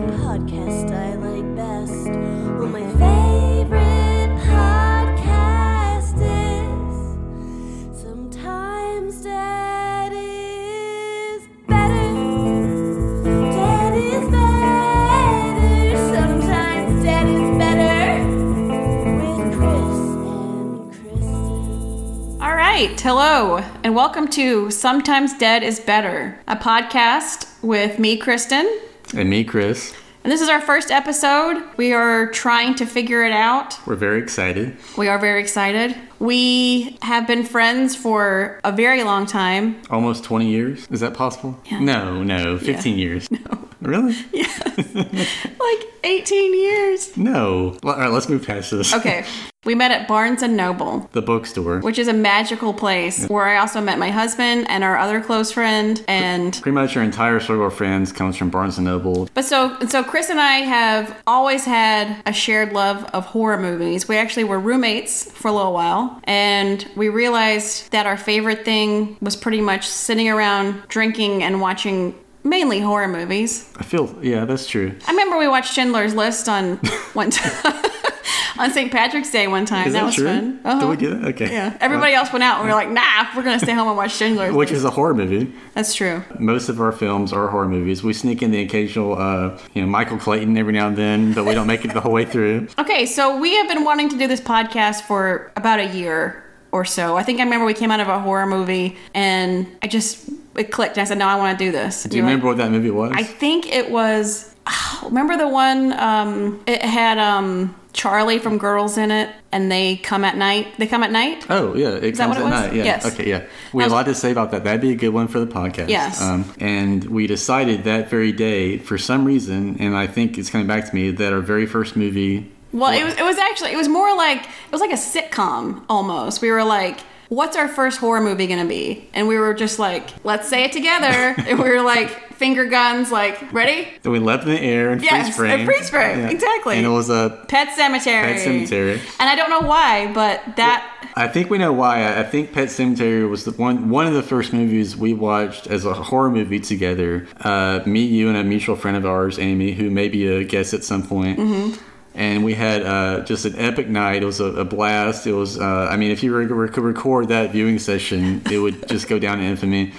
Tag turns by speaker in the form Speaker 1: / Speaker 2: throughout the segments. Speaker 1: podcast I like best. Well, my favorite podcast is Sometimes Dead is Better. Dead is Better. Sometimes Dead is Better. With Chris and Kristen.
Speaker 2: All right, hello, and welcome to Sometimes Dead is Better, a podcast with me, Kristen.
Speaker 3: And me, Chris.
Speaker 2: And this is our first episode. We are trying to figure it out.
Speaker 3: We're very excited.
Speaker 2: We are very excited. We have been friends for a very long time.
Speaker 3: Almost 20 years. Is that possible? No, no, 15 years. No. Really?
Speaker 2: Like 18 years.
Speaker 3: No. All right, let's move past this.
Speaker 2: Okay. We met at Barnes and Noble,
Speaker 3: The bookstore.
Speaker 2: which is a magical place where I also met my husband and our other close friend and
Speaker 3: Pretty much our entire circle of friends comes from Barnes & Noble.
Speaker 2: But so so Chris and I have always had a shared love of horror movies. We actually were roommates for a little while and we realized that our favorite thing was pretty much sitting around drinking and watching mainly horror movies.
Speaker 3: I feel, yeah, that's true.
Speaker 2: I remember we watched Schindler's List on one time on St. Patrick's Day one time.
Speaker 3: Is that,
Speaker 2: was
Speaker 3: true?
Speaker 2: fun. Uh-huh.
Speaker 3: Did we do that? Okay.
Speaker 2: yeah. Everybody else went out and we were like, nah, we're gonna stay home and watch Schindler's.
Speaker 3: Uh, Which is a horror movie.
Speaker 2: That's true.
Speaker 3: Most of our films are horror movies. We sneak in the occasional, uh, you know, Michael Clayton every now and then, but we don't make it the whole way through.
Speaker 2: Okay, so we have been wanting to do this podcast for about a year or so. I think I remember we came out of a horror movie and I just it clicked and I said, "No, I want to do this."
Speaker 3: Do you remember what that movie was?
Speaker 2: I think it was oh, remember the one um it had um Charlie from Girls in it and they come at night. They come at night?
Speaker 3: Oh yeah, it
Speaker 2: that
Speaker 3: comes
Speaker 2: what it
Speaker 3: at
Speaker 2: was?
Speaker 3: night. Yeah.
Speaker 2: Yes.
Speaker 3: Okay. Yeah. We
Speaker 2: I was-
Speaker 3: have a lot to say about that. That'd be a good one for the podcast.
Speaker 2: Yes.
Speaker 3: Um, and we decided that very day, for some reason, and I think it's coming back to me that our very first movie.
Speaker 2: Well, it was it was actually it was more like it was like a sitcom almost. We were like What's our first horror movie gonna be? And we were just like, let's say it together. and we were like, finger guns, like, ready?
Speaker 3: That we left in the air and
Speaker 2: Yes,
Speaker 3: freeze frame.
Speaker 2: and freeze frame, exactly.
Speaker 3: And it was a.
Speaker 2: Pet Cemetery.
Speaker 3: Pet Sematary.
Speaker 2: And I don't know why, but that
Speaker 3: I think we know why. I- I think Pet Cemetery was the one one of the first movies we watched as a horror movie together. Uh, me, you, and a mutual friend of ours, Amy, who may be a guest at some point.
Speaker 2: Mm-hmm.
Speaker 3: and we had uh, just an epic night. It was a, a blast. It was, uh, I mean, if you were to rec- record that viewing session, it would just go down in infamy.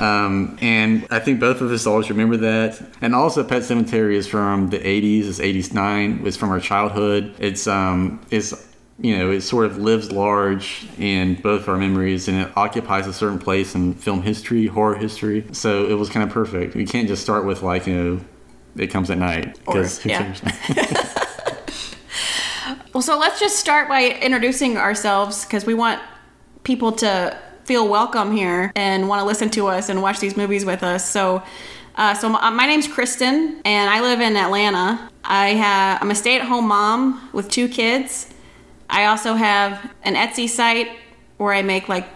Speaker 3: Um, and I think both of us always remember that. And also, Pet Cemetery is from the 80s. It's 89. It's from our childhood. It's, um, it's, you know, it sort of lives large in both our memories and it occupies a certain place in film history, horror history. So it was kind of perfect. You can't just start with, like, you know, it comes at night. Because who
Speaker 2: yeah.
Speaker 3: cares?
Speaker 2: well, so let's just start by introducing ourselves because we want people to feel welcome here and want to listen to us and watch these movies with us. So, uh, so my, my name's Kristen and I live in Atlanta. I have I'm a stay-at-home mom with two kids. I also have an Etsy site where I make like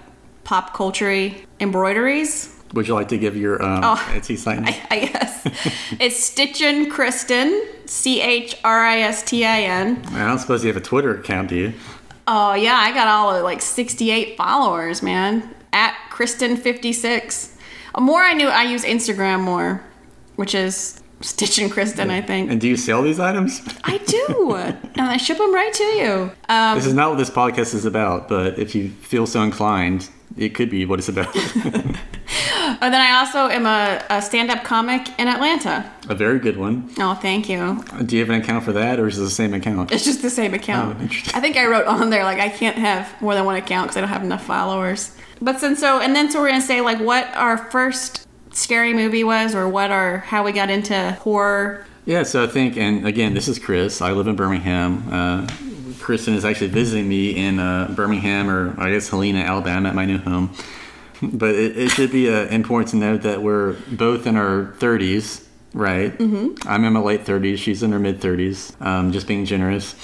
Speaker 2: pop culture embroideries.
Speaker 3: Would you like to give your um, Etsy sign?
Speaker 2: I guess. it's Stitchin' Kristen, C H R I S T I N.
Speaker 3: I don't suppose you have a Twitter account, do you?
Speaker 2: Oh, yeah, I got all of like 68 followers, man. At Kristen56. The More I knew, I use Instagram more, which is Stitchin' Kristen, I think.
Speaker 3: And do you sell these items?
Speaker 2: I do. and I ship them right to you. Um,
Speaker 3: This is not what this podcast is about, but if you feel so inclined, it could be what it's about.
Speaker 2: and oh, then I also am a, a stand up comic in Atlanta.
Speaker 3: a very good one.
Speaker 2: Oh, thank you.
Speaker 3: Do you have an account for that, or is it the same account?
Speaker 2: It's just the same account.
Speaker 3: Oh, interesting.
Speaker 2: I think I wrote on there like I can't have more than one account because I don't have enough followers. But since so and then so we're gonna say like what our first scary movie was or what our how we got into horror.
Speaker 3: Yeah, so I think, and again, this is Chris. I live in Birmingham. Uh, Kristen is actually visiting me in uh, Birmingham, or I guess Helena, Alabama, at my new home. But it, it should be uh, important to note that we're both in our 30s, right? Mm-hmm. I'm in my late 30s. She's in her mid 30s, um, just being generous.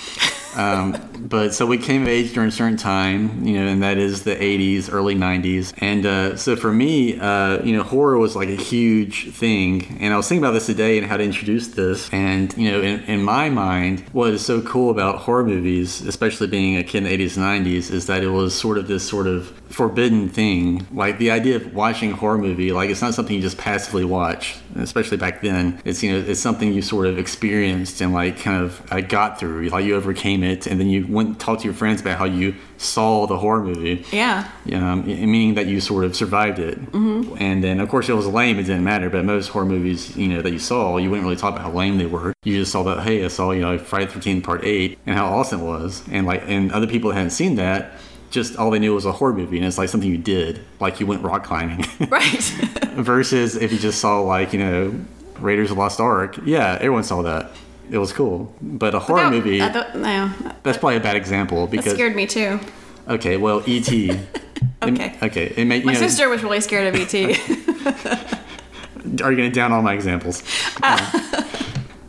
Speaker 3: Um, but so we came of age during a certain time, you know, and that is the 80s, early 90s. And uh, so for me, uh, you know, horror was like a huge thing. And I was thinking about this today and how to introduce this. And, you know, in, in my mind, what is so cool about horror movies, especially being a kid in the 80s and 90s, is that it was sort of this sort of forbidden thing. Like the idea of watching a horror movie, like it's not something you just passively watch, especially back then. It's you know it's something you sort of experienced and like kind of I got through, like you overcame it, and then you went and talked to your friends about how you saw the horror movie.
Speaker 2: Yeah.
Speaker 3: Um, y- meaning that you sort of survived it. Mm-hmm. And then, of course, it was lame. It didn't matter. But most horror movies, you know, that you saw, you wouldn't really talk about how lame they were. You just saw that, hey, I saw, you know, Friday the 13th Part 8 and how awesome it was. And, like, and other people that hadn't seen that, just all they knew was a horror movie. And it's like something you did, like you went rock climbing.
Speaker 2: Right.
Speaker 3: Versus if you just saw, like, you know, Raiders of the Lost Ark. Yeah, everyone saw that. It was cool. But a horror
Speaker 2: That-
Speaker 3: movie,
Speaker 2: I thought- no, that
Speaker 3: that's probably a bad example because.
Speaker 2: scared me too.
Speaker 3: Okay, well, E.T.
Speaker 2: Okay.
Speaker 3: It, okay. It may, you
Speaker 2: My
Speaker 3: know,
Speaker 2: sister was really scared of E ET.
Speaker 3: are you going to down all my examples?
Speaker 2: Ah.
Speaker 3: Um,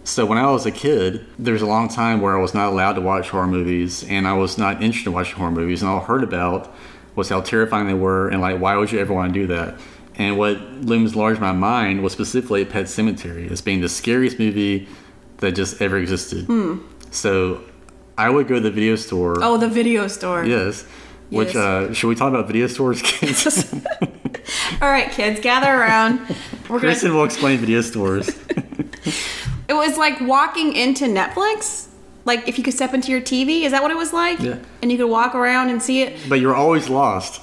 Speaker 3: so when I was a kid, there was a long time where I was not allowed to watch horror movies, and I was not interested in watching horror movies. And all I heard about was how terrifying they were, and like, why would you ever want to do that? And what looms large in my mind was specifically Pet Cemetery as being the scariest movie that just ever existed. So I would go to the video store.
Speaker 2: Hmm. oh, the video store.
Speaker 3: Yes. Which
Speaker 2: Yes.
Speaker 3: uh, should we talk about video stores, kids?
Speaker 2: All right, kids, gather around. We're gonna.
Speaker 3: Kristen will explain video stores.
Speaker 2: It was like walking into Netflix. Like if you could step into your TV, is that what it was like?
Speaker 3: Yeah.
Speaker 2: And you could walk around and see it.
Speaker 3: but you're always lost.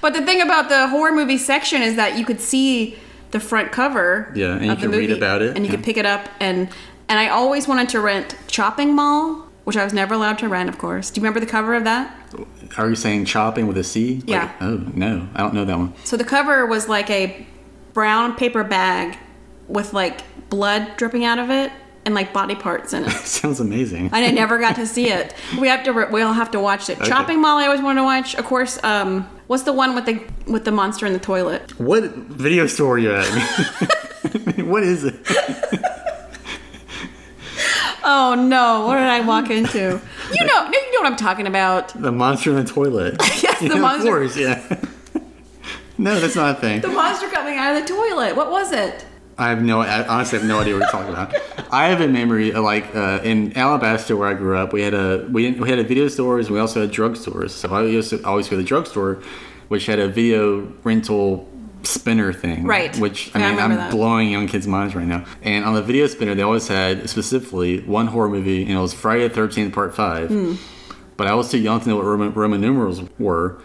Speaker 2: But the thing about the horror movie section is that you could see the front cover.
Speaker 3: Yeah, and you
Speaker 2: of the
Speaker 3: can read
Speaker 2: movie,
Speaker 3: about it,
Speaker 2: and you
Speaker 3: yeah.
Speaker 2: could pick it up and and I always wanted to rent Chopping Mall, which I was never allowed to rent, of course. Do you remember the cover of that?
Speaker 3: Are you saying chopping with a C? Like,
Speaker 2: Yeah.
Speaker 3: Oh no, I don't know that one.
Speaker 2: So the cover was like a brown paper bag with like blood dripping out of it and like body parts in it.
Speaker 3: Sounds amazing.
Speaker 2: and I never got to see it. We have to. Re- we'll have to watch it. Chopping Mall. I always wanted to watch. Of course. Um, what's the one with the with the monster in the toilet?
Speaker 3: what video store are you at? what is it?
Speaker 2: Oh no! What did I walk into? You know, you know what I'm talking about.
Speaker 3: The monster in the toilet.
Speaker 2: Yes, the
Speaker 3: of
Speaker 2: monster-
Speaker 3: course, yeah. no, that's not a thing.
Speaker 2: The monster coming out of the toilet. What was it?
Speaker 3: I have no. I honestly have no idea what you're talking about. I have a memory of like uh, in Alabaster where I grew up. We had a we didn't, we had a video stores and we also had drugstores. So I used to always go to the drugstore, which had a video rental spinner thing.
Speaker 2: Right.
Speaker 3: Which I
Speaker 2: Yeah, I
Speaker 3: mean, I am
Speaker 2: remember that.
Speaker 3: blowing young kids' minds right now. And on the video spinner, they always had specifically one horror movie, and it was Friday the Thirteenth Part
Speaker 2: Hmm.
Speaker 3: Five. But I was too young to know what Roman, Roman numerals were.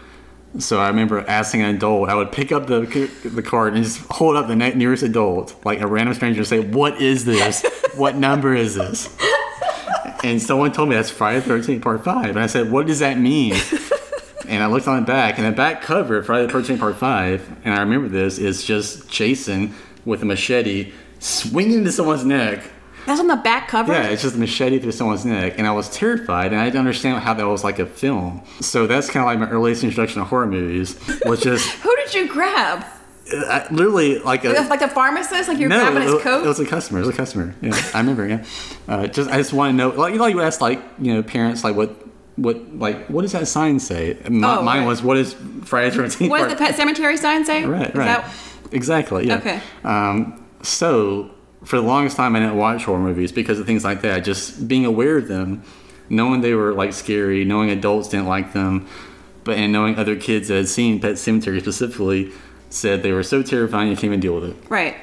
Speaker 3: So I remember asking an adult, I would pick up the the card and just hold up the ne- nearest adult, like a random stranger, and say, "What is this? what number is this?" And someone told me that's Friday the Thirteenth Part Five, and I said, "What does that mean?" and I looked on the back, and the back cover of Friday the Thirteenth Part Five, and I remember this is just Jason with a machete swinging to someone's neck.
Speaker 2: That's on the back cover.
Speaker 3: Yeah, it's just a machete through someone's neck, and I was terrified, and I didn't understand how that was like a film. So that's kind of like my earliest introduction to horror movies, was just
Speaker 2: Who did you grab?
Speaker 3: I, literally like a
Speaker 2: Like the pharmacist? Like you're
Speaker 3: no,
Speaker 2: grabbing
Speaker 3: it,
Speaker 2: his coat?
Speaker 3: it was a customer. It was a customer. Yeah, I remember. Yeah, uh, just I just want to know, like you know, you ask like you know parents like what what like what does that sign say? My,
Speaker 2: Oh,
Speaker 3: mine
Speaker 2: right.
Speaker 3: was what is Friday the Thirteenth?
Speaker 2: what does the pet cemetery sign say?
Speaker 3: Right,
Speaker 2: Is
Speaker 3: right,
Speaker 2: that-
Speaker 3: exactly. Yeah.
Speaker 2: Okay.
Speaker 3: Um, so for the longest time, I didn't watch horror movies because of things like that. Just being aware of them, knowing they were like scary, knowing adults didn't like them, but and knowing other kids that had seen Pet Cemetery specifically said they were so terrifying you can't even deal with it.
Speaker 2: Right.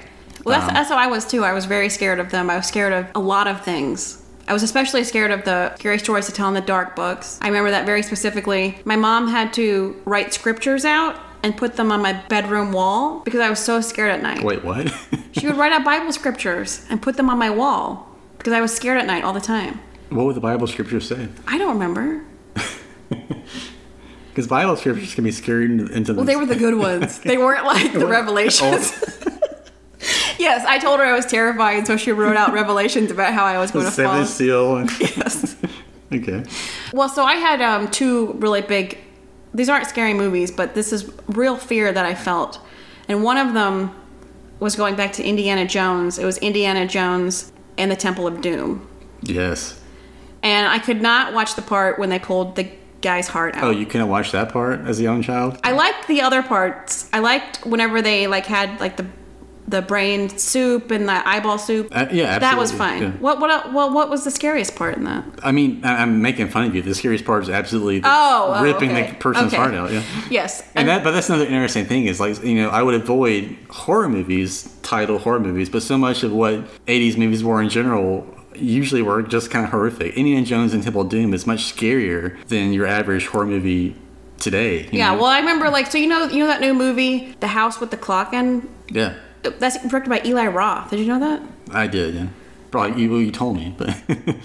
Speaker 2: Well,
Speaker 3: Um,
Speaker 2: that's, that's how I was too. I was very scared of them. I was scared of a lot of things. I was especially scared of the scary stories to tell in the dark books. I remember that very specifically. My mom had to write scriptures out and put them on my bedroom wall because I was so scared at night.
Speaker 3: Wait, what?
Speaker 2: She would write out Bible scriptures and put them on my wall because I was scared at night all the time.
Speaker 3: What would the Bible scriptures say?
Speaker 2: I don't remember.
Speaker 3: Because Bible scriptures can be scary into, into Oh,
Speaker 2: Well, they were the good ones. They weren't like the revelations. yes, I told her I was terrified, so she wrote out revelations about how I was going to fall.
Speaker 3: seventh seal. And,
Speaker 2: Yes.
Speaker 3: okay.
Speaker 2: Well, so I had um, two really big. These aren't scary movies, but this is real fear that I felt, and one of them was going back to Indiana Jones. It was Indiana Jones and the Temple of Doom,
Speaker 3: Yes.
Speaker 2: and I could not watch the part when they pulled the guy's heart out.
Speaker 3: Oh, you couldn't watch that part as a young child?
Speaker 2: I liked the other parts. I liked whenever they like had like the the brain soup and the eyeball soup.
Speaker 3: Uh, yeah,
Speaker 2: that was
Speaker 3: absolutely,
Speaker 2: fun.
Speaker 3: yeah.
Speaker 2: What what well what was the scariest part in that?
Speaker 3: I mean, I, I'm making fun of you. The scariest part is absolutely the
Speaker 2: Oh, oh,
Speaker 3: ripping
Speaker 2: okay.
Speaker 3: the person's
Speaker 2: Okay.
Speaker 3: heart out. Yeah.
Speaker 2: Yes.
Speaker 3: And that, but that's another interesting thing is like you know I would avoid horror movies, title horror movies, but so much of what '80s movies were in general usually were just kind of horrific. Indiana Jones and Temple of Doom is much scarier than your average horror movie today. you
Speaker 2: yeah,
Speaker 3: know?
Speaker 2: well I remember like so you know you know that new movie, The House with the Clock in?
Speaker 3: yeah,
Speaker 2: That's directed by Eli Roth. Did you know that?
Speaker 3: I did. Yeah, probably you, well, you told me, but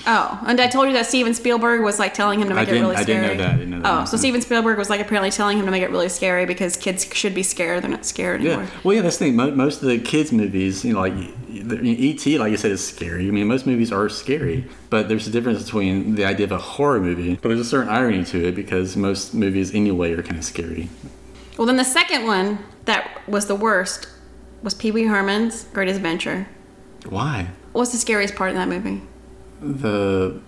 Speaker 2: Oh, and I told you that Steven Spielberg was like telling him to
Speaker 3: I
Speaker 2: make it
Speaker 3: didn't-
Speaker 2: really
Speaker 3: I
Speaker 2: scary.
Speaker 3: didn't know that. I didn't know that.
Speaker 2: Oh, so Steven Spielberg was like apparently telling him to make it really scary because kids should be scared. They're not scared anymore.
Speaker 3: yeah, well, yeah, that's the thing. Mo- Most of the kids' movies, you know, like the- ET, like you said, is scary. I mean, most movies are scary, but there's a difference between the idea of a horror movie, but there's a certain irony to it because most movies, anyway, are kind of scary.
Speaker 2: Well, then the second one that was the worst was Pee Wee Herman's Great Adventure.
Speaker 3: Why?
Speaker 2: What's the scariest part in that movie?
Speaker 3: The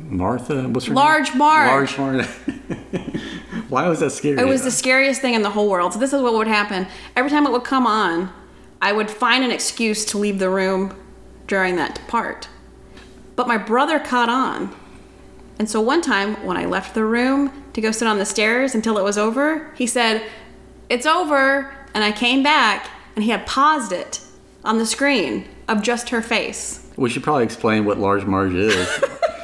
Speaker 3: Martha, what's her
Speaker 2: Large
Speaker 3: name?
Speaker 2: Marge.
Speaker 3: Large Marge. Why was that scary?
Speaker 2: It was the scariest thing in the whole world. So this is what would happen. Every time it would come on, I would find an excuse to leave the room during that part. But my brother caught on. And so one time when I left the room to go sit on the stairs until it was over, he said, "It's over." And I came back and he had paused it on the screen of just her face.
Speaker 3: We should probably explain what large marge is.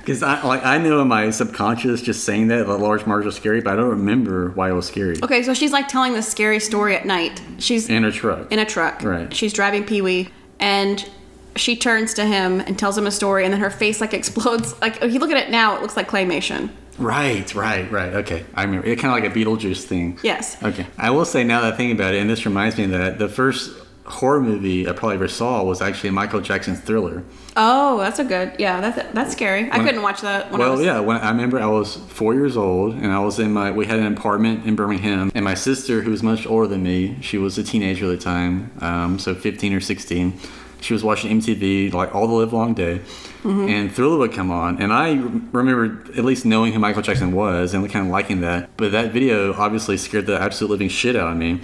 Speaker 3: Because I like I know in my subconscious just saying that that large marge was scary, but I don't remember why it was scary.
Speaker 2: Okay, so she's like telling this scary story at night. She's
Speaker 3: In a truck.
Speaker 2: in a truck.
Speaker 3: Right.
Speaker 2: She's driving Pee Wee, and she turns to him and tells him a story, and then her face like explodes. Like if you look at it now, it looks like claymation.
Speaker 3: Right, right, right. Okay, I remember. It kind of like a Beetlejuice thing.
Speaker 2: Yes.
Speaker 3: Okay. I will say now that I think about it, and this reminds me of that the first horror movie I probably ever saw was actually Michael Jackson's Thriller.
Speaker 2: Oh, that's a good. Yeah, that's that's scary. I couldn't watch that. When I
Speaker 3: well,
Speaker 2: was,
Speaker 3: yeah. When I remember, I was four years old, and I was in my. We had an apartment in Birmingham, and my sister, who was much older than me, she was a teenager at the time, um, so fifteen or sixteen. She was watching MTV like all the live long day,
Speaker 2: Mm-hmm.
Speaker 3: and Thriller would come on, and I remember at least knowing who Michael Jackson was and kind of liking that. But that video obviously scared the absolute living shit out of me.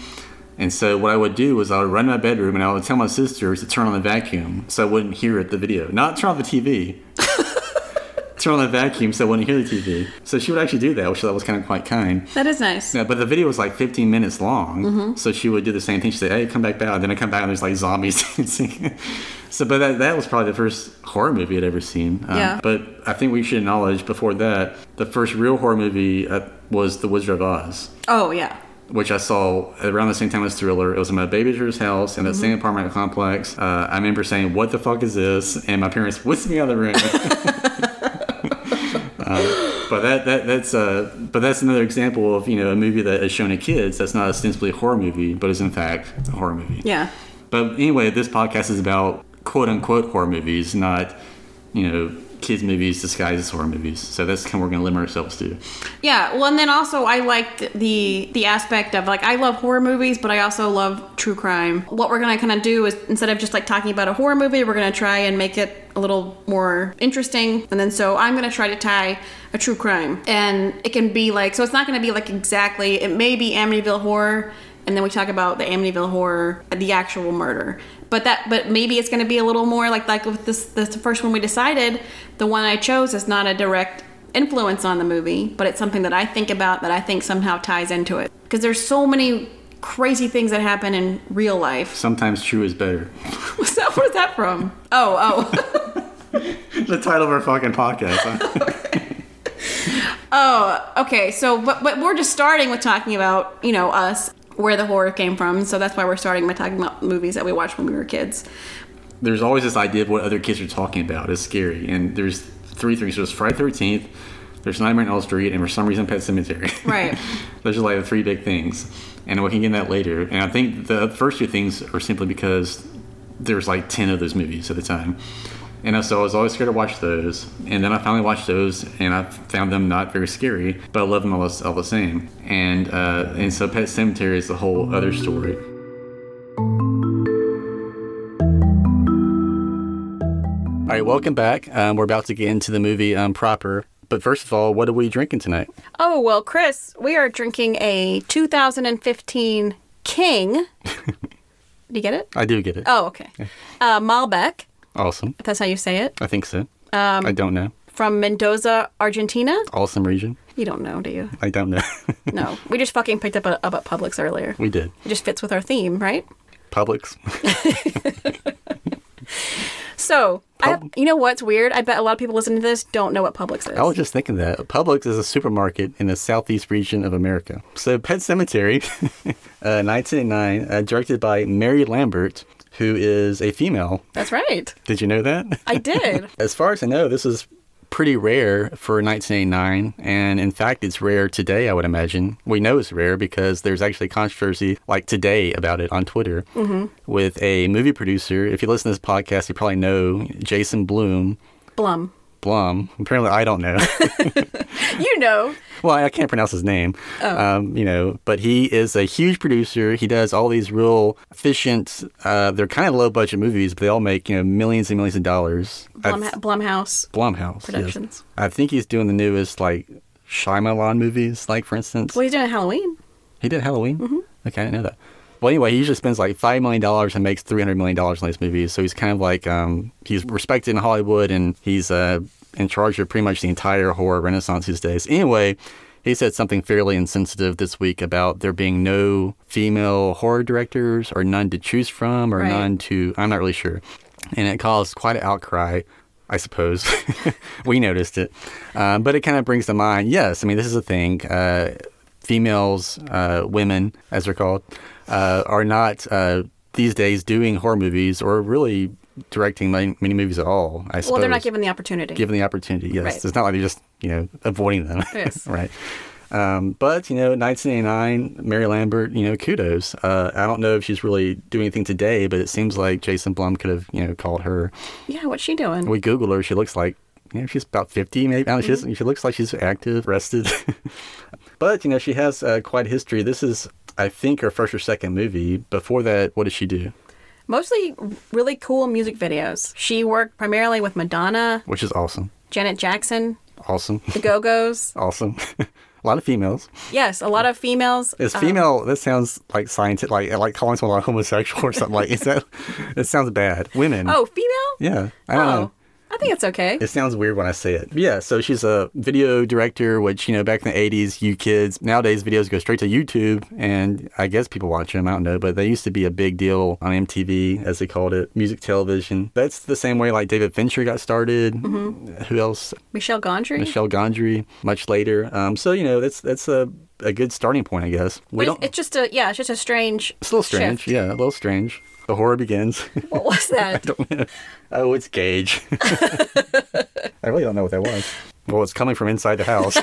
Speaker 3: And so what I would do was I would run to my bedroom and I would tell my sisters to turn on the vacuum so I wouldn't hear it the video, not turn off the TV, turn on the vacuum so I wouldn't hear the TV. So she would actually do that, which I thought was kind of quite kind.
Speaker 2: that is nice.
Speaker 3: Yeah, but the video was like 15 minutes long, so she would do the same thing. She'd say, "Hey, come back out," and then I come back and there's like zombies dancing. so, but that, that was probably the first horror movie I'd ever seen. Um,
Speaker 2: Yeah.
Speaker 3: But I think we should acknowledge before that the first real horror movie uh, was The Wizard of Oz
Speaker 2: Oh yeah.
Speaker 3: which I saw around the same time as Thriller. It was in my babysitter's house in that same apartment complex. Uh, I remember saying, "What the fuck is this?" and my parents whisked me out of the room. Uh, but that, that that's uh, but that's another example of you know a movie that is shown to kids that's not ostensibly a horror movie, but is in fact a horror movie.
Speaker 2: Yeah.
Speaker 3: But anyway, this podcast is about quote unquote horror movies, not you know kids movies disguised as horror movies. So that's kind of what we're going to limit ourselves to.
Speaker 2: Yeah, well, and then also I liked the the aspect of like I love horror movies, but I also love true crime. What we're gonna kind of do is instead of just like talking about a horror movie, we're gonna try and make it a little more interesting. And then so I'm gonna try to tie a true crime, and it can be like so it's not gonna be like exactly. It may be Amityville horror, and then we talk about the Amityville horror, the actual murder. But that, but maybe it's gonna be a little more like like with this this first one we decided. The one I chose is not a direct influence on the movie, but it's something that I think about that I think somehow ties into it. Because there's so many crazy things that happen in real life.
Speaker 3: Sometimes true is better.
Speaker 2: What's that, where's that from? Oh, oh,
Speaker 3: the title of our fucking podcast. huh?
Speaker 2: oh, okay. So, but, but we're just starting with talking about, you know, us, where the horror came from. So that's why we're starting by talking about movies that we watched when we were kids.
Speaker 3: there's always this idea of what other kids are talking about is scary. And there's three things. There's Friday Thirteenth, there's Nightmare on Elm Street, and for some reason Pet Cemetery.
Speaker 2: Right.
Speaker 3: Those are like the three big things, and we can get into that later. And I think the first two things are simply because there's like ten of those movies at the time, and so I was always scared to watch those. And then I finally watched those, and I found them not very scary, but I love them all, all the same. And uh, and so Pet Cemetery is a whole other story. All right, welcome back. Um, we're about to get into the movie um, proper, but first of all, what are we drinking tonight?
Speaker 2: Oh, well, Chris, we are drinking a 2015 King Do you get it?
Speaker 3: I do get it.
Speaker 2: Oh, okay. Uh, Malbec,
Speaker 3: Awesome.
Speaker 2: if that's how you say it,
Speaker 3: I think so. I don't know.
Speaker 2: from Mendoza, Argentina.
Speaker 3: Awesome region.
Speaker 2: You don't know, do you?
Speaker 3: I don't know.
Speaker 2: No. we just fucking picked up a, up at Publix earlier.
Speaker 3: we did.
Speaker 2: It just fits with our theme, right?
Speaker 3: Publix.
Speaker 2: So, I,
Speaker 3: Pub- Oh.
Speaker 2: you know what's weird? I bet a lot of people listening to this don't know what Publix is.
Speaker 3: I was just thinking that Publix is a supermarket in the southeast region of America. So, Pet Cemetery, uh, 1989, uh, directed by Mary Lambert, who is a female.
Speaker 2: That's right.
Speaker 3: Did you know that?
Speaker 2: I did.
Speaker 3: As far as I know, this is pretty rare for 1989, and in fact, it's rare today. I would imagine we know it's rare because there's actually controversy like today about it on Twitter with a movie producer. If you listen to this podcast, you probably know Jason Bloom.
Speaker 2: Blum.
Speaker 3: Blum. Apparently, I don't know.
Speaker 2: You know.
Speaker 3: well, I can't pronounce his name. Um, you know, but he is a huge producer. He does all these real efficient. Uh, they're kind of low budget movies, but they all make you know millions and millions of dollars. I
Speaker 2: Blum, Blumhouse.
Speaker 3: Blumhouse yes.
Speaker 2: Productions.
Speaker 3: I think he's doing the newest like Shyamalan movies, like for instance.
Speaker 2: Well, he's doing Halloween.
Speaker 3: He did Halloween. Okay, I didn't know that. Well, anyway, he usually spends like five million dollars and makes three hundred million dollars on these movies. So he's kind of like um, he's respected in Hollywood and he's uh, in charge of pretty much the entire horror renaissance these days. Anyway, he said something fairly insensitive this week about there being no female horror directors or none to choose from or
Speaker 2: Right.
Speaker 3: none to. I'm not really sure, and it caused quite an outcry. I suppose we noticed it, um, but it kind of brings to mind. Yes, I mean this is a thing. Uh, females, uh, women, as they're called, uh, are not uh, these days doing horror movies or really directing many, many movies at all. I suppose.
Speaker 2: Well, they're not given the opportunity.
Speaker 3: given the opportunity. Yes,
Speaker 2: Right.
Speaker 3: it's not like they're just you know avoiding them.
Speaker 2: Yes.
Speaker 3: right. Um, but you know, 1989, Mary Lambert. You know, kudos. Uh, I don't know if she's really doing anything today, but it seems like Jason Blum could have you know called her.
Speaker 2: yeah, what's she doing?
Speaker 3: We Googled her. She looks like, you know, she's about 50, maybe. I don't know, she,
Speaker 2: Mm-hmm.
Speaker 3: doesn't- she looks like she's active, rested. but, you know, she has uh, quite a history. This is, I think, her first or second movie. Before that, what did she do?
Speaker 2: Mostly really cool music videos. She worked primarily with Madonna,
Speaker 3: Which is awesome.
Speaker 2: Janet Jackson,
Speaker 3: Awesome.
Speaker 2: the Go Go's.
Speaker 3: awesome. a lot of females.
Speaker 2: yes, a lot of females.
Speaker 3: Is
Speaker 2: uh,
Speaker 3: female, that sounds like scientific, like, like calling someone like homosexual or something. like, is that, it sounds bad. Women.
Speaker 2: oh, female?
Speaker 3: Yeah. I don't know.
Speaker 2: Oh, I think it's okay.
Speaker 3: It sounds weird when I say it. Yeah, so she's a video director, which, you know, back in the 80s, you kids, nowadays videos go straight to YouTube, and I guess people watch them, I don't know, but they used to be a big deal on MTV, as they called it, music television. That's the same way, like, David Fincher got started.
Speaker 2: Mm-hmm.
Speaker 3: Who else?
Speaker 2: Michelle Gondry.
Speaker 3: Michelle Gondry, much later. Um, so, you know, that's that's a, a good starting point, I guess. We
Speaker 2: But it's-
Speaker 3: don't,
Speaker 2: it's just a yeah, it's just a strange.
Speaker 3: it's a little strange.
Speaker 2: shift.
Speaker 3: Yeah, a little strange. The horror begins.
Speaker 2: What was that?
Speaker 3: Oh, it's Gage. I really don't know what that was. Well, it's coming from inside the house.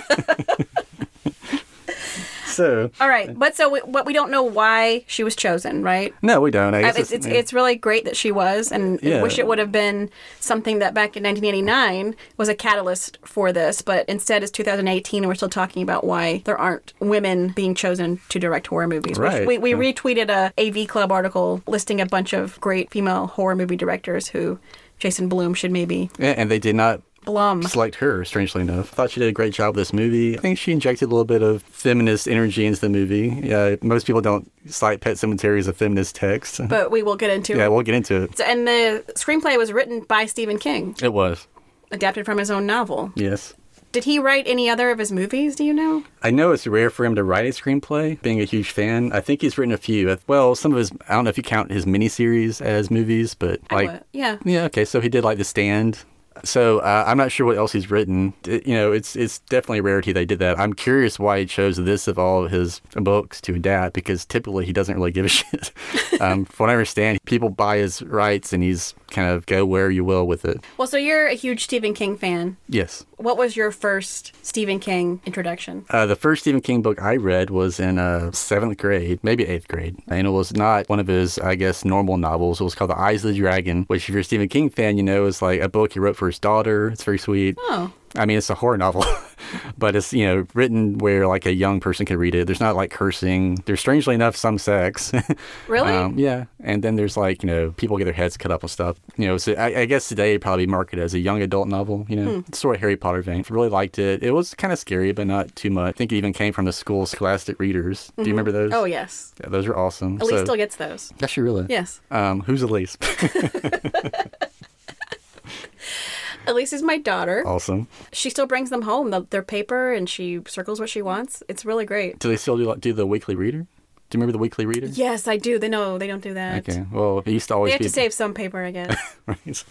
Speaker 3: so,
Speaker 2: All right, but so we, what we don't know why she was chosen, right?
Speaker 3: no, we don't. I
Speaker 2: I-
Speaker 3: guess
Speaker 2: Uh, It's, it's, it's really great that she was, and I
Speaker 3: Yeah.
Speaker 2: wish it would have been something that back in 1989 was a catalyst for this, but instead it's 2018, and we're still talking about why there aren't women being chosen to direct horror movies. which
Speaker 3: Right,
Speaker 2: We, we
Speaker 3: yeah.
Speaker 2: retweeted a AV Club article listing a bunch of great female horror movie directors who Jason Bloom should maybe
Speaker 3: Yeah, and they did not
Speaker 2: Blum.
Speaker 3: select her, strangely enough. I thought she did a great job with this movie. I think she injected a little bit of feminist energy into the movie. Uh, most people don't cite Pet Cemetery as a feminist text.
Speaker 2: But we will get into
Speaker 3: yeah, we'll get into it.
Speaker 2: And the screenplay was written by Stephen King,
Speaker 3: It was.
Speaker 2: adapted from his own novel.
Speaker 3: Yes.
Speaker 2: Did he write any other of his movies? Do you know?
Speaker 3: I know it's rare for him to write a screenplay, being a huge fan. I think he's written a few. Well, some of his, I don't know if you count his miniseries as movies, but like.
Speaker 2: What? yeah.
Speaker 3: Yeah, okay. So he did like The Stand. So uh, I'm not sure what else he's written. It- you know, it's it's definitely a rarity they did that. I'm curious why he chose this of all of his books to adapt because typically he doesn't really give a shit. um, from what I understand, people buy his rights and he's kind of go where you will with it.
Speaker 2: Well, so you're a huge Stephen King fan.
Speaker 3: Yes.
Speaker 2: What was your first Stephen King introduction?
Speaker 3: Uh, the first Stephen King book I read was in uh, seventh grade, maybe eighth grade, and it was not one of his, I guess, normal novels. It was called The Eyes of the Dragon, which, if you're a Stephen King fan, you know is like a book he wrote for his daughter. It's very sweet.
Speaker 2: Oh,
Speaker 3: I mean, it's a horror novel. but it's you know written where like a young person can read it. There's not like cursing. There's strangely enough some sex.
Speaker 4: Really?
Speaker 3: Um, yeah, and then there's like you know people get their heads cut up and stuff. You know, so I, I guess today it'd probably market as a young adult novel. You know,
Speaker 2: Hmm.
Speaker 3: it's sort of Harry Potter vein. Really liked it. It was kind of scary, but not too much. I think it even came from the school Scholastic readers. Do you remember those?
Speaker 2: Oh yes,
Speaker 3: yeah, those are awesome.
Speaker 2: Elise
Speaker 3: so,
Speaker 2: still gets those.
Speaker 3: Does she really?
Speaker 2: Yes,
Speaker 3: Um, who's Elise?
Speaker 2: Elise is my daughter.
Speaker 3: awesome.
Speaker 2: She still brings them home, the, their paper, and she circles what she wants. It's really great.
Speaker 3: Do they still do like, do the weekly reader? Do you remember the weekly reader?
Speaker 2: Yes, I do. They know they don't do that.
Speaker 3: Okay. Well, it used to
Speaker 2: They
Speaker 3: always
Speaker 2: have
Speaker 3: be
Speaker 2: to save some paper, I guess.
Speaker 3: Right.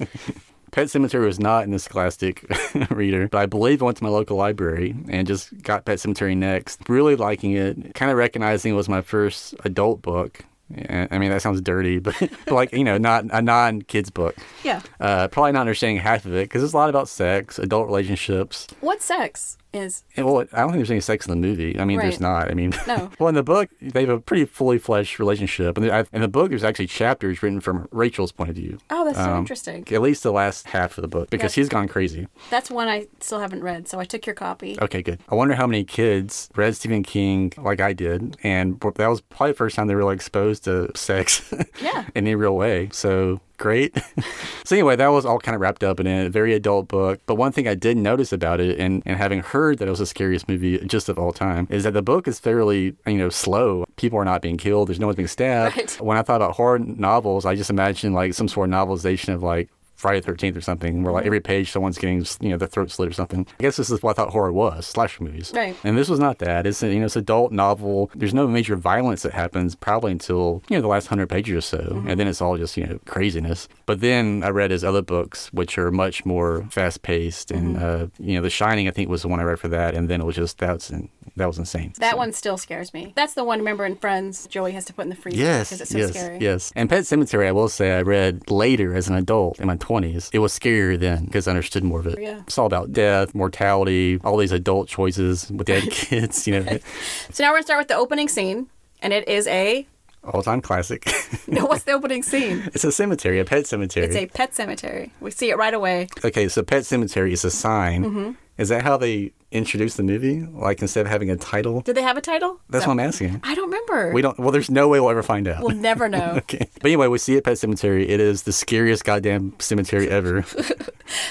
Speaker 3: Pet Cemetery was not in the Scholastic reader, but I believe I went to my local library and just got Pet Cemetery next. Really liking it, kind of recognizing it was my first adult book. Yeah, I mean, that sounds dirty, but, but like, you know, not a non kids book.
Speaker 2: yeah.
Speaker 3: Uh, probably not understanding half of it because it's a lot about sex, adult relationships.
Speaker 2: What sex is?
Speaker 3: And, well, I don't think there's any sex in the movie. I mean, there's
Speaker 2: Right.
Speaker 3: not. I mean,
Speaker 2: No.
Speaker 3: well, in the book, they have a pretty fully fleshed relationship. And I- in the book, there's actually chapters written from Rachel's point of view
Speaker 2: Oh, that's
Speaker 3: Um,
Speaker 2: so interesting.
Speaker 3: at least the last half of the book because
Speaker 2: Yeah.
Speaker 3: he's gone crazy.
Speaker 2: That's one I still haven't read, so I took your copy.
Speaker 3: Okay, good. I wonder how many kids read Stephen King like I did, and that was probably the first time they were really exposed to sex
Speaker 2: Yeah.
Speaker 3: in any real way. So great. so anyway, that was all kind of wrapped up in a very adult book. But one thing I did notice about it, and, and having heard that it was the scariest movie just of all time, is that the book is fairly, you know, slow. People are not being killed. There's no one's being stabbed.
Speaker 2: Right.
Speaker 3: When I thought about horror novels, I just imagined like some sort of novelization of like Friday the 13th or something,
Speaker 2: Mm-hmm.
Speaker 3: where like every page someone's getting, you know, their throat slit or something. I guess this is what I thought horror was, slasher movies.
Speaker 2: Right.
Speaker 3: And this was not that. It's, you know, it's adult novel. There's no major violence that happens probably until, you know, the last 100 pages or so.
Speaker 2: Mm-hmm.
Speaker 3: And then it's all just, you know, craziness. But then I read his other books, which are much more fast paced. And,
Speaker 2: Mm-hmm.
Speaker 3: uh, you know, The Shining, I think, was the one I read for that. And then it was just, that's, in- that was insane.
Speaker 2: That one still scares me. That's the one, remember, in Friends, Joey has to put in the freezer
Speaker 3: Yes,
Speaker 2: because it's so
Speaker 3: yes,
Speaker 2: scary.
Speaker 3: yes. And Pet Cemetery, I will say, I read later as an adult in my twenties. It was scarier then because I understood more of it.
Speaker 2: Yeah.
Speaker 3: It's all about death, mortality, all these adult choices with dead kids. You know,
Speaker 2: So now we're going to start with the opening scene, and it is a.
Speaker 3: all-time classic.
Speaker 2: No, what's the opening scene?
Speaker 3: it's a cemetery, a pet cemetery.
Speaker 2: It's a pet cemetery. We see it right away.
Speaker 3: okay, so pet cemetery is a sign.
Speaker 2: Mm-hmm.
Speaker 3: Is that how they introduced the movie? Like instead of having a title,
Speaker 2: Did they have a title?
Speaker 3: that's
Speaker 2: No.
Speaker 3: what I'm asking.
Speaker 2: I don't remember.
Speaker 3: We don't. Well, there's no way we'll ever find out.
Speaker 2: We'll never know.
Speaker 3: okay. But anyway, we see it pet cemetery. It is the scariest goddamn cemetery ever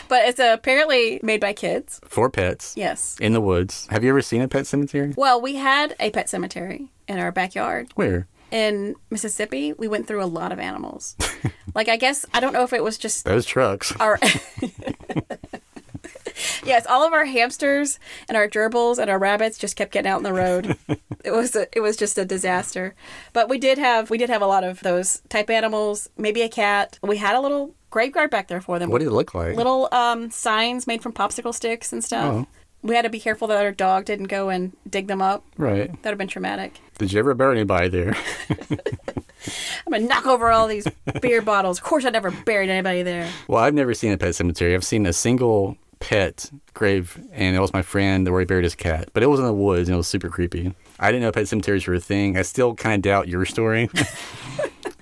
Speaker 2: But it's apparently made by kids.
Speaker 3: for pets.
Speaker 2: Yes.
Speaker 3: In the woods. Have you ever seen a pet cemetery?
Speaker 2: Well, we had a pet cemetery in our backyard.
Speaker 3: Where?
Speaker 2: In Mississippi, we went through a lot of animals. like, I guess, I don't know if it was just
Speaker 3: Those trucks.
Speaker 2: our yes all of our hamsters and our gerbils and our rabbits just kept getting out on the road it was a, it was just a disaster but we did have we did have a lot of those type animals maybe a cat we had a little graveyard back there for them
Speaker 3: What did it look like?
Speaker 2: little um, signs made from popsicle sticks and stuff
Speaker 3: Oh.
Speaker 2: we had to be careful that our dog didn't go and dig them up that
Speaker 3: Right.
Speaker 2: would have been traumatic
Speaker 3: Did you ever bury anybody there?
Speaker 2: i'm gonna knock over all these beer bottles of course i never buried anybody there
Speaker 3: well, I've never seen a pet cemetery. I've seen a single pet grave, and it was my friend where he buried his cat. But it was in the woods, and it was super creepy. I didn't know pet cemeteries were a thing. I still kind of doubt your story.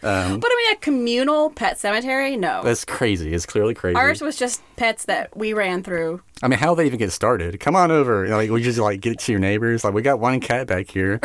Speaker 2: but i mean a communal pet cemetery no
Speaker 3: That's crazy. It's clearly crazy.
Speaker 2: Ours was just pets that we ran through.
Speaker 3: I mean, how they even get started? Come on over. You know, Like, we just like get to your neighbors. Like, we got one cat back here.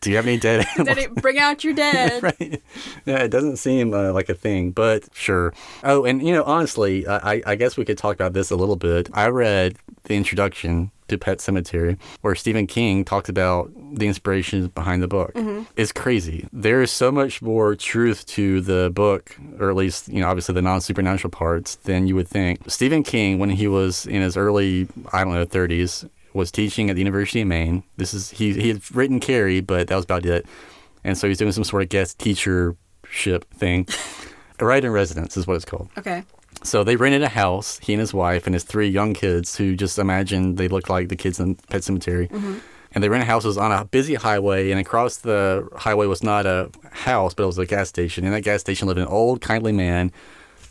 Speaker 3: Do you have any dead animals?
Speaker 2: Did it bring out your dead?
Speaker 3: Yeah, it doesn't seem uh, like a thing, but sure. Oh, and you know, honestly, I, I- I guess we could talk about this a little bit. I read the introduction to Pet Cemetery, where Stephen King talks about the inspirations behind the book. It's crazy. There is so much more truth to the book, or at least, you know, obviously the non supernatural parts, than you would think. Stephen King, when he was in his early, I don't know, 30s, was teaching at the University of Maine. This is he he had written Carrie, but that was about it. And so he's doing some sort of guest teachership thing. a writer in residence is what it's called.
Speaker 2: Okay.
Speaker 3: So they rented a house, he and his wife and his three young kids, who just imagine they look like the kids in Pet Cemetery. And they rented houses on a busy highway, and across the highway was not a house, but it was a gas station. In that gas station lived an old, kindly man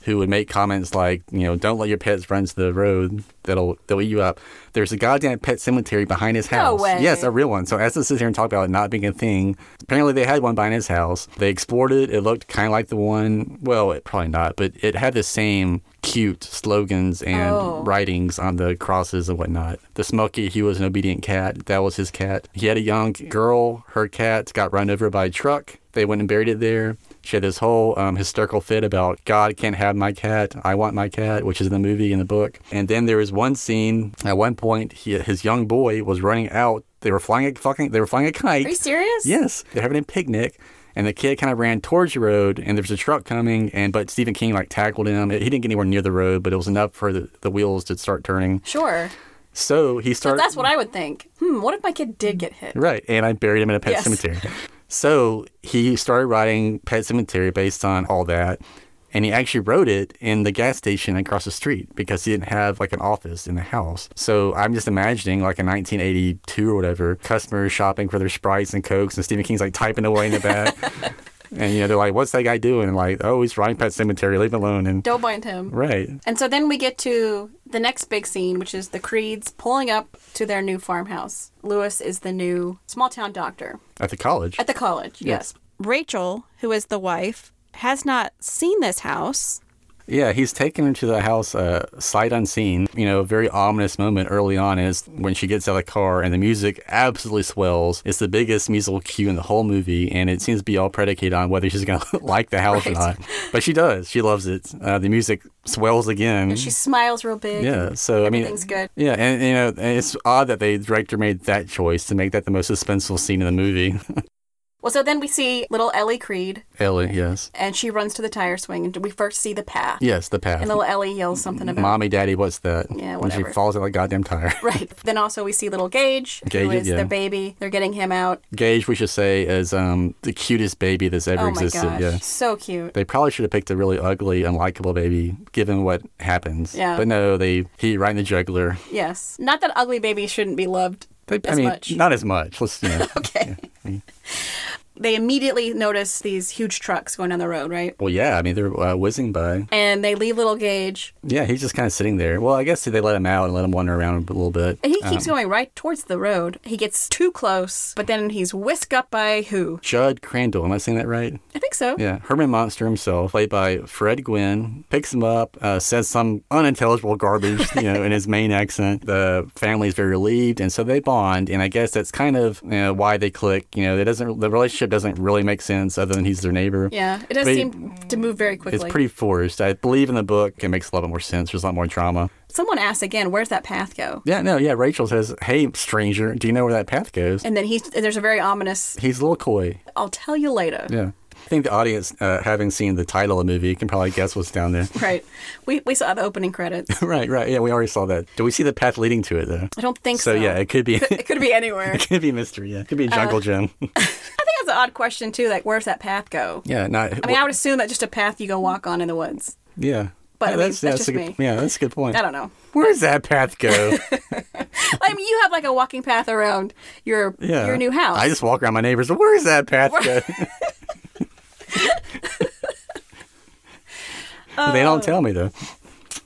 Speaker 3: who would make comments like, you know, don't let your pets run to the road. That'll they'll eat you up. There's a goddamn pet cemetery behind his house.
Speaker 2: way.
Speaker 3: Yes, a real one. So as they sit here and talk about it not being a thing, apparently they had one behind his house. They explored it. It looked kind of like the one. Well, it probably not, but it had the same cute slogans and
Speaker 2: Oh.
Speaker 3: writings on the crosses and whatnot. The Smoky, he was an obedient cat. That was his cat. He had a young girl. Her cat got run over by a truck. They went and buried it there. She had this whole um, hysterical fit about God can't have my cat. I want my cat, which is in the movie and the book. And then there was one scene. At one point, he, his young boy was running out. They were flying a fucking. They were flying a kite.
Speaker 2: Are you serious?
Speaker 3: Yes, they're having a picnic, and the kid kind of ran towards the road, and there's a truck coming, and but Stephen King like tackled him. He didn't get anywhere near the road, but it was enough for the, the wheels to start turning.
Speaker 2: Sure.
Speaker 3: So he
Speaker 2: But
Speaker 3: started.
Speaker 2: that's what I would think. Hmm, what if my kid did get hit?
Speaker 3: Right, and I buried him in a pet
Speaker 2: Yes.
Speaker 3: cemetery. So he started writing Pet Cemetery based on all that, and he actually wrote it in the gas station across the street because he didn't have like an office in the house. So I'm just imagining like in 1982 or whatever, customers shopping for their sprites and cokes, and Stephen King's like typing away in the back. And you know they're like, "What's that guy doing?" And like, "Oh, he's writing Pet Cemetery. Leave him alone." And
Speaker 2: Don't mind him.
Speaker 3: right,
Speaker 2: And so then we get to the next big scene, which is the Creeds pulling up to their new farmhouse. Lewis is the new small town doctor
Speaker 3: at the college,
Speaker 2: at the college. Yes. Rachel, who is the wife, has not seen this house.
Speaker 3: Yeah, he's taken her to the house uh, sight unseen. You know, a very ominous moment early on is when she gets out of the car and the music absolutely swells. It's the biggest musical cue in the whole movie, and it seems to be all predicated on whether she's going to like the house or
Speaker 2: Right.
Speaker 3: not. But she does. She loves it. Uh, the music swells again.
Speaker 2: She smiles real big.
Speaker 3: Mm-hmm. yeah, so I mean,
Speaker 2: everything's good.
Speaker 3: Yeah, and you know, and it's odd that the director made that choice to make that the most suspenseful scene in the movie.
Speaker 2: Well, so then we see little Ellie Creed,
Speaker 3: Ellie, yes,
Speaker 2: and she runs to the tire swing, and we first see the path.
Speaker 3: yes, the path.
Speaker 2: And little Ellie yells something about
Speaker 3: Mommy, daddy, what's that?
Speaker 2: Yeah,
Speaker 3: When she
Speaker 2: whatever.
Speaker 3: falls out like goddamn tire.
Speaker 2: Right. Then also we see little Gage, who
Speaker 3: Gage,
Speaker 2: is
Speaker 3: yeah.
Speaker 2: their baby. They're getting him out.
Speaker 3: Gage, we should say, is um, the cutest baby that's ever
Speaker 2: oh my
Speaker 3: existed.
Speaker 2: gosh.
Speaker 3: Yeah.
Speaker 2: So cute.
Speaker 3: They probably should have picked a really ugly, unlikable baby, given what happens.
Speaker 2: Yeah.
Speaker 3: But no, they he right in the juggler.
Speaker 2: Yes. Not that ugly babies shouldn't be loved
Speaker 3: They,
Speaker 2: as
Speaker 3: I mean,
Speaker 2: much.
Speaker 3: not as much. Let's you know.
Speaker 2: okay. they immediately notice these huge trucks going down the road, right?
Speaker 3: Well, yeah. I mean, they're uh, whizzing by.
Speaker 2: And they leave little Gage,
Speaker 3: Yeah, he's just kind of sitting there. Well, I guess they let him out and let him wander around a little bit. Uh,
Speaker 2: and he keeps going right towards the road. He gets too close, but then he's whisked up by who?
Speaker 3: Judd Crandall, am I saying that right?
Speaker 2: I think so.
Speaker 3: Yeah, Herman Monster himself, played by Fred Gwynn, picks him up, uh, says some unintelligible garbage, you know, in his main accent. The family is very relieved, and so they bond. And I guess that's kind of you know, why they click. You know, it doesn't the relationship doesn't really make sense other than he's their neighbor.
Speaker 2: Yeah, It does
Speaker 3: But
Speaker 2: seem to move very quickly.
Speaker 3: It's pretty forced. I believe in the book, it makes a lot more sense. There's a lot more drama.
Speaker 2: Someone asks again, where's that path go?
Speaker 3: Yeah, no, yeah. Rachel says, "Hey, stranger, do you know where that path goes?"
Speaker 2: And then he, there's a very ominous,
Speaker 3: He's a little coy.
Speaker 2: I'll tell you later.
Speaker 3: Yeah, I think the audience, uh, having seen the title of the movie, can probably guess what's down there.
Speaker 2: Right. We, we saw the opening credits.
Speaker 3: Right, right. Yeah, we already saw that. Do we see the path leading to it though?
Speaker 2: I don't think so. Uh,
Speaker 3: So yeah, it could be
Speaker 2: it
Speaker 3: it
Speaker 2: could be anywhere. I think
Speaker 3: could be a mystery. Yeah, it could be a jungle gym.
Speaker 2: that's an odd question too. Like, where's that path go?
Speaker 3: yeah, not.
Speaker 2: I mean, I would assume that's just a path you go walk on in the woods.
Speaker 3: yeah.
Speaker 2: but I
Speaker 3: yeah,
Speaker 2: mean,
Speaker 3: that's,
Speaker 2: that's
Speaker 3: that's a
Speaker 2: just
Speaker 3: good,
Speaker 2: me.
Speaker 3: yeah, that's a good point.
Speaker 2: I don't know.
Speaker 3: Where does that path go?
Speaker 2: I mean, you have like a walking path around your
Speaker 3: Yeah,
Speaker 2: your new house.
Speaker 3: I just walk around my neighbors. Where does that path go? they don't tell me though.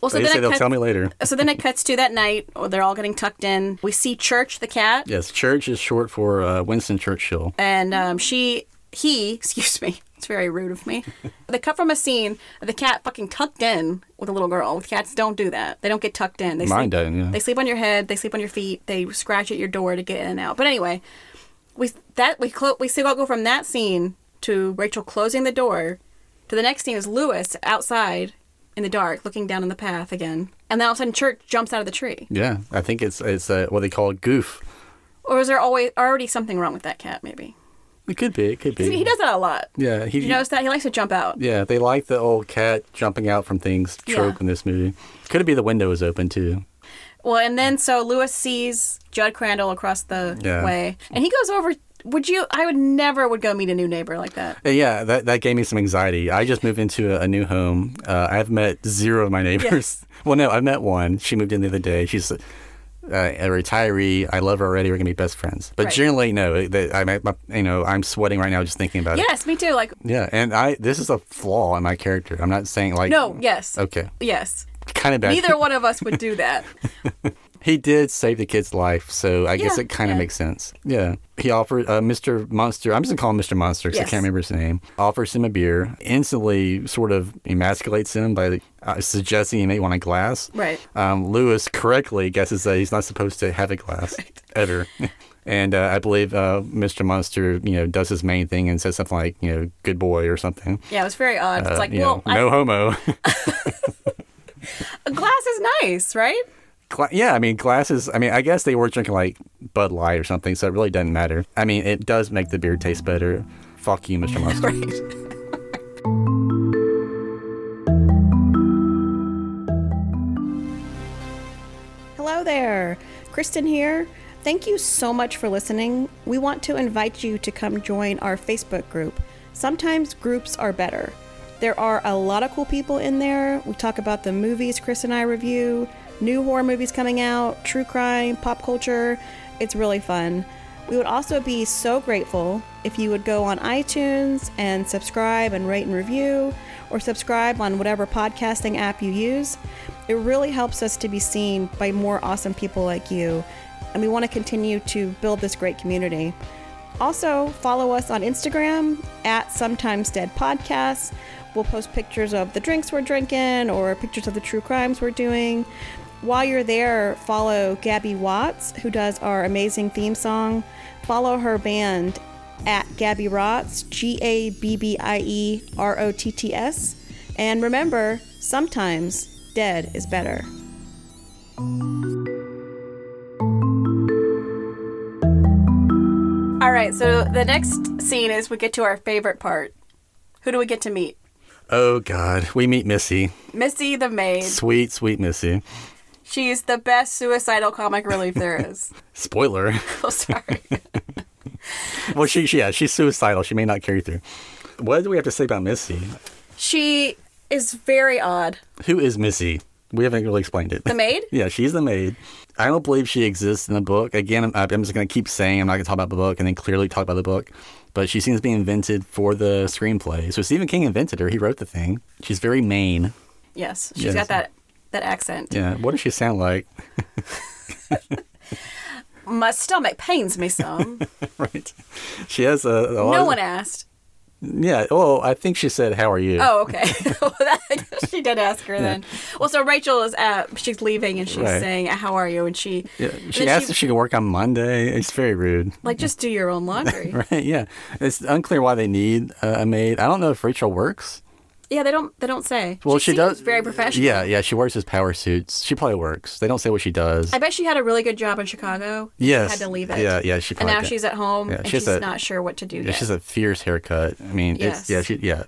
Speaker 2: well, Oh. so
Speaker 3: they say
Speaker 2: then,
Speaker 3: they'll
Speaker 2: it cuts,
Speaker 3: tell me later.
Speaker 2: so then it cuts to that night. Or they're all getting tucked in. We see Church the cat,
Speaker 3: Yes, church is short for uh, Winston Churchill.
Speaker 2: and um, she he excuse me. It's very rude of me. they cut from a scene of the cat fucking tucked in with a little girl. Cats don't do that. They don't get tucked in. They
Speaker 3: Mine
Speaker 2: sleep-
Speaker 3: doesn't. Yeah.
Speaker 2: They sleep on your head. They sleep on your feet. They scratch at your door to get in and out. But anyway, we that we clo- we still go from that scene to Rachel closing the door to the next scene is Lewis outside in the dark looking down on the path again, and then all of a sudden Church jumps out of the tree.
Speaker 3: yeah, I think it's it's uh, what they call a goof.
Speaker 2: Or is there always already something wrong with that cat? Maybe
Speaker 3: It could be. It could be.
Speaker 2: he does that a lot.
Speaker 3: yeah, he
Speaker 2: You notice that he likes to jump out.
Speaker 3: Yeah, they like the old cat jumping out from things trope
Speaker 2: Yeah.
Speaker 3: in this movie. Could it be the window is open too?
Speaker 2: Well, and then so Lewis sees Judd Crandall across the
Speaker 3: Yeah.
Speaker 2: way, and he goes over. Would you? I would never would go meet a new neighbor like that.
Speaker 3: Uh, Yeah, that, that gave me some anxiety. I just moved into a, a new home. Uh, I've met zero of my neighbors.
Speaker 2: Yes.
Speaker 3: Well, no, I met one. She moved in the other day. She's uh, a retiree I love her already. We're gonna be best friends. But
Speaker 2: Right.
Speaker 3: generally, no. That I, my, you know, I'm sweating right now just thinking about it.
Speaker 2: Yes, me too. Like,
Speaker 3: Yeah, and I this is a flaw in my character. I'm not saying like
Speaker 2: no, yes.
Speaker 3: Mm-hmm. Okay,
Speaker 2: Yes.
Speaker 3: kind of bad.
Speaker 2: Neither one of us would do that.
Speaker 3: He did save the kid's life, so I guess
Speaker 2: Yeah,
Speaker 3: it kind of
Speaker 2: yeah.
Speaker 3: makes sense. Yeah. He offered uh, Mr. Monster, I'm just going to call him Mr. Monster because I
Speaker 2: Yes.
Speaker 3: can't remember his name, offers him a beer, instantly sort of emasculates him by uh, suggesting he may want a glass.
Speaker 2: Right.
Speaker 3: Um, Lewis correctly guesses that he's not supposed to have a glass ever. And uh, I believe uh, Mr. Monster, you know, does his main thing and says something like, you know, good boy or something. Uh,
Speaker 2: Yeah, it was very odd. It's like,
Speaker 3: you
Speaker 2: well,
Speaker 3: know, no homo.
Speaker 2: I, glass is nice, right?
Speaker 3: Gla- yeah, I mean glasses. I mean, I guess they were drinking like Bud Light or something, so it really doesn't matter. I mean, it does make the beer taste better. Fuck you, Mr. Monster.
Speaker 2: Right.
Speaker 4: Hello there, Kristen here. Thank you so much for listening. We want to invite you to come join our Facebook group. Sometimes groups are better. There are a lot of cool people in there. We talk about the movies Chris and I review, new horror movies coming out, true crime, pop culture. It's really fun. We would also be so grateful if you would go on iTunes and subscribe and rate and review, or subscribe on whatever podcasting app you use. It really helps us to be seen by more awesome people like you, and we want to continue to build this great community. Also, follow us on Instagram at Sometimes Dead Podcasts. We'll post pictures of the drinks we're drinking or pictures of the true crimes we're doing. While you're there, follow Gabby Watts, who does our amazing theme song. Follow her band at Gabby Rotts, G A B B I E R O T T S. And remember, sometimes dead is better.
Speaker 2: All right, so the next scene is we get to our favorite part. Who do we get to meet?
Speaker 3: Oh God, we meet Missy,
Speaker 2: Missy the maid.
Speaker 3: sweet, sweet Missy.
Speaker 2: She's the best suicidal comic relief there is.
Speaker 3: Spoiler.
Speaker 2: Oh, sorry.
Speaker 3: well, she, she, yeah, she's suicidal. She may not carry through. What do we have to say about Missy?
Speaker 2: She is very odd.
Speaker 3: Who is Missy? We haven't really explained it.
Speaker 2: The maid?
Speaker 3: Yeah, she's the maid. I don't believe she exists in the book. Again, I'm, I'm just going to keep saying I'm not going to talk about the book and then clearly talk about the book. But she seems to be invented for the screenplay. So Stephen King invented her. He wrote the thing. She's very Maine.
Speaker 2: Yes, she's
Speaker 3: Yes.
Speaker 2: got that that accent.
Speaker 3: Yeah. What does she sound like?
Speaker 2: My stomach pains me some.
Speaker 3: right. She has a, a lot
Speaker 2: no
Speaker 3: of-
Speaker 2: one asked.
Speaker 3: Yeah. Oh, I think she said, "How are you?"
Speaker 2: Oh, okay. Well, that- she did ask her then. Well, so Rachel is at, she's leaving and she's
Speaker 3: Right.
Speaker 2: saying, "How are you?" And she,
Speaker 3: Yeah,
Speaker 2: and
Speaker 3: she
Speaker 2: then
Speaker 3: asked if she could work on Monday. It's very rude.
Speaker 2: like, just do your own laundry.
Speaker 3: Right. Yeah. It's unclear why they need uh, a maid. I don't know if Rachel works.
Speaker 2: Yeah, they don't they don't say.
Speaker 3: Well, she,
Speaker 2: seems
Speaker 3: does.
Speaker 2: very professional.
Speaker 3: Yeah, yeah. She wears his power suits. She probably works. They don't say what she does.
Speaker 2: I bet she had a really good job in Chicago. and
Speaker 3: yes.
Speaker 2: had to leave it.
Speaker 3: Yeah, yeah. She
Speaker 2: And
Speaker 3: probably.
Speaker 2: now
Speaker 3: did.
Speaker 2: she's at home
Speaker 3: Yeah,
Speaker 2: and
Speaker 3: she
Speaker 2: she's
Speaker 3: has a-
Speaker 2: not sure what to do.
Speaker 3: Yeah,
Speaker 2: yet.
Speaker 3: she has a fierce haircut. I mean, it's,
Speaker 2: Yes.
Speaker 3: yeah, she, yeah.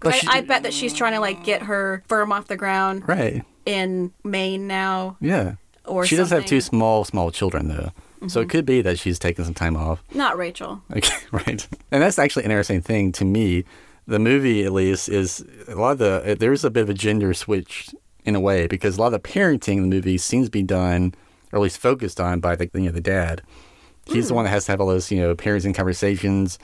Speaker 3: But
Speaker 2: I,
Speaker 3: she,
Speaker 2: I bet that she's trying to like get her firm off the ground
Speaker 3: Right.
Speaker 2: in Maine now.
Speaker 3: Yeah.
Speaker 2: Or
Speaker 3: she does have two
Speaker 2: something. Mm-hmm.
Speaker 3: small, small children though, so it could be that she's taking some time off.
Speaker 2: Not Rachel.
Speaker 3: Okay, right. And that's actually an interesting thing to me. The movie, at least, is a lot of the there's a bit of a gender switch in a way because a lot of the parenting in the movie seems to be done, or at least focused on, by the you know the dad. He's the one that has to have all those you know parenting conversations.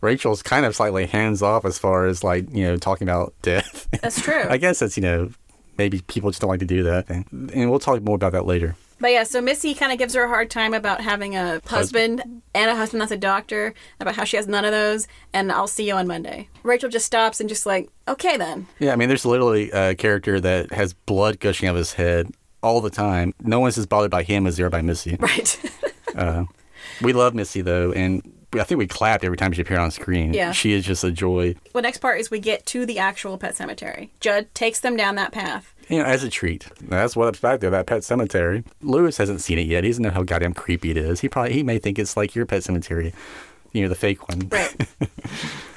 Speaker 3: Rachel's kind of slightly hands off as far as like you know talking about death.
Speaker 2: That's true.
Speaker 3: I guess that's you know maybe people just don't like to do that, and, and we'll talk more about that later.
Speaker 2: But yeah, so Missy kind of gives her a hard time about having a husband and a husband that's a doctor, about how she has none of those, and I'll see you on Monday. Rachel just stops and just like, okay then.
Speaker 3: Yeah, I mean, there's literally a character that has blood gushing out of his head all the time. No one's as bothered by him as they are by Missy.
Speaker 2: Right.
Speaker 3: We love Missy though, and I think we clapped every time she appeared on screen.
Speaker 2: Yeah.
Speaker 3: she is just a joy.
Speaker 2: well, next part is we get to the actual pet cemetery. Judd takes them down that path.
Speaker 3: You know, as a treat. That's what's back there, that pet cemetery. Lewis hasn't seen it yet. He doesn't know how goddamn creepy it is. He probably he may think it's like your pet cemetery, you know, the fake one.
Speaker 2: Right.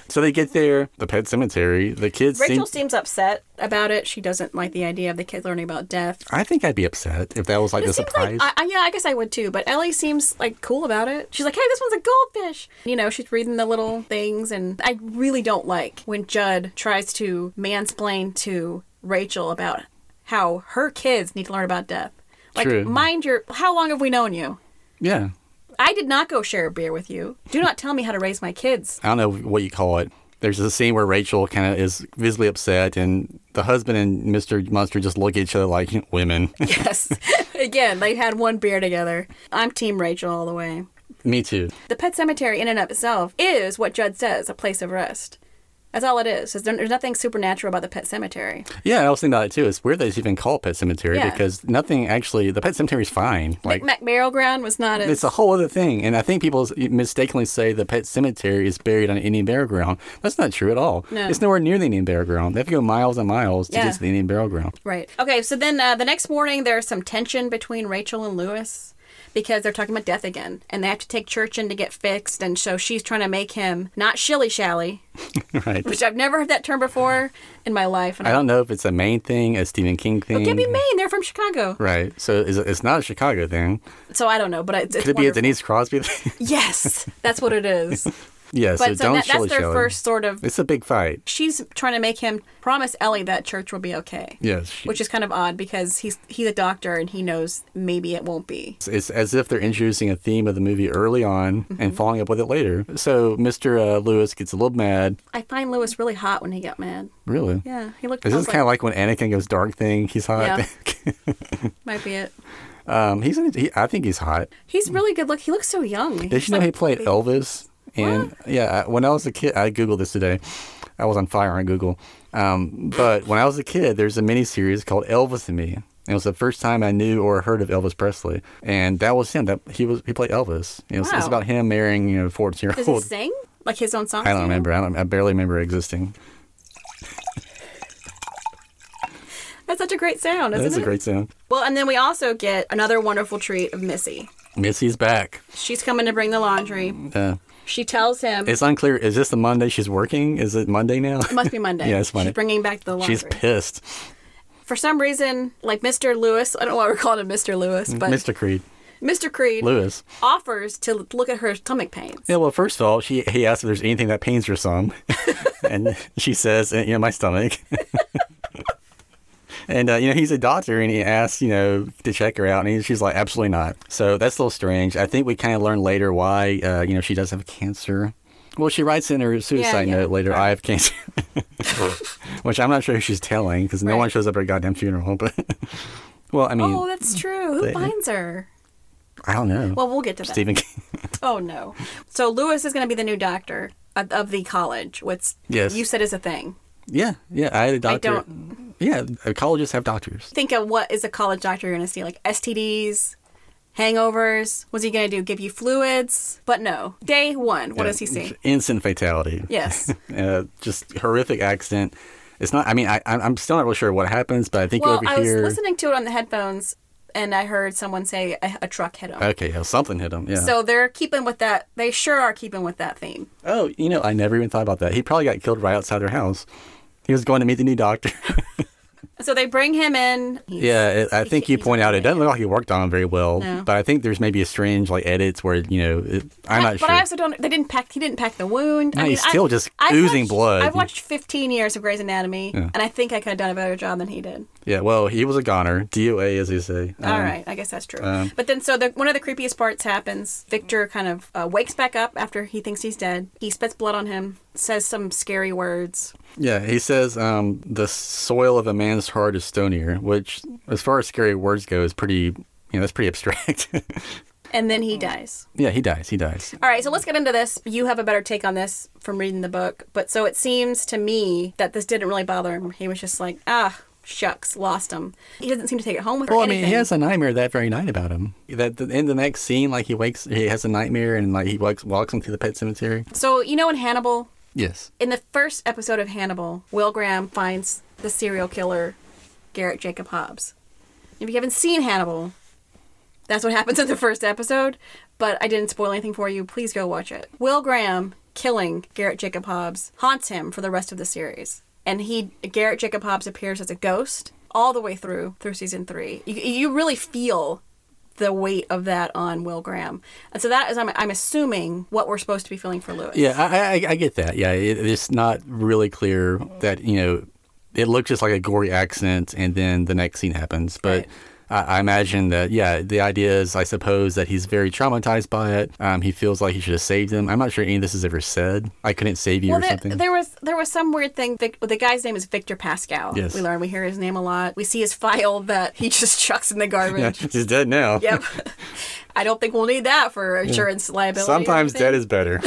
Speaker 3: So they get there, the pet cemetery. The kids.
Speaker 2: Rachel
Speaker 3: seem-
Speaker 2: seems upset about it. She doesn't like the idea of the kid learning about death.
Speaker 3: I think I'd be upset if that was like
Speaker 2: But
Speaker 3: the
Speaker 2: it seems
Speaker 3: surprise.
Speaker 2: like, I, I, yeah, I guess I would too. But Ellie seems like cool about it. She's like, hey, this one's a goldfish. You know, she's reading the little things, and I really don't like when Judd tries to mansplain to Rachel about how her kids need to learn about death. Like,
Speaker 3: True.
Speaker 2: mind your. How long have we known you?
Speaker 3: Yeah.
Speaker 2: I did not go share a beer with you. Do not tell me how to raise my kids.
Speaker 3: I don't know what you call it. There's a scene where Rachel kind of is visibly upset, and the husband and Mr. Munster just look at each other like women.
Speaker 2: Yes. Again, they had one beer together. I'm Team Rachel all the way.
Speaker 3: Me too.
Speaker 2: The pet cemetery, in and of itself, is what Judd says a place of rest. That's all it is. There's there's nothing supernatural about the pet cemetery.
Speaker 3: Yeah, I was thinking about it too. It's weird that it's even called Pet Cemetery
Speaker 2: Yeah.
Speaker 3: because nothing actually, the Pet Cemetery is fine. Like,
Speaker 2: Mac Merrill Ground was not as.
Speaker 3: it's a whole other thing. And I think people mistakenly say the Pet Cemetery is buried on Indian Burial Ground. That's not true at all.
Speaker 2: No.
Speaker 3: It's nowhere near the Indian Burial Ground. They have to go miles and miles to
Speaker 2: Yeah.
Speaker 3: get to the Indian Burial Ground.
Speaker 2: Right. Okay, so then uh, the next morning there's some tension between Rachel and Lewis because they're talking about death again and they have to take church in to get fixed and so she's trying to make him not shilly shally,
Speaker 3: right.
Speaker 2: which I've never heard that term before in my life. And
Speaker 3: I
Speaker 2: I
Speaker 3: don't know if it's a Maine thing, a Stephen King thing.
Speaker 2: it could be Maine. They're from Chicago.
Speaker 3: Right. So it's, it's not a Chicago thing.
Speaker 2: So I don't know, but it's, it's
Speaker 3: Could it be a
Speaker 2: wonderful.
Speaker 3: Denise Crosby thing?
Speaker 2: Yes, that's what it is.
Speaker 3: yeah, so
Speaker 2: But so
Speaker 3: don't
Speaker 2: that, that's
Speaker 3: shilly
Speaker 2: their
Speaker 3: shally.
Speaker 2: first sort of.
Speaker 3: It's a big fight.
Speaker 2: She's trying to make him promise Ellie that church will be okay.
Speaker 3: Yes. she-
Speaker 2: Which is kind of odd because he's he's a doctor and he knows maybe it won't be.
Speaker 3: it's, it's as if they're introducing a theme of the movie early on
Speaker 2: Mm-hmm.
Speaker 3: and following up with it later. So Mr. Uh, Lewis gets a little mad.
Speaker 2: I find Lewis really hot when he got mad.
Speaker 3: Really?
Speaker 2: Yeah, he looked.
Speaker 3: This
Speaker 2: I
Speaker 3: is
Speaker 2: was
Speaker 3: kind of like when Anakin goes dark thing. He's hot.
Speaker 2: might be it.
Speaker 3: um, he's in, he, I think he's hot.
Speaker 2: He's really good. Look, he looks so young.
Speaker 3: Did you know he played Elvis? And yeah, I- when I was a kid, I googled this today. I was on fire on Google. Um, but when I was a kid, there's a miniseries called Elvis and Me. It was the first time I knew or heard of Elvis Presley, and that was him. That he was he played Elvis. It was, it's
Speaker 2: Wow.
Speaker 3: about him marrying you know fourteen year
Speaker 2: Does he
Speaker 3: old.
Speaker 2: sing like his own songs?
Speaker 3: I don't
Speaker 2: you know?
Speaker 3: remember. I, don't, I barely remember it existing.
Speaker 2: That's such a great sound, isn't
Speaker 3: That's
Speaker 2: it?
Speaker 3: a great sound.
Speaker 2: Well, and then we also get another wonderful treat of Missy.
Speaker 3: Missy's back.
Speaker 2: She's coming to bring the laundry.
Speaker 3: Uh,
Speaker 2: She tells him
Speaker 3: it's unclear. Is this the Monday she's working? Is it Monday now?
Speaker 2: it must be Monday.
Speaker 3: Yeah, it's Monday.
Speaker 2: She's bringing back the laundry.
Speaker 3: She's pissed.
Speaker 2: For some reason, like Mr. Lewis, I don't know why we're calling him Mr. Lewis, but Mr.
Speaker 3: Mr. Creed,
Speaker 2: Creed
Speaker 3: Lewis.
Speaker 2: offers to look at her stomach pains.
Speaker 3: Yeah, well, first of all, she he asked if there's anything that pains her some, and she says, eh, you know, my stomach. and uh, you know, he's a doctor, and he asks, you know, to check her out, and he, she's like, absolutely not. So that's a little strange. I think we kind of learn later why, uh, you know, she does have cancer. Well, she writes in her suicide
Speaker 2: yeah.
Speaker 3: note later, "I have cancer," which I'm not sure who she's telling because no
Speaker 2: Right.
Speaker 3: one shows up at her goddamn funeral. But well, I mean,
Speaker 2: Oh, that's true. Who
Speaker 3: They-
Speaker 2: finds her?
Speaker 3: I don't know.
Speaker 2: Well, we'll get to that.
Speaker 3: Stephen King.
Speaker 2: Oh no! So Lewis is going to be the new doctor of, of the college. What's
Speaker 3: Yes.
Speaker 2: you said is a thing.
Speaker 3: yeah, yeah, I had a doctor.
Speaker 2: don't-
Speaker 3: Yeah, uh, colleges have doctors.
Speaker 2: Think of what is a college doctor going to see, like STDs, hangovers. What's he going to do? Give you fluids? But no. Day one, what does he see?
Speaker 3: Instant fatality.
Speaker 2: Yes.
Speaker 3: uh, just horrific accident. It's not. I mean, I, I'm I'm still not really sure what happens, but I think
Speaker 2: Well,
Speaker 3: over
Speaker 2: I was
Speaker 3: here.
Speaker 2: listening to it on the headphones, and I heard someone say a, a truck hit him.
Speaker 3: Okay, yeah, something hit him. Oh, Yeah.
Speaker 2: So they're keeping with that. They sure are keeping with that theme.
Speaker 3: oh, you know, I never even thought about that. He probably got killed right outside their house. He was going to meet the new doctor.
Speaker 2: So they bring him in. He's-
Speaker 3: yeah, it, I
Speaker 2: he
Speaker 3: think
Speaker 2: ca-
Speaker 3: you
Speaker 2: he's
Speaker 3: point
Speaker 2: not
Speaker 3: out it
Speaker 2: doing
Speaker 3: doesn't look like he worked on him very well.
Speaker 2: No.
Speaker 3: But I think there's maybe a strange like edits where you know it, I'm
Speaker 2: I-
Speaker 3: not
Speaker 2: but
Speaker 3: sure.
Speaker 2: I also don't. They didn't pack. He didn't pack the wound.
Speaker 3: No,
Speaker 2: I mean,
Speaker 3: he's still
Speaker 2: I-
Speaker 3: just
Speaker 2: I've
Speaker 3: oozing
Speaker 2: watched-
Speaker 3: blood.
Speaker 2: I've watched 15 years of Grey's Anatomy, and I think I could have done a better job than he did.
Speaker 3: yeah, well, he was a goner, DOA as they say.
Speaker 2: All
Speaker 3: Um,
Speaker 2: right, I guess that's true. but then, so the, one of the creepiest parts happens. Victor kind of uh, wakes back up after he thinks he's dead. He spits blood on him, says some scary words.
Speaker 3: Yeah, he says um, the soil of a man's heart is stonier, which, as far as scary words go, is pretty. You know, that's pretty abstract.
Speaker 2: And then he dies.
Speaker 3: yeah, he dies. He dies.
Speaker 2: All right, so let's get into this. You have a better take on this from reading the book. But so it seems to me that this didn't really bother him. He was just like, ah, shucks, lost him. He doesn't seem to take it home with
Speaker 3: Well,
Speaker 2: or
Speaker 3: I
Speaker 2: anything.
Speaker 3: mean, he has a nightmare that very night about him. That the, in the next scene, like he wakes, he has a nightmare, and like he walks walks him to the pet cemetery.
Speaker 2: so, you know, in Hannibal,
Speaker 3: Yes.
Speaker 2: in the first episode of Hannibal, Will Graham finds the serial killer, Garrett Jacob Hobbs. If you haven't seen Hannibal, that's what happens in the first episode, but I didn't spoil anything for you. Please go watch it. Will Graham killing Garrett Jacob Hobbs haunts him for the rest of the series. And he Garrett Jacob Hobbs appears as a ghost all the way through through season 3. You, you really feel the weight of that on Will Graham. And so that is I'm, I'm assuming what we're supposed to be feeling for Lewis.
Speaker 3: Yeah, I, I- I, I get that. Yeah, it, it's not really clear that you know, it looks just like a gory accident, and then the next scene happens. But
Speaker 2: Right.
Speaker 3: I, I imagine that, yeah, the idea is, I suppose, that he's very traumatized by it. Um, he feels like he should have saved him. I'm not sure any of this is ever said. I couldn't save you
Speaker 2: Well,
Speaker 3: or
Speaker 2: there,
Speaker 3: something.
Speaker 2: there was there was some weird thing. Vic, the guy's name is Victor Pascal.
Speaker 3: Yes.
Speaker 2: We learn we hear his name a lot. We see his file that he just chucks in the
Speaker 3: Yeah,
Speaker 2: garbage.
Speaker 3: he's dead now.
Speaker 2: Yep. I don't think we'll need that for insurance liability. or
Speaker 3: Sometimes
Speaker 2: anything.
Speaker 3: dead is better.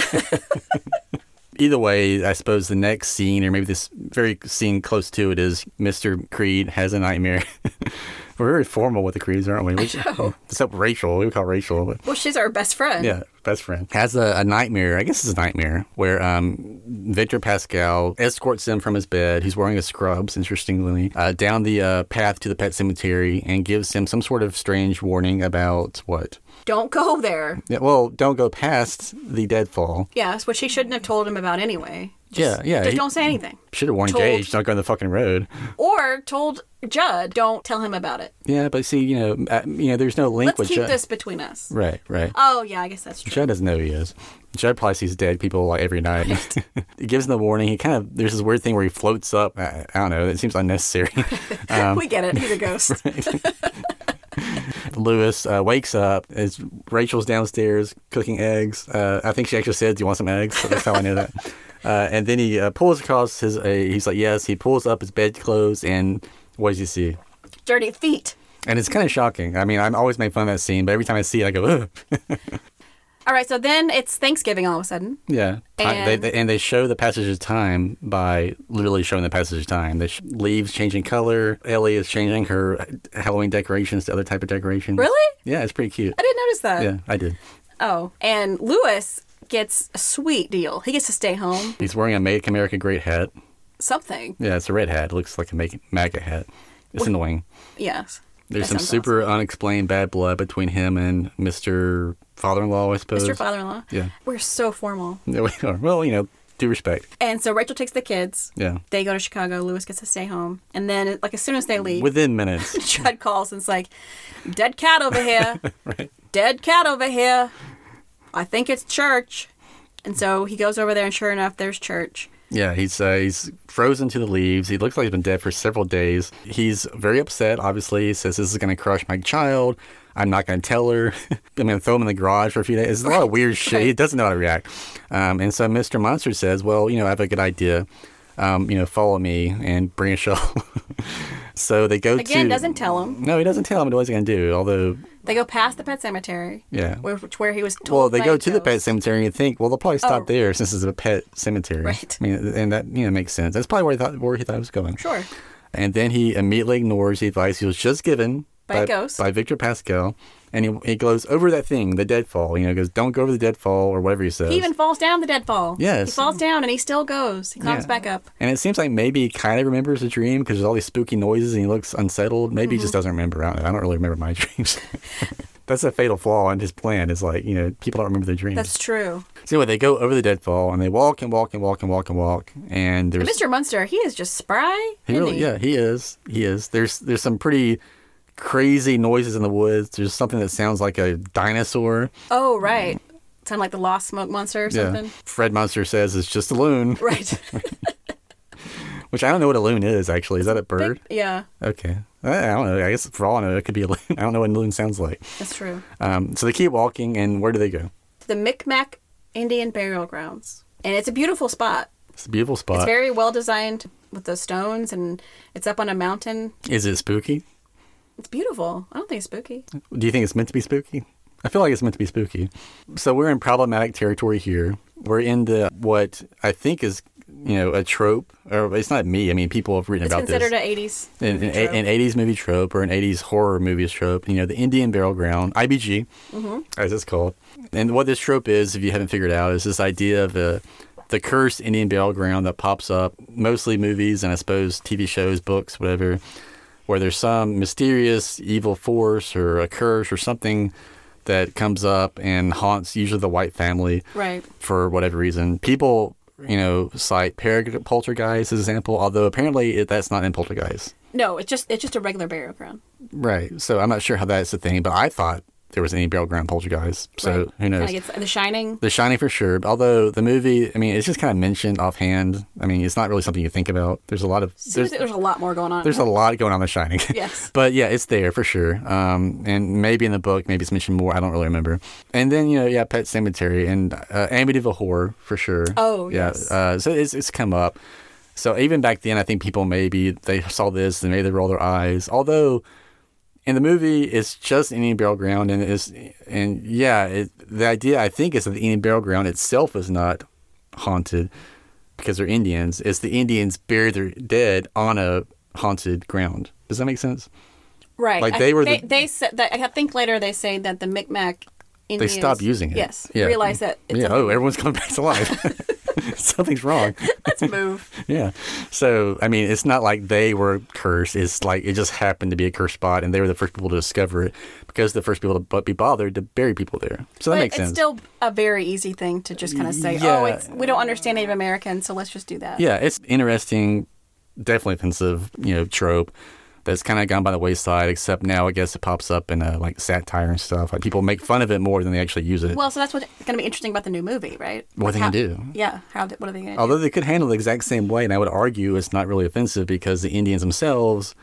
Speaker 3: Either way, I suppose the next scene, or maybe this very scene close to it, is Mr. Creed has a nightmare. We're very formal with the Creeds, aren't we? we Except Rachel. We call Rachel. But
Speaker 2: Well, she's our best friend.
Speaker 3: yeah, best friend. Has a, a nightmare. I guess it's a nightmare where um, Victor Pascal escorts him from his bed. He's wearing a scrubs, interestingly, uh, down the uh, path to the pet cemetery and gives him some sort of strange warning about what?
Speaker 2: Don't go there.
Speaker 3: Yeah, well, don't go past the deadfall.
Speaker 2: Yes, which she shouldn't have told him about anyway.
Speaker 3: Yeah, yeah.
Speaker 2: Just
Speaker 3: he-
Speaker 2: don't say anything.
Speaker 3: Should have warned
Speaker 2: told-
Speaker 3: Gage, don't go on the fucking road.
Speaker 2: Or told Judd, don't tell him about it.
Speaker 3: Yeah, but see, you know, uh, you know, there's no link
Speaker 2: Let's
Speaker 3: with
Speaker 2: keep
Speaker 3: Judd.
Speaker 2: this between us.
Speaker 3: Right, right.
Speaker 2: Oh, yeah, I guess that's true.
Speaker 3: Judd doesn't know who he is. Judd probably sees dead people like every night. he gives him the warning. He kind of there's this weird thing where he floats up. I, I don't know. It seems unnecessary. um,
Speaker 2: we get it. He's a ghost.
Speaker 3: Lewis uh, wakes up. As Rachel's downstairs cooking eggs. Uh, I think she actually said, "Do you want some eggs?" So that's how I know that. Uh, and then he uh, pulls across his. Uh, he's like, "Yes." He pulls up his bedclothes, and what does he see?
Speaker 2: Dirty feet.
Speaker 3: And it's kind of shocking. I mean, I'm always making fun of that scene, but every time I see it, I go, Ugh.
Speaker 2: All right, so then it's Thanksgiving all of a sudden.
Speaker 3: yeah. And they,
Speaker 2: And-
Speaker 3: they, and they show the passage of time by literally showing the passage of time. The sh- leaves changing color. Ellie is changing her Halloween decorations to other type of decorations.
Speaker 2: Really?
Speaker 3: Yeah, it's pretty cute.
Speaker 2: I didn't notice that.
Speaker 3: Yeah, I did.
Speaker 2: Oh, and Lewis gets a sweet deal. He gets to stay home.
Speaker 3: He's wearing a Make America Great hat.
Speaker 2: Something.
Speaker 3: Yeah, it's a red hat. It looks like a Make- MAGA hat. It's annoying.
Speaker 2: Yes.
Speaker 3: There's
Speaker 2: That
Speaker 3: some
Speaker 2: sounds
Speaker 3: super unexplained bad blood between him and Mr. Father-in-law, I suppose.
Speaker 2: awesome. Mr. Father-in-law.
Speaker 3: Yeah.
Speaker 2: We're so formal.
Speaker 3: well, you know, due respect.
Speaker 2: And so Rachel takes the kids.
Speaker 3: Yeah.
Speaker 2: They go to Chicago. Lewis gets to stay home. And then, like, as soon as they leave,
Speaker 3: Within minutes.
Speaker 2: Judd calls and's like, "Dead cat over here. Dead cat over here. I think it's church." And so he goes over there, and sure enough, there's church.
Speaker 3: Yeah, he's uh, he's frozen to the leaves. He looks like he's been dead for several days. He's very upset. Obviously, he says this is going to crush my child. I'm not going to tell her. I'm going to throw him in the garage for a few days. It's a lot of weird shit. He doesn't know how to react. Um, and so Mr. Monster says, "Well, you know, I have a good idea. Um, you know, follow me and bring a shovel." so they go
Speaker 2: Again,
Speaker 3: to
Speaker 2: doesn't tell him.
Speaker 3: no, he doesn't tell him what he's going to do. Although,
Speaker 2: They go past the pet cemetery.
Speaker 3: Yeah.
Speaker 2: where, which- where he was told.
Speaker 3: well, they
Speaker 2: by
Speaker 3: go to the
Speaker 2: Joe.
Speaker 3: pet cemetery and think, well, they'll probably stop
Speaker 2: Oh.
Speaker 3: there since it's a pet cemetery.
Speaker 2: Right.
Speaker 3: I mean, and that you know makes sense. That's probably where he thought where he thought it was going.
Speaker 2: Sure.
Speaker 3: And then he immediately ignores the advice he was just given
Speaker 2: By a ghost.
Speaker 3: by Victor Pascal. And he, he goes over that thing, the deadfall. You know, goes, don't go over the deadfall or whatever he says.
Speaker 2: He even falls down the deadfall.
Speaker 3: Yes.
Speaker 2: He falls down and he still goes. He climbs
Speaker 3: Yeah.
Speaker 2: back up.
Speaker 3: and it seems like maybe he kind of remembers the dream because there's all these spooky noises and he looks unsettled. Maybe he just
Speaker 2: Mm-hmm.
Speaker 3: doesn't remember. I don't, know. I don't really remember my dreams. That's a fatal flaw in his plan. Is like, you know, people don't remember their dreams.
Speaker 2: That's true.
Speaker 3: so anyway, they go over the deadfall and they walk and walk and walk and walk and walk. And there's
Speaker 2: Mr. Munster, he is just spry.
Speaker 3: He
Speaker 2: isn't
Speaker 3: really, yeah, he is. He is. There's there's some pretty crazy noises in the woods. There's something that sounds like a dinosaur.
Speaker 2: Oh, right. Sound like the Lost Smoke Monster or something.
Speaker 3: Yeah. Fred Munster says it's just a loon,
Speaker 2: Right.
Speaker 3: which I don't know what a loon is actually. Is that a bird?
Speaker 2: yeah,
Speaker 3: Okay. I I don't know. I guess for all I know, it could be a loon. I don't know what a loon sounds like.
Speaker 2: that's true.
Speaker 3: Um, so they keep walking, and where do they go?
Speaker 2: to the Micmac Indian Burial Grounds. And it's a beautiful spot.
Speaker 3: It's a beautiful spot.
Speaker 2: It's very well designed with those stones and it's up on a mountain.
Speaker 3: is it spooky?
Speaker 2: It's beautiful. I don't think it's spooky.
Speaker 3: Do you think it's meant to be spooky? I feel like it's meant to be spooky. So we're in problematic territory here. We're in the what I think is you know a trope, or it's not me. I mean, people have written
Speaker 2: It's
Speaker 3: about
Speaker 2: considered
Speaker 3: this.
Speaker 2: an 80s.
Speaker 3: An,
Speaker 2: movie
Speaker 3: an,
Speaker 2: trope.
Speaker 3: an 80s movie trope or an 80s horror movie trope, you know, the Indian Burial Ground, IBG, as it's called. And what this trope is, if you haven't figured out, is this idea of the, the cursed Indian Burial Ground that pops up mostly movies and I suppose TV shows, books, whatever, where there's some mysterious evil force or a curse or something that comes up and haunts usually the white family
Speaker 2: Right.
Speaker 3: for whatever reason. People, you know, cite parag- poltergeist as an example, although apparently it, that's not in poltergeist.
Speaker 2: No, it's just it's just a regular burial ground.
Speaker 3: Right. So I'm not sure how that's a thing, but I thought there was any battleground poltergeist. So who knows?
Speaker 2: Like it's The Shining.
Speaker 3: The Shining for sure. Although the movie, I mean, it's just kind of mentioned offhand. I mean, it's not really something you think about. There's a lot of
Speaker 2: There's,
Speaker 3: there's
Speaker 2: there's a lot more going on.
Speaker 3: there's a lot going on in The Shining.
Speaker 2: Yes.
Speaker 3: but yeah, it's there for sure. Um, and maybe in the book, maybe it's mentioned more. I don't really remember. And then you know, yeah, Pet Cemetery and uh, Amityville Horror for sure.
Speaker 2: Oh,
Speaker 3: yeah.
Speaker 2: yes.
Speaker 3: Uh, so it's it's come up. So even back then, I think people maybe they saw this and maybe they roll their eyes. Although in the movie, it's just Indian Burial Ground, and it's and yeah, it, the idea I think is that the Indian Burial Ground itself is not haunted because they're Indians. It's the Indians bury their dead on a haunted ground. Does that make sense?
Speaker 2: right.
Speaker 3: like,
Speaker 2: I-
Speaker 3: they were
Speaker 2: They,
Speaker 3: the-
Speaker 2: they said that. I think later they say that the Micmac. Indians,
Speaker 3: stopped using it.
Speaker 2: Yes.
Speaker 3: Yeah.
Speaker 2: Realize that. It's
Speaker 3: yeah.
Speaker 2: a-
Speaker 3: Oh, everyone's coming back to life. Something's wrong.
Speaker 2: let's move.
Speaker 3: Yeah. So I mean, it's not like they were cursed. It's like it just happened to be a cursed spot, and they were the first people to discover it because the first people to bu- be bothered to bury people there. So that
Speaker 2: but
Speaker 3: makes
Speaker 2: it's
Speaker 3: sense.
Speaker 2: still a very easy thing to just kind of say, oh,
Speaker 3: Yeah.
Speaker 2: it's, we don't understand Native Americans, so let's just do that.
Speaker 3: yeah, it's interesting, definitely offensive, you know, trope that's kind of gone by the wayside. Except now, I guess it pops up in uh, like satire and stuff. Like people make fun of it more than they actually use it.
Speaker 2: Well, so that's what's going to be interesting about the new movie, right?
Speaker 3: What are they
Speaker 2: How-
Speaker 3: gonna do?
Speaker 2: Yeah. How? What are they going to do?
Speaker 3: Although they could handle the exact same way, and I would argue it's not really offensive because the Indians themselves,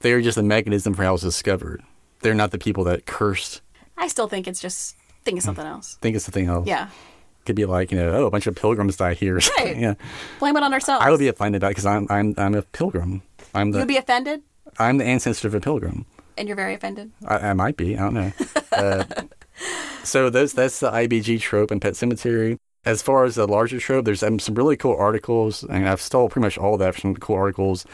Speaker 3: they're just the mechanism for how it was discovered. They're not the people that cursed.
Speaker 2: I still think it's just think of something else.
Speaker 3: Think it's something else.
Speaker 2: Yeah.
Speaker 3: Could be like, you know, oh, a bunch of pilgrims died here. or something.
Speaker 2: Right.
Speaker 3: yeah.
Speaker 2: Blame it on ourselves.
Speaker 3: I would be offended by it because I'm, I'm, I'm a pilgrim. I'm the,
Speaker 2: You'd be offended,
Speaker 3: I'm the ancestor of a pilgrim.
Speaker 2: and you're very offended.
Speaker 3: I, I might be. I don't know. Uh, so those that's the IBG trope in Pet Cemetery. As far as the larger trope, there's um, some really cool articles, and I've stole pretty much all of that from cool articles.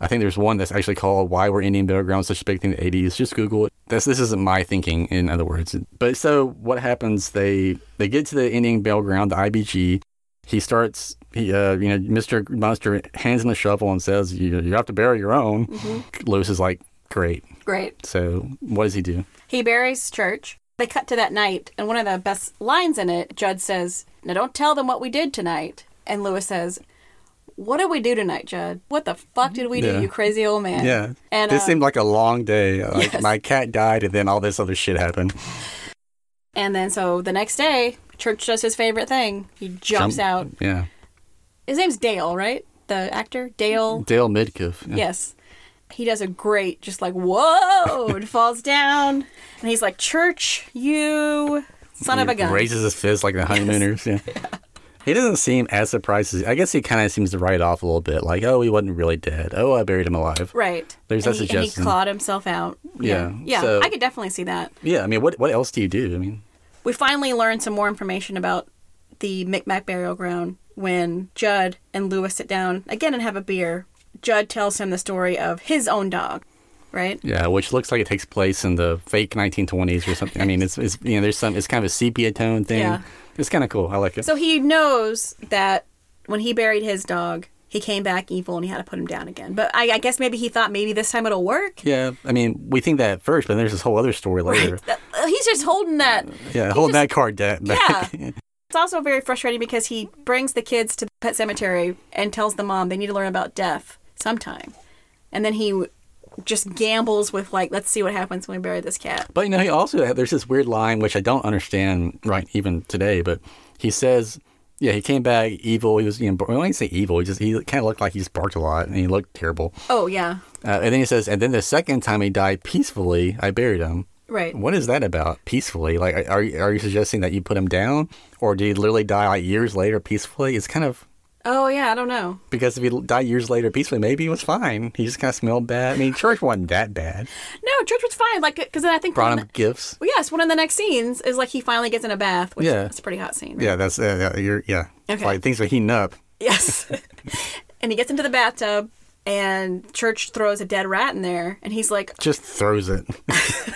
Speaker 3: I think there's one that's actually called "Why Were Indian Burial Grounds Such a Big Thing in the '80s?" Just Google it. That's this isn't my thinking, in other words. But so what happens? They they get to the Indian burial ground, the IBG. He starts. He, uh, you know, Mr. Monster hands him a shovel and says, "You, you have to bury your own." Lewis is like, "Great."
Speaker 2: Great.
Speaker 3: So what does he do?
Speaker 2: He buries Church. They cut to that night, and one of the best lines in it, Judd says, Now don't tell them what we did tonight. And Lewis says, What did we do tonight, Judd? What the fuck did we
Speaker 3: Yeah.
Speaker 2: do, you crazy old man?
Speaker 3: Yeah.
Speaker 2: And
Speaker 3: this
Speaker 2: uh,
Speaker 3: seemed like a long day. Like
Speaker 2: Yes.
Speaker 3: my cat died and then all this other shit happened.
Speaker 2: and then so the next day, Church does his favorite thing. He jumps
Speaker 3: Jump-
Speaker 2: out.
Speaker 3: Yeah.
Speaker 2: His name's Dale, right? The actor? Dale.
Speaker 3: Dale Midkiff. Yeah.
Speaker 2: Yes. He does a great, just like, whoa, and falls down. And he's like, Church, you son of a gun.
Speaker 3: Raises his fist like the honeymooners. Yeah. He doesn't seem as surprised as I guess he kind of seems to write off a little bit. Like, oh, he wasn't really dead. Oh, I buried him alive.
Speaker 2: Right.
Speaker 3: There's
Speaker 2: and
Speaker 3: that
Speaker 2: he, And he
Speaker 3: suggestion.
Speaker 2: clawed himself out.
Speaker 3: Yeah,
Speaker 2: Yeah.
Speaker 3: so-
Speaker 2: I could definitely see that.
Speaker 3: Yeah. I mean, what what else do you do? I mean,
Speaker 2: We finally learned some more information about the Micmac burial ground when Judd and Lewis sit down again and have a beer. Judd tells him the story of his own dog, right?
Speaker 3: yeah, which looks like it takes place in the fake 1920s or something. I mean, it's, it's you know, there's some, it's kind of a sepia tone thing.
Speaker 2: Yeah.
Speaker 3: It's kind of cool. I like it.
Speaker 2: So he knows that when he buried his dog, he came back evil and he had to put him down again. But I, I guess maybe he thought maybe this time it'll work.
Speaker 3: yeah. I mean, we think that at first, but there's this whole other story later.
Speaker 2: That- uh, He's just holding that.
Speaker 3: Yeah. Hold
Speaker 2: just-
Speaker 3: that card da- back.
Speaker 2: Yeah. It's also very frustrating because he brings the kids to the pet cemetery and tells the mom they need to learn about death sometime. And then he w- just gambles with, like, let's see what happens when we bury this cat.
Speaker 3: But you know, he also there's this weird line which I don't understand right even today. But he says, yeah, he came back evil. He was you know, bar- well, I didn't say evil. He just he kind of looked like he just barked a lot and he looked terrible.
Speaker 2: Oh, yeah.
Speaker 3: Uh, and then he says, and then the second time he died peacefully, I buried him.
Speaker 2: Right.
Speaker 3: What is that about? Peacefully? Like, are you- are you suggesting that you put him down, or did he literally die like years later peacefully? It's kind of
Speaker 2: Oh, yeah. I don't know.
Speaker 3: because if he died years later peacefully, maybe he was fine. He just kind of smelled bad. I mean, church wasn't that bad.
Speaker 2: No, George was fine. Like, because then I think.
Speaker 3: Brought
Speaker 2: one
Speaker 3: him
Speaker 2: of the-
Speaker 3: gifts.
Speaker 2: well, yes, one of the next scenes is like he finally gets in a bath, which
Speaker 3: Yeah.
Speaker 2: that's a pretty hot scene. right?
Speaker 3: Yeah, that's uh, yeah, you're, yeah.
Speaker 2: Okay.
Speaker 3: Like things are heating up.
Speaker 2: Yes. and he gets into the bathtub, and Church throws a dead rat in there, and he's like,
Speaker 3: Just throws it.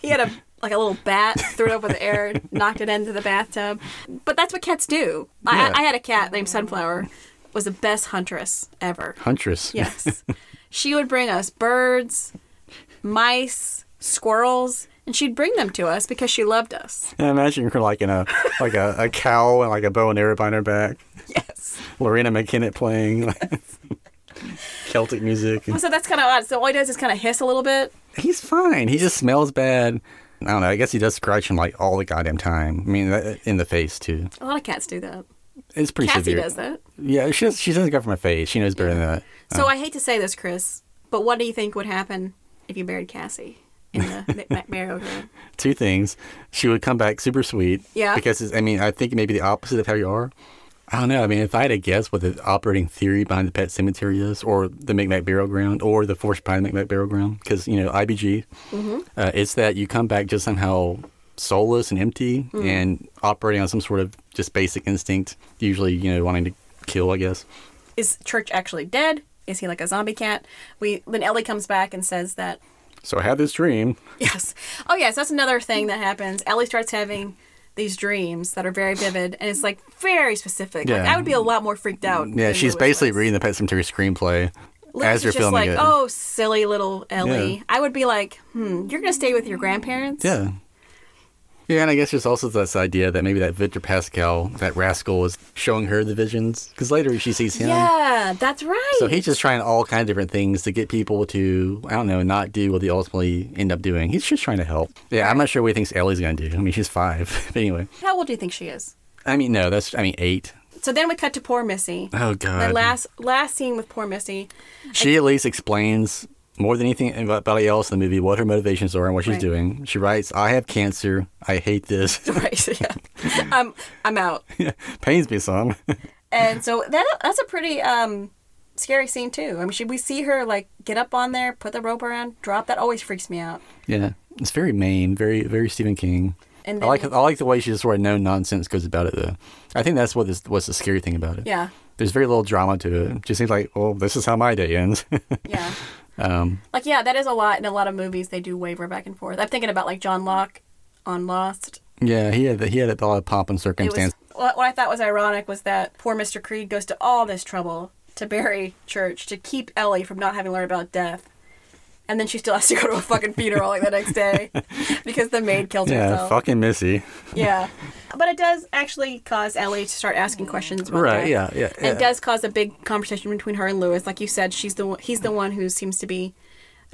Speaker 2: He had a like a little bat, threw it over the air, knocked it into the bathtub. But that's what cats do. I,
Speaker 3: Yeah.
Speaker 2: I had a cat named Sunflower, was the best huntress ever.
Speaker 3: Huntress.
Speaker 2: Yes, she would bring us birds, mice, squirrels, and she'd bring them to us because she loved us.
Speaker 3: I imagine her like in a like a, a cow and like a bow and arrow behind her back.
Speaker 2: Yes.
Speaker 3: Lorena McKinnon playing like, Celtic music.
Speaker 2: So that's kind of odd. So all he does is kind of hiss a little bit.
Speaker 3: He's fine. He just smells bad. I don't know. I guess he does scratch him like all the goddamn time. I mean, that- in the face too.
Speaker 2: A lot of cats do that.
Speaker 3: It's pretty
Speaker 2: Cassie
Speaker 3: severe.
Speaker 2: does that.
Speaker 3: Yeah, she does, she doesn't go for my face. She knows better than that.
Speaker 2: So I hate to say this, Chris, but what do you think would happen if you married Cassie in the Ma- Ma- Mario game?
Speaker 3: Two things. She would come back super sweet.
Speaker 2: Yeah.
Speaker 3: Because it's, I mean, I think maybe the opposite of how you are. I don't know. I mean, if I had to guess what the operating theory behind the pet cemetery is, or the Micmac burial ground, or the forced pine Micmac burial ground, because you know IBG,
Speaker 2: Mm-hmm.
Speaker 3: uh, it's that you come back just somehow soulless and empty,
Speaker 2: Mm.
Speaker 3: and operating on some sort of just basic instinct, usually you know wanting to kill, I guess.
Speaker 2: Is Church actually dead? Is he like a zombie cat? We then Ellie comes back and says that
Speaker 3: So I had this dream.
Speaker 2: Yes. Oh, yes. That's another thing that happens. Ellie starts having these dreams that are very vivid, and it's like very specific. Like,
Speaker 3: Yeah.
Speaker 2: I would be a lot more freaked out.
Speaker 3: Yeah,
Speaker 2: than
Speaker 3: she's
Speaker 2: Lewis
Speaker 3: basically
Speaker 2: was.
Speaker 3: reading the pet cemetery screenplay
Speaker 2: Lewis
Speaker 3: as
Speaker 2: is
Speaker 3: you're
Speaker 2: just
Speaker 3: filming
Speaker 2: like,
Speaker 3: it.
Speaker 2: oh, silly little Ellie.
Speaker 3: Yeah.
Speaker 2: I would be like, hmm, you're gonna stay with your grandparents.
Speaker 3: Yeah. Yeah, and I guess there's also this idea that maybe that Victor Pascal, that rascal, is showing her the visions because later she sees him.
Speaker 2: Yeah, that's right.
Speaker 3: So he's just trying all kinds of different things to get people to, I don't know, not do what they ultimately end up doing. He's just trying to help. Yeah, I'm not sure what he thinks Ellie's going to do. I mean, she's five. but anyway,
Speaker 2: How old do you think she is?
Speaker 3: I mean, no, that's, I mean, eight.
Speaker 2: So then we cut to poor Missy.
Speaker 3: Oh,
Speaker 2: The
Speaker 3: God.
Speaker 2: last last scene with poor Missy.
Speaker 3: she at least explains more than anything about- anybody else in the movie what her motivations are and what she's
Speaker 2: Right.
Speaker 3: doing. She writes, I have cancer. I hate this.
Speaker 2: Right. Yeah. I'm I'm out.
Speaker 3: Pains me some.
Speaker 2: And so that that's a pretty um, scary scene too. I mean, should we see her like get up on there, put the rope around, drop? That always freaks me out.
Speaker 3: Yeah, it's very Maine, very very Stephen King.
Speaker 2: And
Speaker 3: I like
Speaker 2: then-
Speaker 3: I like the way she just sort of no nonsense goes about it though. I think that's what is what's the scary thing about it.
Speaker 2: Yeah,
Speaker 3: there's very little drama to it. It just seems like, oh, this is how my day ends.
Speaker 2: yeah.
Speaker 3: um,
Speaker 2: like yeah, that is a lot in a lot of movies. They do waver back and forth. I'm thinking about like John Locke on Lost.
Speaker 3: yeah, he had he had a lot of pomp and
Speaker 2: It was
Speaker 3: circumstance.
Speaker 2: what, what I thought was ironic was that poor Mr. Creed goes to all this trouble to bury Church to keep Ellie from not having learned about death. And then she still has to go to a fucking funeral like the next day because the maid killed
Speaker 3: yeah,
Speaker 2: herself.
Speaker 3: fucking Missy.
Speaker 2: Yeah. But it does actually cause Ellie to start asking questions. About
Speaker 3: Right,
Speaker 2: that.
Speaker 3: yeah, yeah,
Speaker 2: And It
Speaker 3: yeah.
Speaker 2: does cause a big conversation between her and Lewis. Like you said, she's the one, he's the one who seems to be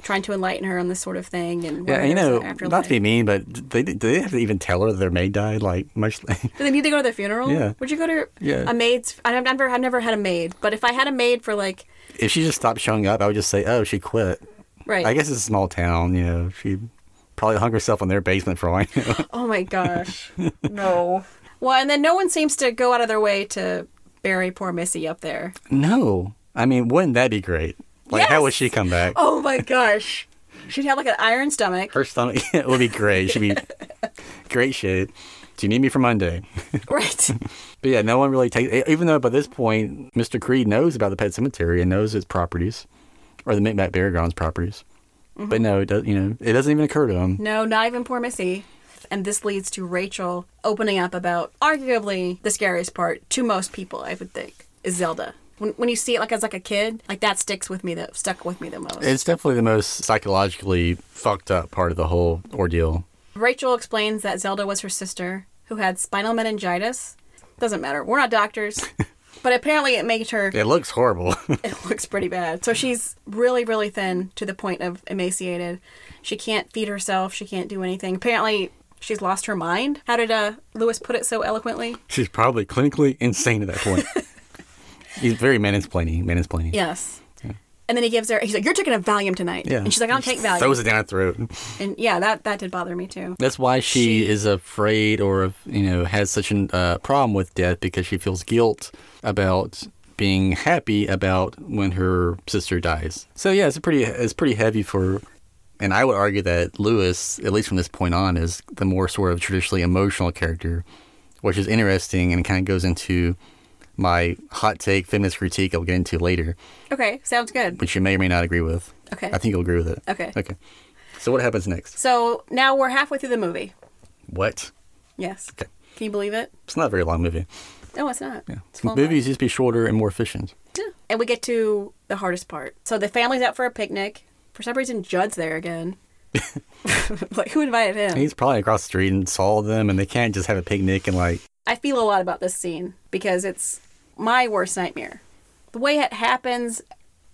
Speaker 2: trying to enlighten her on this sort of thing. And
Speaker 3: Yeah,
Speaker 2: whether
Speaker 3: and you
Speaker 2: there's
Speaker 3: know,
Speaker 2: an afterlife.
Speaker 3: not to be mean, but they did they have to even tell her that their maid died. Like much.
Speaker 2: Do they need to go to their funeral?
Speaker 3: Yeah.
Speaker 2: Would you go to
Speaker 3: Yeah.
Speaker 2: a maid's? I've never, I've never had a maid, but if I had a maid for like,
Speaker 3: if she just stopped showing up, I would just say, oh, she quit.
Speaker 2: right?
Speaker 3: I guess it's a small town. You know, she probably hung herself in their basement for all I know.
Speaker 2: Oh my gosh. no. Well, and then no one seems to go out of their way to bury poor Missy up there.
Speaker 3: No. I mean, wouldn't that be great? Like, how would
Speaker 2: Yes!
Speaker 3: she come back?
Speaker 2: Oh my gosh. She'd have like an iron stomach.
Speaker 3: Her stomach it would be great. She'd be great shape. Do you need me for Monday?
Speaker 2: Right.
Speaker 3: But yeah, no one really takes. e, Even though by this point, Mr. Creed knows about the pet cemetery and knows its properties, or the Micmac Burial Ground's properties.
Speaker 2: Mm-hmm.
Speaker 3: But no, it does. You know, it doesn't even occur to him.
Speaker 2: No, not even poor Missy. And this leads to Rachel opening up about arguably the scariest part to most people, I would think, is Zelda. When, when you see it like as like a kid, like that sticks with me, that stuck with me the most.
Speaker 3: It's definitely the most psychologically fucked up part of the whole ordeal.
Speaker 2: Rachel explains that Zelda was her sister who had spinal meningitis. Doesn't matter. We're not doctors. but apparently it made her
Speaker 3: It looks horrible.
Speaker 2: it looks pretty bad. So she's really, really thin to the point of emaciated. She can't feed herself. She can't do anything. Apparently, she's lost her mind. How did uh, Lewis put it so eloquently?
Speaker 3: She's probably clinically insane at that point. He's very mansplaining. Mansplaining.
Speaker 2: Yes. And then he gives her. He's like, "You're taking a Valium tonight."
Speaker 3: Yeah.
Speaker 2: And she's like, "I don't take Valium."
Speaker 3: Throws it down her throat.
Speaker 2: And yeah, that that did bother me too.
Speaker 3: That's why she, is afraid or, you know, has such a uh, problem with death because she feels guilt about being happy about when her sister dies. So yeah, it's a pretty it's pretty heavy for and I would argue that Lewis, at least from this point on, is the more sort of traditionally emotional character, which is interesting and kind of goes into my hot take feminist critique I'll get into later,
Speaker 2: Okay, sounds good.
Speaker 3: which you may or may not agree with.
Speaker 2: Okay.
Speaker 3: I think you'll agree with it.
Speaker 2: Okay.
Speaker 3: Okay. So what happens next?
Speaker 2: So now we're halfway through the movie.
Speaker 3: What?
Speaker 2: Yes.
Speaker 3: Okay.
Speaker 2: Can you believe it?
Speaker 3: It's not a very long movie.
Speaker 2: No, it's not.
Speaker 3: Yeah.
Speaker 2: It's flown by.
Speaker 3: Movies used to be shorter and more efficient.
Speaker 2: Yeah. And we get to the hardest part. So the family's out for a picnic. For some reason, Judd's there again. like, who invited him?
Speaker 3: He's probably across the street and saw them, and they can't just have a picnic and like.
Speaker 2: I feel a lot about this scene because it's my worst nightmare. The way it happens,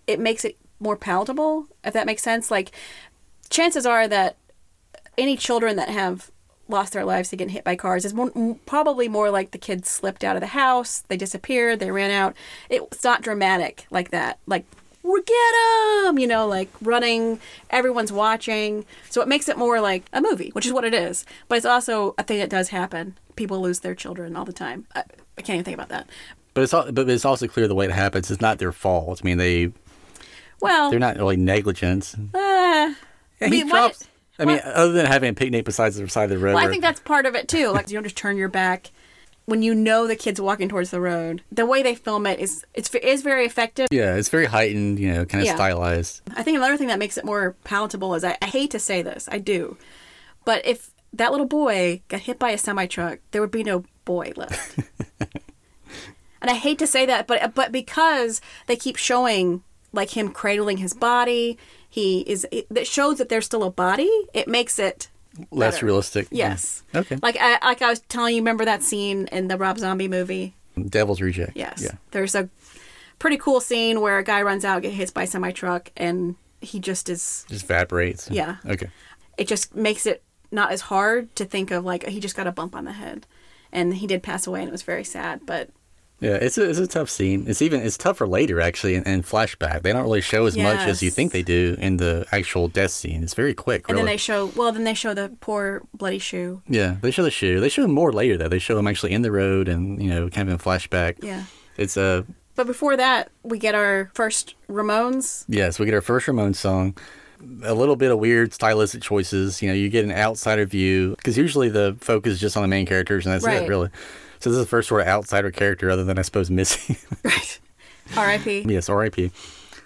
Speaker 2: it makes it more palatable, if that makes sense. Like, chances are that any children that have lost their lives to getting hit by cars is more, m- probably more like the kids slipped out of the house, they disappeared, they ran out. It's not dramatic like that. Like we get them, you know, like running, everyone's watching. So it makes it more like a movie, which is what it is. But it's also a thing that does happen. People lose their children all the time. I, I can't even think about that.
Speaker 3: But it's all, but it's also clear the way it happens. It's not their fault. I mean, they
Speaker 2: Well,
Speaker 3: they're not really negligent.
Speaker 2: uh,
Speaker 3: he
Speaker 2: mean, what-
Speaker 3: drops. I mean,
Speaker 2: what-
Speaker 3: other than having a picnic beside the side of the road.
Speaker 2: Well, I
Speaker 3: or-
Speaker 2: think that's part of it too. Like you don't just turn your back when you know the kid's walking towards the road. The way they film it is it's is very effective.
Speaker 3: yeah, it's very heightened. You know, kind of
Speaker 2: Yeah.
Speaker 3: stylized.
Speaker 2: I think another thing that makes it more palatable is I, I hate to say this, I do, but if that little boy got hit by a semi truck, there would be no boy left. and I hate to say that, but but because they keep showing like him cradling his body, he is it, that shows that there's still a body. It makes it
Speaker 3: Less
Speaker 2: better.
Speaker 3: realistic.
Speaker 2: Yes.
Speaker 3: Yeah. Okay.
Speaker 2: Like I like I was telling you, remember that scene in the Rob Zombie movie?
Speaker 3: Devil's Reject.
Speaker 2: Yes.
Speaker 3: Yeah.
Speaker 2: There's a pretty cool scene where a guy runs out, get hit by a semi truck, and he just is.
Speaker 3: Just evaporates.
Speaker 2: Yeah.
Speaker 3: Okay.
Speaker 2: It just makes it not as hard to think of like he just got a bump on the head, and he did pass away, and it was very sad. But
Speaker 3: Yeah, it's a, it's a tough scene. It's even it's tougher later actually in, in flashback. They don't really show as much as you
Speaker 2: Yes.
Speaker 3: think they do in the actual death scene. It's very quick.
Speaker 2: and
Speaker 3: Really.
Speaker 2: then they show well, then they show the poor bloody shoe.
Speaker 3: yeah, they show the shoe. They show him more later though. They show him actually in the road and you know kind of in flashback.
Speaker 2: Yeah.
Speaker 3: it's uh, a
Speaker 2: But before that, we get our first Ramones.
Speaker 3: Yes, we get our first Ramones song. A little bit of weird stylistic choices. You know, you get an outsider view because usually the focus is just on the main characters and that's it,
Speaker 2: Right.
Speaker 3: really. So this is the first sort of outsider character, other than I suppose Missy.
Speaker 2: R.I.P.
Speaker 3: yes, R.I.P.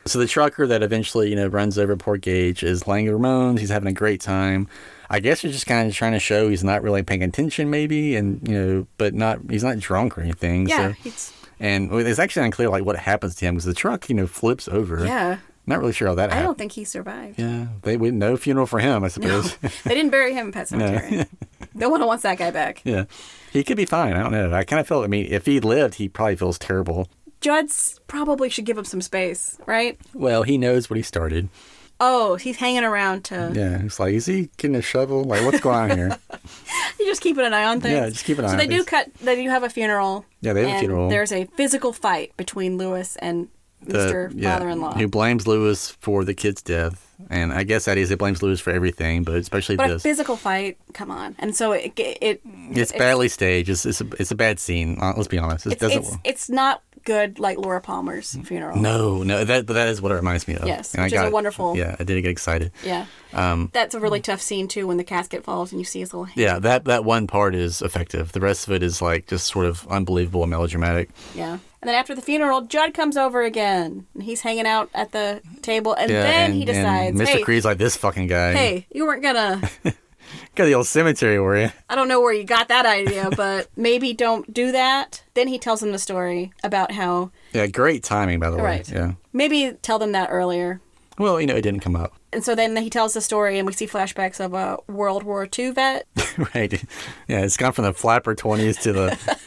Speaker 3: So the trucker that eventually you know runs over poor Gage is Lang Ramones. He's having a great time. I guess he's just kind of trying to show he's not really paying attention, maybe, and you know, but not he's not drunk or anything.
Speaker 2: Yeah,
Speaker 3: so.
Speaker 2: it's
Speaker 3: and well, it's actually unclear like what happens to him because the truck you know flips over.
Speaker 2: yeah.
Speaker 3: not really sure how that
Speaker 2: I
Speaker 3: happened.
Speaker 2: don't think he survived.
Speaker 3: Yeah, they would no funeral for him, I suppose.
Speaker 2: They didn't bury him in Pet Cemetery. no one wants that guy back.
Speaker 3: yeah, he could be fine. I don't know. I kind of feel. I mean, if he lived, he probably feels terrible.
Speaker 2: Judd's probably should give him some space, right?
Speaker 3: Well, he knows what he started.
Speaker 2: Oh, he's hanging around to.
Speaker 3: Yeah, it's like, is he getting a shovel? Like, what's going on here?
Speaker 2: You're just keeping an eye on things.
Speaker 3: Yeah, just keep an eye
Speaker 2: So
Speaker 3: on
Speaker 2: they do
Speaker 3: things.
Speaker 2: cut. They do have a funeral.
Speaker 3: Yeah, they have a
Speaker 2: and
Speaker 3: funeral.
Speaker 2: There's a physical fight between Lewis and
Speaker 3: The-
Speaker 2: Mr. Father-in-law.
Speaker 3: who blames Lewis for the kid's death, and I guess that is it blames Lewis for everything, but especially
Speaker 2: but a
Speaker 3: this.
Speaker 2: physical fight, come on. And so it it
Speaker 3: it's badly staged. It's it's a, it's a bad scene. Uh, let's be honest. It
Speaker 2: it's
Speaker 3: doesn't.
Speaker 2: it's, it's not good like Laura Palmer's funeral.
Speaker 3: no, no, that but that is what it reminds me of.
Speaker 2: Yes,
Speaker 3: And I
Speaker 2: which is a
Speaker 3: got-
Speaker 2: wonderful-
Speaker 3: Yeah, I did get excited.
Speaker 2: Yeah.
Speaker 3: Um,
Speaker 2: That's a really tough scene too when the casket falls and you see his little hand.
Speaker 3: Yeah, that that one part is effective. The rest of it is like just sort of unbelievable and melodramatic.
Speaker 2: Yeah. And then after the funeral, Judd comes over again. And he's hanging out at the table. And
Speaker 3: Yeah,
Speaker 2: then
Speaker 3: and-
Speaker 2: he decides,
Speaker 3: and Mr.
Speaker 2: hey,
Speaker 3: Creed's like this fucking guy.
Speaker 2: hey, you weren't going to,
Speaker 3: got the old cemetery, were you?
Speaker 2: I don't know where you got that idea, but maybe don't do that. Then he tells them the story about how,
Speaker 3: Yeah, great timing by the way.
Speaker 2: Right.
Speaker 3: Yeah.
Speaker 2: maybe tell them that earlier.
Speaker 3: Well, you know, it didn't come up,
Speaker 2: And so then he tells the story, and we see flashbacks of a World War II vet.
Speaker 3: right? Yeah, it's gone from the flapper twenties to the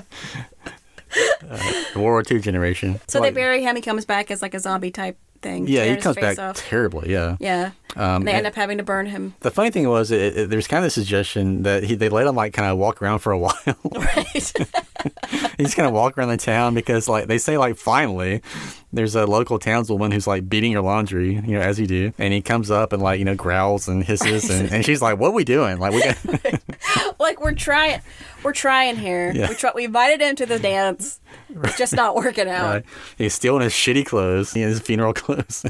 Speaker 3: uh, World War II generation.
Speaker 2: So they
Speaker 3: Like-
Speaker 2: bury him. He comes back as like a zombie type thing.
Speaker 3: Yeah,
Speaker 2: tearing
Speaker 3: he
Speaker 2: his
Speaker 3: comes
Speaker 2: face
Speaker 3: back Um,
Speaker 2: Off.
Speaker 3: terribly. Yeah.
Speaker 2: Yeah. and they end up having to burn him.
Speaker 3: The funny thing was, it, it, there's kind of a suggestion that he, they let him like kind of walk around for a while.
Speaker 2: Right.
Speaker 3: He's gonna walk around the town because like they say like finally there's a local townswoman who's like beating her laundry, you know, as you do. And he comes up and like, you know, growls and hisses and, and she's like, What we doing? Like we got
Speaker 2: like we're trying we're trying here
Speaker 3: Yeah.
Speaker 2: we, try, we invited him to the dance it's just not working out
Speaker 3: like, he's stealing his shitty clothes, you know, his funeral clothes.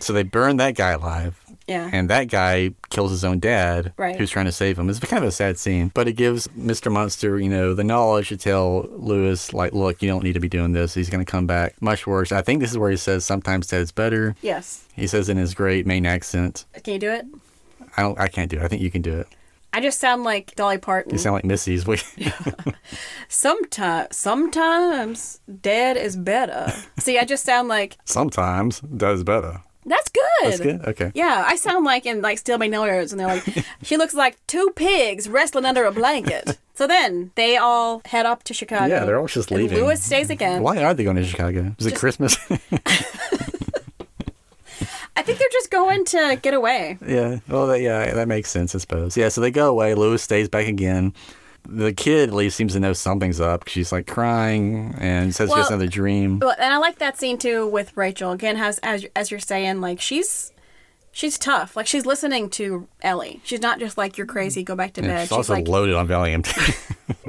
Speaker 3: so they burn that guy alive.
Speaker 2: Yeah.
Speaker 3: And that guy kills his own dad
Speaker 2: Right.
Speaker 3: who's trying to save him. It's kind of a sad scene. But it gives Mr. Monster, you know, the knowledge to tell Lewis, like, look, you don't need to be doing this. He's gonna come back much worse. I think this is where he says sometimes dead is better.
Speaker 2: yes
Speaker 3: He says in his great Maine accent.
Speaker 2: can you do it
Speaker 3: I don't, I can't do it. I think you can do it.
Speaker 2: i just sound like dolly parton
Speaker 3: You sound like Missy's. We,
Speaker 2: sometimes sometimes dead is better see i just sound like
Speaker 3: sometimes does better.
Speaker 2: that's good
Speaker 3: That's good. Okay.
Speaker 2: yeah i sound like in like still my nerves and they're like she looks like two pigs wrestling under a blanket so then they all head up to chicago
Speaker 3: Yeah, they're all just
Speaker 2: and
Speaker 3: leaving.
Speaker 2: lewis stays again
Speaker 3: Why are they going to Chicago? Is it Christmas?
Speaker 2: I think they're just going to get away.
Speaker 3: Yeah. Well, that, yeah, that makes sense, I suppose. Yeah. So they go away. Lewis stays back again. The kid at least seems to know something's up. She's like crying and says she has
Speaker 2: Well- oh,
Speaker 3: another dream.
Speaker 2: Well, and I like that scene too with Rachel. Again, as as, as you're saying, like she's she's tough. Like she's listening to Ellie. She's not just like you're crazy, go back to
Speaker 3: And
Speaker 2: bed.
Speaker 3: she's also
Speaker 2: like
Speaker 3: loaded on Valium.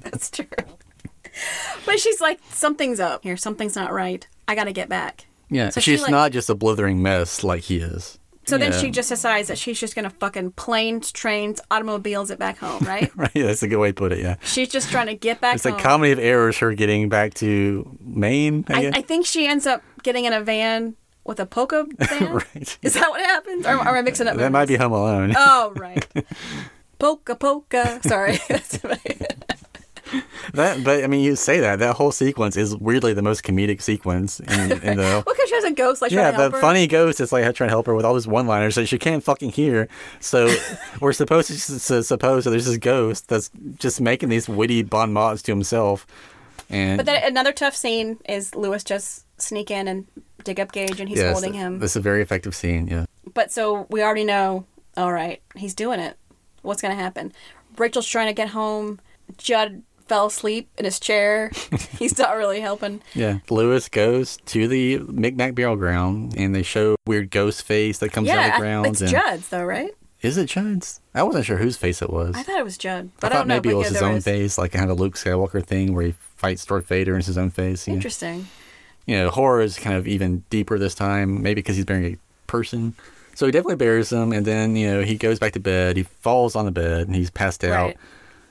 Speaker 2: that's true. but she's like something's up here. Something's not right. I got to get back.
Speaker 3: yeah.
Speaker 2: So she,
Speaker 3: she's
Speaker 2: like-
Speaker 3: not just a blithering mess like he is.
Speaker 2: So then
Speaker 3: Yeah.
Speaker 2: she just decides that she's just gonna fucking planes, trains, automobiles it back home, right?
Speaker 3: Right. Yeah, that's a good way to put it. Yeah.
Speaker 2: she's just trying to get back
Speaker 3: It's a
Speaker 2: home.
Speaker 3: comedy of errors. Her getting back to Maine. I,
Speaker 2: Oh. I,
Speaker 3: guess.
Speaker 2: I think she ends up getting in a van with a polka band.
Speaker 3: Right.
Speaker 2: Is that what happens? Or am am I mixing up?
Speaker 3: that might
Speaker 2: movies?
Speaker 3: be Home Alone.
Speaker 2: Oh right. polka polka. Sorry. That's right.
Speaker 3: That, but I mean, you say that that whole sequence is weirdly the most comedic sequence in, in the.
Speaker 2: well, because she has a ghost like
Speaker 3: yeah,
Speaker 2: trying to help
Speaker 3: the
Speaker 2: her.
Speaker 3: funny ghost is like trying to help her with all these one-liners that she can't fucking hear. So we're supposed to, s- s- suppose that there's this ghost that's just making these witty bon mots to himself. And
Speaker 2: But then another tough scene is Lewis just sneak in and dig up Gage, and he's
Speaker 3: yes,
Speaker 2: holding him.
Speaker 3: This is a very effective scene. Yeah,
Speaker 2: But so we already know, all right, he's doing it. What's going to happen? Rachel's trying to get home. Judd fell asleep in his chair. he's not really helping.
Speaker 3: yeah. Lewis goes to the Micmac burial ground, and they show weird ghost face that comes out of
Speaker 2: yeah,
Speaker 3: the
Speaker 2: I,
Speaker 3: ground.
Speaker 2: it's
Speaker 3: and-
Speaker 2: Judd's, though, right?
Speaker 3: Is it Judd's? I wasn't sure whose face it was.
Speaker 2: I thought it was Judd.
Speaker 3: I
Speaker 2: But I,
Speaker 3: thought
Speaker 2: don't know.
Speaker 3: maybe
Speaker 2: but
Speaker 3: it was
Speaker 2: yeah,
Speaker 3: his
Speaker 2: there
Speaker 3: own
Speaker 2: is.
Speaker 3: face, like kind of Luke Skywalker thing where he fights Darth Vader in his own face. You know,
Speaker 2: Interesting.
Speaker 3: you know horror is kind of even deeper this time, maybe because he's burying a person. So he definitely buries him, and then you know he goes back to bed. He falls on the bed and he's passed out.
Speaker 2: Right.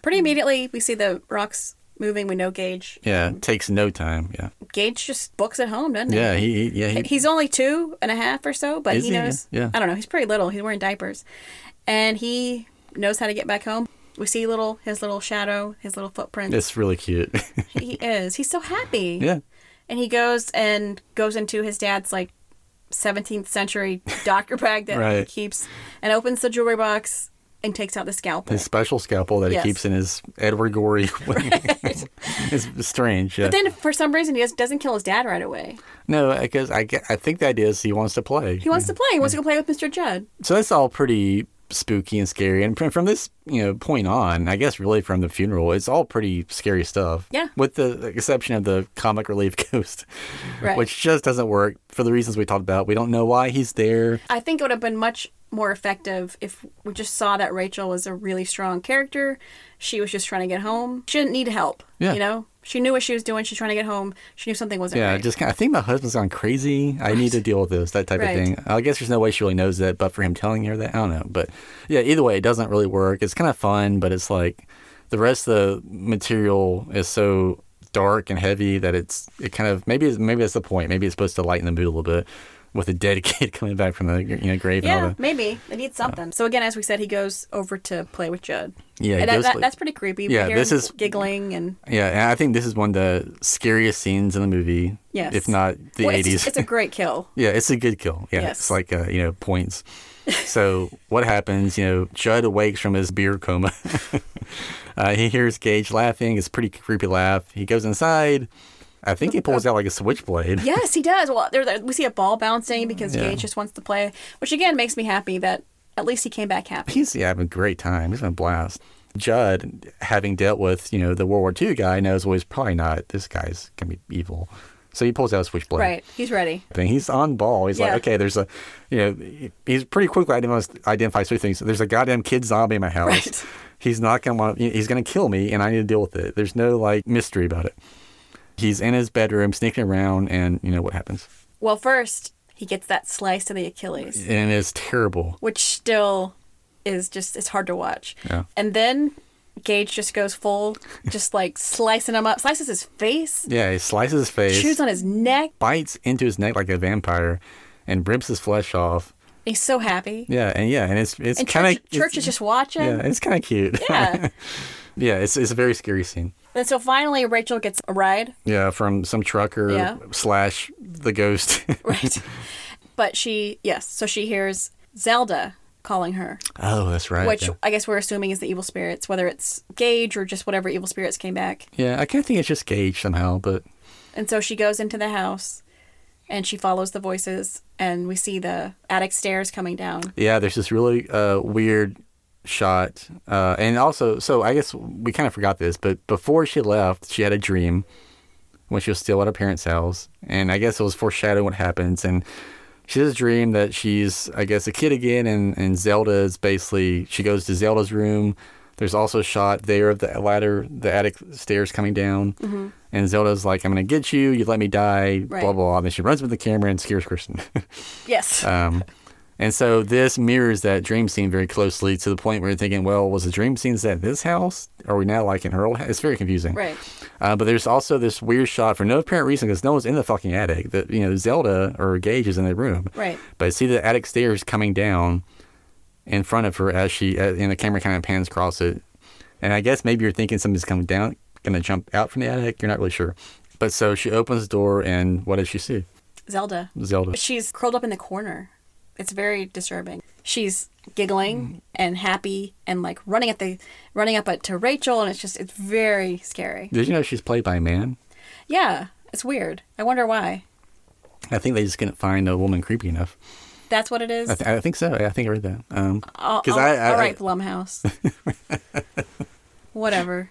Speaker 2: Pretty immediately, we see the rocks moving. We know Gage.
Speaker 3: Yeah, takes no time. Yeah,
Speaker 2: Gage just books it home, doesn't he?
Speaker 3: yeah, he, he yeah he,
Speaker 2: He's only two and a half or so, but
Speaker 3: Is
Speaker 2: he
Speaker 3: he?
Speaker 2: knows.
Speaker 3: Yeah.
Speaker 2: I don't know. He's pretty little. He's wearing diapers, and he knows how to get back home. We see little his little shadow, his little footprint.
Speaker 3: it's really cute.
Speaker 2: He is. He's so happy.
Speaker 3: yeah,
Speaker 2: And he goes and goes into his dad's like 17th century doctor bag that he
Speaker 3: Right.
Speaker 2: keeps, and opens the jewelry box and takes out the scalpel.
Speaker 3: his special scalpel that
Speaker 2: Yes.
Speaker 3: he keeps in his Edward Gorey. it's strange. Yeah,
Speaker 2: but then, for some reason, he just doesn't kill his dad right away.
Speaker 3: no, because I, get- I think the idea is he wants to play.
Speaker 2: He wants to play. He wants to go play with Mr. Judd.
Speaker 3: So that's all pretty spooky and scary. And from from this, you know, point on, I guess really from the funeral, it's all pretty scary stuff.
Speaker 2: Yeah.
Speaker 3: With the exception of the comic relief ghost,
Speaker 2: Right.
Speaker 3: which just doesn't work for the reasons we talked about. We don't know why he's there.
Speaker 2: I think it would have been much more effective if we just saw that Rachel was a really strong character. She was just trying to get home. She didn't need help.
Speaker 3: Yeah.
Speaker 2: You know, she knew what she was doing. She's trying to get home. She knew something wasn't
Speaker 3: Yeah,
Speaker 2: right.
Speaker 3: just kind of, I think my husband's gone crazy. I need to deal with this, that type
Speaker 2: Right.
Speaker 3: of thing. I guess there's no way she really knows that, but for him telling her that, I don't know. But yeah, either way, it doesn't really work. It's kind of fun, but it's like the rest of the material is so dark and heavy that it's it kind of maybe it's, maybe that's the point. Maybe it's supposed to lighten the mood a little bit with a dead kid coming back from the you know grave and all
Speaker 2: Yeah,
Speaker 3: that.
Speaker 2: maybe they need something. So again, as we said, he goes over to play with Judd.
Speaker 3: Yeah, he
Speaker 2: and that,
Speaker 3: goes
Speaker 2: that-
Speaker 3: play-
Speaker 2: that's pretty creepy. We
Speaker 3: Yeah,
Speaker 2: hear
Speaker 3: this
Speaker 2: him
Speaker 3: is-
Speaker 2: giggling and
Speaker 3: Yeah, and I think this is one of the scariest scenes in the movie.
Speaker 2: Yes.
Speaker 3: if not the
Speaker 2: Well, it's,
Speaker 3: eighties.
Speaker 2: It's a great kill.
Speaker 3: Yeah, it's a good kill. Yeah,
Speaker 2: Yes.
Speaker 3: it's like uh, you know points. So what happens? You know, Judd awakes from his beer coma. uh, he hears Gage laughing. It's a pretty creepy laugh. He goes inside. I think he pulls out like a switchblade.
Speaker 2: Yes, he does. Well, there, there- we see a ball bouncing because
Speaker 3: Yeah.
Speaker 2: Gage just wants to play, which again makes me happy that at least he came back happy.
Speaker 3: He's yeah, having a great time. He's having a blast. Judd, having dealt with you know the World War II guy, knows well he's probably not. This guy's gonna be evil. So he pulls out a switchblade.
Speaker 2: Right, he's ready.
Speaker 3: thing. He's on ball. He's
Speaker 2: Yeah.
Speaker 3: like, okay, there's a, you know, he- he's pretty quickly identi- identifies two things. There's a goddamn kid zombie in my house.
Speaker 2: Right.
Speaker 3: He's not gonna want. He's gonna kill me, and I need to deal with it. There's no like mystery about it. He's in his bedroom, sneaking around, and you know what happens.
Speaker 2: Well, first he gets that slice to the Achilles,
Speaker 3: And it's terrible.
Speaker 2: which still is just it's hard to watch.
Speaker 3: Yeah.
Speaker 2: And then Gage just goes full, just like slicing him up, slices his face,
Speaker 3: Yeah, he slices his face,
Speaker 2: chews on his neck.
Speaker 3: bites into his neck like a vampire, and rips his flesh off.
Speaker 2: He's so happy.
Speaker 3: Yeah, and yeah, and it's it's
Speaker 2: And
Speaker 3: kind
Speaker 2: church,
Speaker 3: of
Speaker 2: church is just watching.
Speaker 3: yeah, it's kind of cute.
Speaker 2: Yeah.
Speaker 3: yeah, it's it's a very scary scene.
Speaker 2: and so finally, Rachel gets a ride,
Speaker 3: Yeah, from some trucker
Speaker 2: Yeah.
Speaker 3: slash the ghost.
Speaker 2: right? but she, yes, so she hears Zelda calling her,
Speaker 3: oh, that's right.
Speaker 2: which
Speaker 3: yeah.
Speaker 2: I guess we're assuming is the evil spirits, whether it's Gage or just whatever evil spirits came back.
Speaker 3: Yeah, I can't think it's just Gage somehow, but
Speaker 2: And so she goes into the house and she follows the voices, and we see the attic stairs coming down.
Speaker 3: Yeah, there's this really uh, weird shot. Uh, and also, so I guess we kind of forgot this, but before she left, she had a dream when she was still at her parents' house. And I guess it was foreshadowing what happens. And she has a dream that she's, I guess, a kid again. And, and Zelda is basically, she goes to Zelda's room. There's also a shot there of the ladder, the attic stairs coming down. And Zelda's like, I'm going to get you. You let me die,
Speaker 2: Right.
Speaker 3: blah, blah, blah. And then she runs with the camera and scares Kristen.
Speaker 2: Yes.
Speaker 3: Um, and so this mirrors that dream scene very closely to the point where you're thinking, well, was the dream scenes at this house? Are we now like in her old house? It's very confusing.
Speaker 2: right.
Speaker 3: Uh, but there's also this weird shot for no apparent reason because no one's in the fucking attic. That you know, Zelda or Gage is in the room.
Speaker 2: Right.
Speaker 3: But I see the attic stairs coming down in front of her as she, uh, and the camera kind of pans across it. And I guess maybe you're thinking something's coming down, gonna jump out from the attic. You're not really sure. But so she opens the door, and what does she see?
Speaker 2: Zelda.
Speaker 3: Zelda.
Speaker 2: She's curled up in the corner. It's very disturbing. She's
Speaker 3: Mm-hmm.
Speaker 2: giggling and happy and like running at the running up at, to Rachel and it's just it's very scary.
Speaker 3: Did you know she's played by a man?
Speaker 2: Yeah, it's weird. I wonder why.
Speaker 3: I think they just couldn't find a woman creepy enough.
Speaker 2: That's what it is.
Speaker 3: I, th- I think so. I think I read that. Um,
Speaker 2: All-
Speaker 3: 'cause
Speaker 2: all-
Speaker 3: I- I-
Speaker 2: Oh, all right, Blumhouse. Whatever.